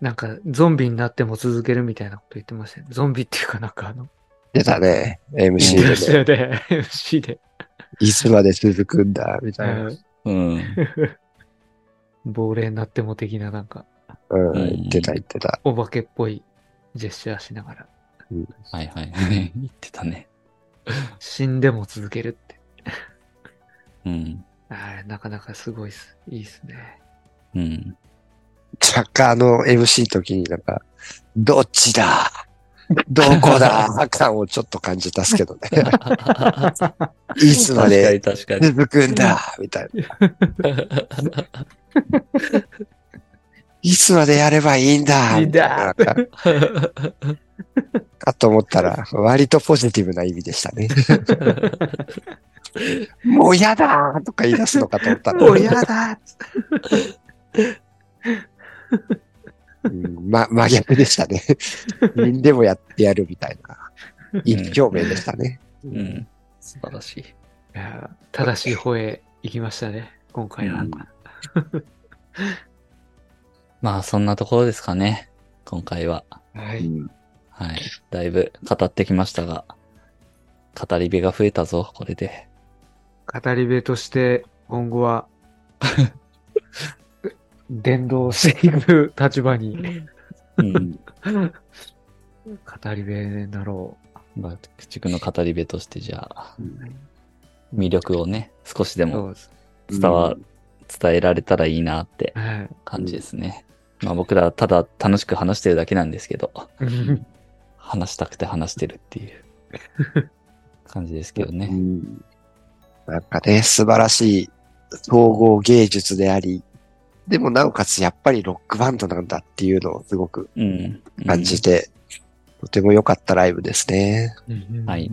[SPEAKER 3] なんか、ゾンビになっても続けるみたいなこと言ってましたよね。ゾンビっていうかなんかあの、
[SPEAKER 2] 出たね、MC
[SPEAKER 3] 言ってま
[SPEAKER 2] で
[SPEAKER 3] した
[SPEAKER 2] ね。
[SPEAKER 3] よね。MC で。
[SPEAKER 2] いつまで続くんだ、みたいな。
[SPEAKER 1] うん。
[SPEAKER 3] うん亡霊になっても的ななんか、
[SPEAKER 2] う
[SPEAKER 1] う
[SPEAKER 2] ん、
[SPEAKER 1] ん
[SPEAKER 2] 言ってた、言ってた。
[SPEAKER 3] お化けっぽいジェスチャーしながら、
[SPEAKER 1] はいはい。言ってたね。
[SPEAKER 3] 死んでも続けるって。
[SPEAKER 1] うん。
[SPEAKER 3] あれ、なかなかすごいっす。いいっすね。
[SPEAKER 1] うん。
[SPEAKER 2] 若干あの MC の時になんか、どっちだどこだ感をちょっと感じたっすけどね。いつまで
[SPEAKER 1] 確かに確かに。
[SPEAKER 2] 続くんだみたいな。いつまでやればいいんだ
[SPEAKER 3] いいんだ
[SPEAKER 2] みたいなかと思ったら、割とポジティブな意味でしたね。もうやだとか言い出すのかと思ったら、
[SPEAKER 3] おやだ
[SPEAKER 2] うんま、真逆でしたね。何でもやってやるみたいな。一表明でしたね。
[SPEAKER 1] うん。素晴らしい。
[SPEAKER 3] いや正しい方へ行きましたね、今回は。
[SPEAKER 1] うんまあ、そんなところですかね。今回は。
[SPEAKER 3] は
[SPEAKER 2] う
[SPEAKER 3] い。
[SPEAKER 2] ん
[SPEAKER 1] はい。だいぶ語ってきましたが、語り部が増えたぞ、これ で。
[SPEAKER 3] 語り部として、今後 は、伝道していく立場に、
[SPEAKER 1] うん。
[SPEAKER 3] 語り部になろ
[SPEAKER 1] 爆竹の語り部として、じゃあ、
[SPEAKER 3] う。
[SPEAKER 1] 魅力をね、少しで
[SPEAKER 3] そ
[SPEAKER 1] も
[SPEAKER 3] うです。
[SPEAKER 1] 伝わ、伝えられたらいいなって
[SPEAKER 3] はい。
[SPEAKER 1] 感じですね。まあ僕らただ楽しく話してるだけなんですけど、
[SPEAKER 3] うん
[SPEAKER 1] 話したくて話してるっていう 感じですけど
[SPEAKER 2] う
[SPEAKER 1] ね。
[SPEAKER 2] んなんかね、素晴らしい総合芸術であり、でもなおかつやっぱりロックバンドなんだっていうのをすごく
[SPEAKER 1] うん。
[SPEAKER 2] 感じて、とても良かったライブですね。
[SPEAKER 1] うんはい。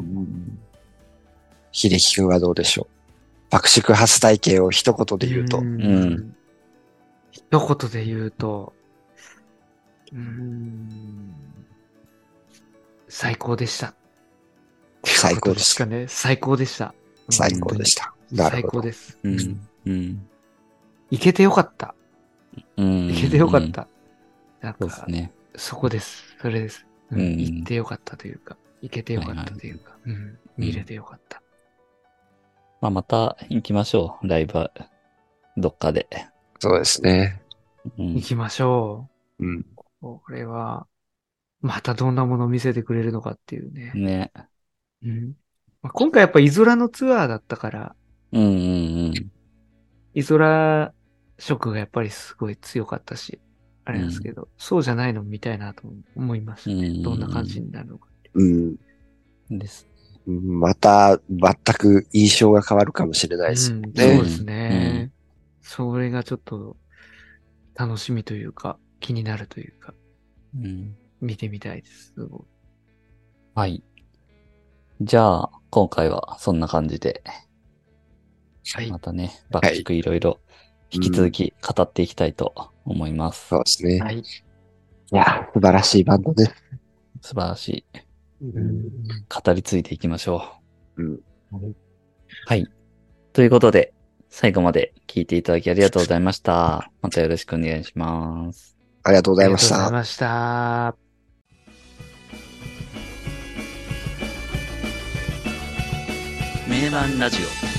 [SPEAKER 2] 秀樹くんはどうでしょう爆竹初体験を一言で言うと。
[SPEAKER 3] ん
[SPEAKER 1] うん
[SPEAKER 3] 一言で言うと、うーん最高でした。
[SPEAKER 2] 最高で
[SPEAKER 3] し
[SPEAKER 2] した
[SPEAKER 3] か。ね、最高でした。
[SPEAKER 2] 最高でした。なる
[SPEAKER 3] 最
[SPEAKER 2] ほ
[SPEAKER 3] 高
[SPEAKER 2] ど。
[SPEAKER 3] です。
[SPEAKER 1] うん。うん。
[SPEAKER 3] 行けてよかった。
[SPEAKER 1] うん。
[SPEAKER 3] 行けてよかった。なん
[SPEAKER 1] うん。そうです
[SPEAKER 3] か、
[SPEAKER 1] ね。
[SPEAKER 3] そこです。それです。う
[SPEAKER 1] うんん
[SPEAKER 3] 行ってよかったというか、行けてよかったというか、うん見れてよかった。
[SPEAKER 1] まあまた行きましょう。ライブは、どっかで。
[SPEAKER 2] そうですね。
[SPEAKER 1] うん
[SPEAKER 3] 行。きましょ
[SPEAKER 2] うん。
[SPEAKER 3] う。これは、またどんなものを見せてくれるのかっていうね。
[SPEAKER 1] ね。
[SPEAKER 3] うんまあ、今回やっぱイゾラのツアーだったから、
[SPEAKER 1] うんうん
[SPEAKER 3] イゾラ色がやっぱりすごい強かったし、あれなんですけど、そうじゃないの見たいなと思いましたね。
[SPEAKER 1] うん
[SPEAKER 3] どんな感じになるのか。
[SPEAKER 2] うん。
[SPEAKER 1] うん。です。
[SPEAKER 2] また、全く印象が変わるかもしれないですよ
[SPEAKER 3] うん
[SPEAKER 2] ね。
[SPEAKER 3] そうですね、それがちょっと楽しみというか、気になるというか、
[SPEAKER 1] うん。
[SPEAKER 3] 見てみたいです。すごい
[SPEAKER 1] はい。じゃあ、今回はそんな感じで、
[SPEAKER 3] はい
[SPEAKER 1] ま。たね、爆竹いろいろ引き続き語っていきたいと思います。
[SPEAKER 2] そうですね。い
[SPEAKER 3] はい。
[SPEAKER 2] や、素晴らしいバンドです。
[SPEAKER 1] 素晴らしい。
[SPEAKER 3] うん
[SPEAKER 1] 語り継いでいきましょう。
[SPEAKER 2] うん
[SPEAKER 1] はい。ということで、最後まで聞いていただきありがとうございました。またよろしくお願いします。
[SPEAKER 2] ありがとうご
[SPEAKER 3] あ
[SPEAKER 2] ざ
[SPEAKER 3] り
[SPEAKER 2] いま
[SPEAKER 3] がとう
[SPEAKER 2] し
[SPEAKER 3] ござい
[SPEAKER 2] た。
[SPEAKER 3] ました。
[SPEAKER 1] 名盤ラジオ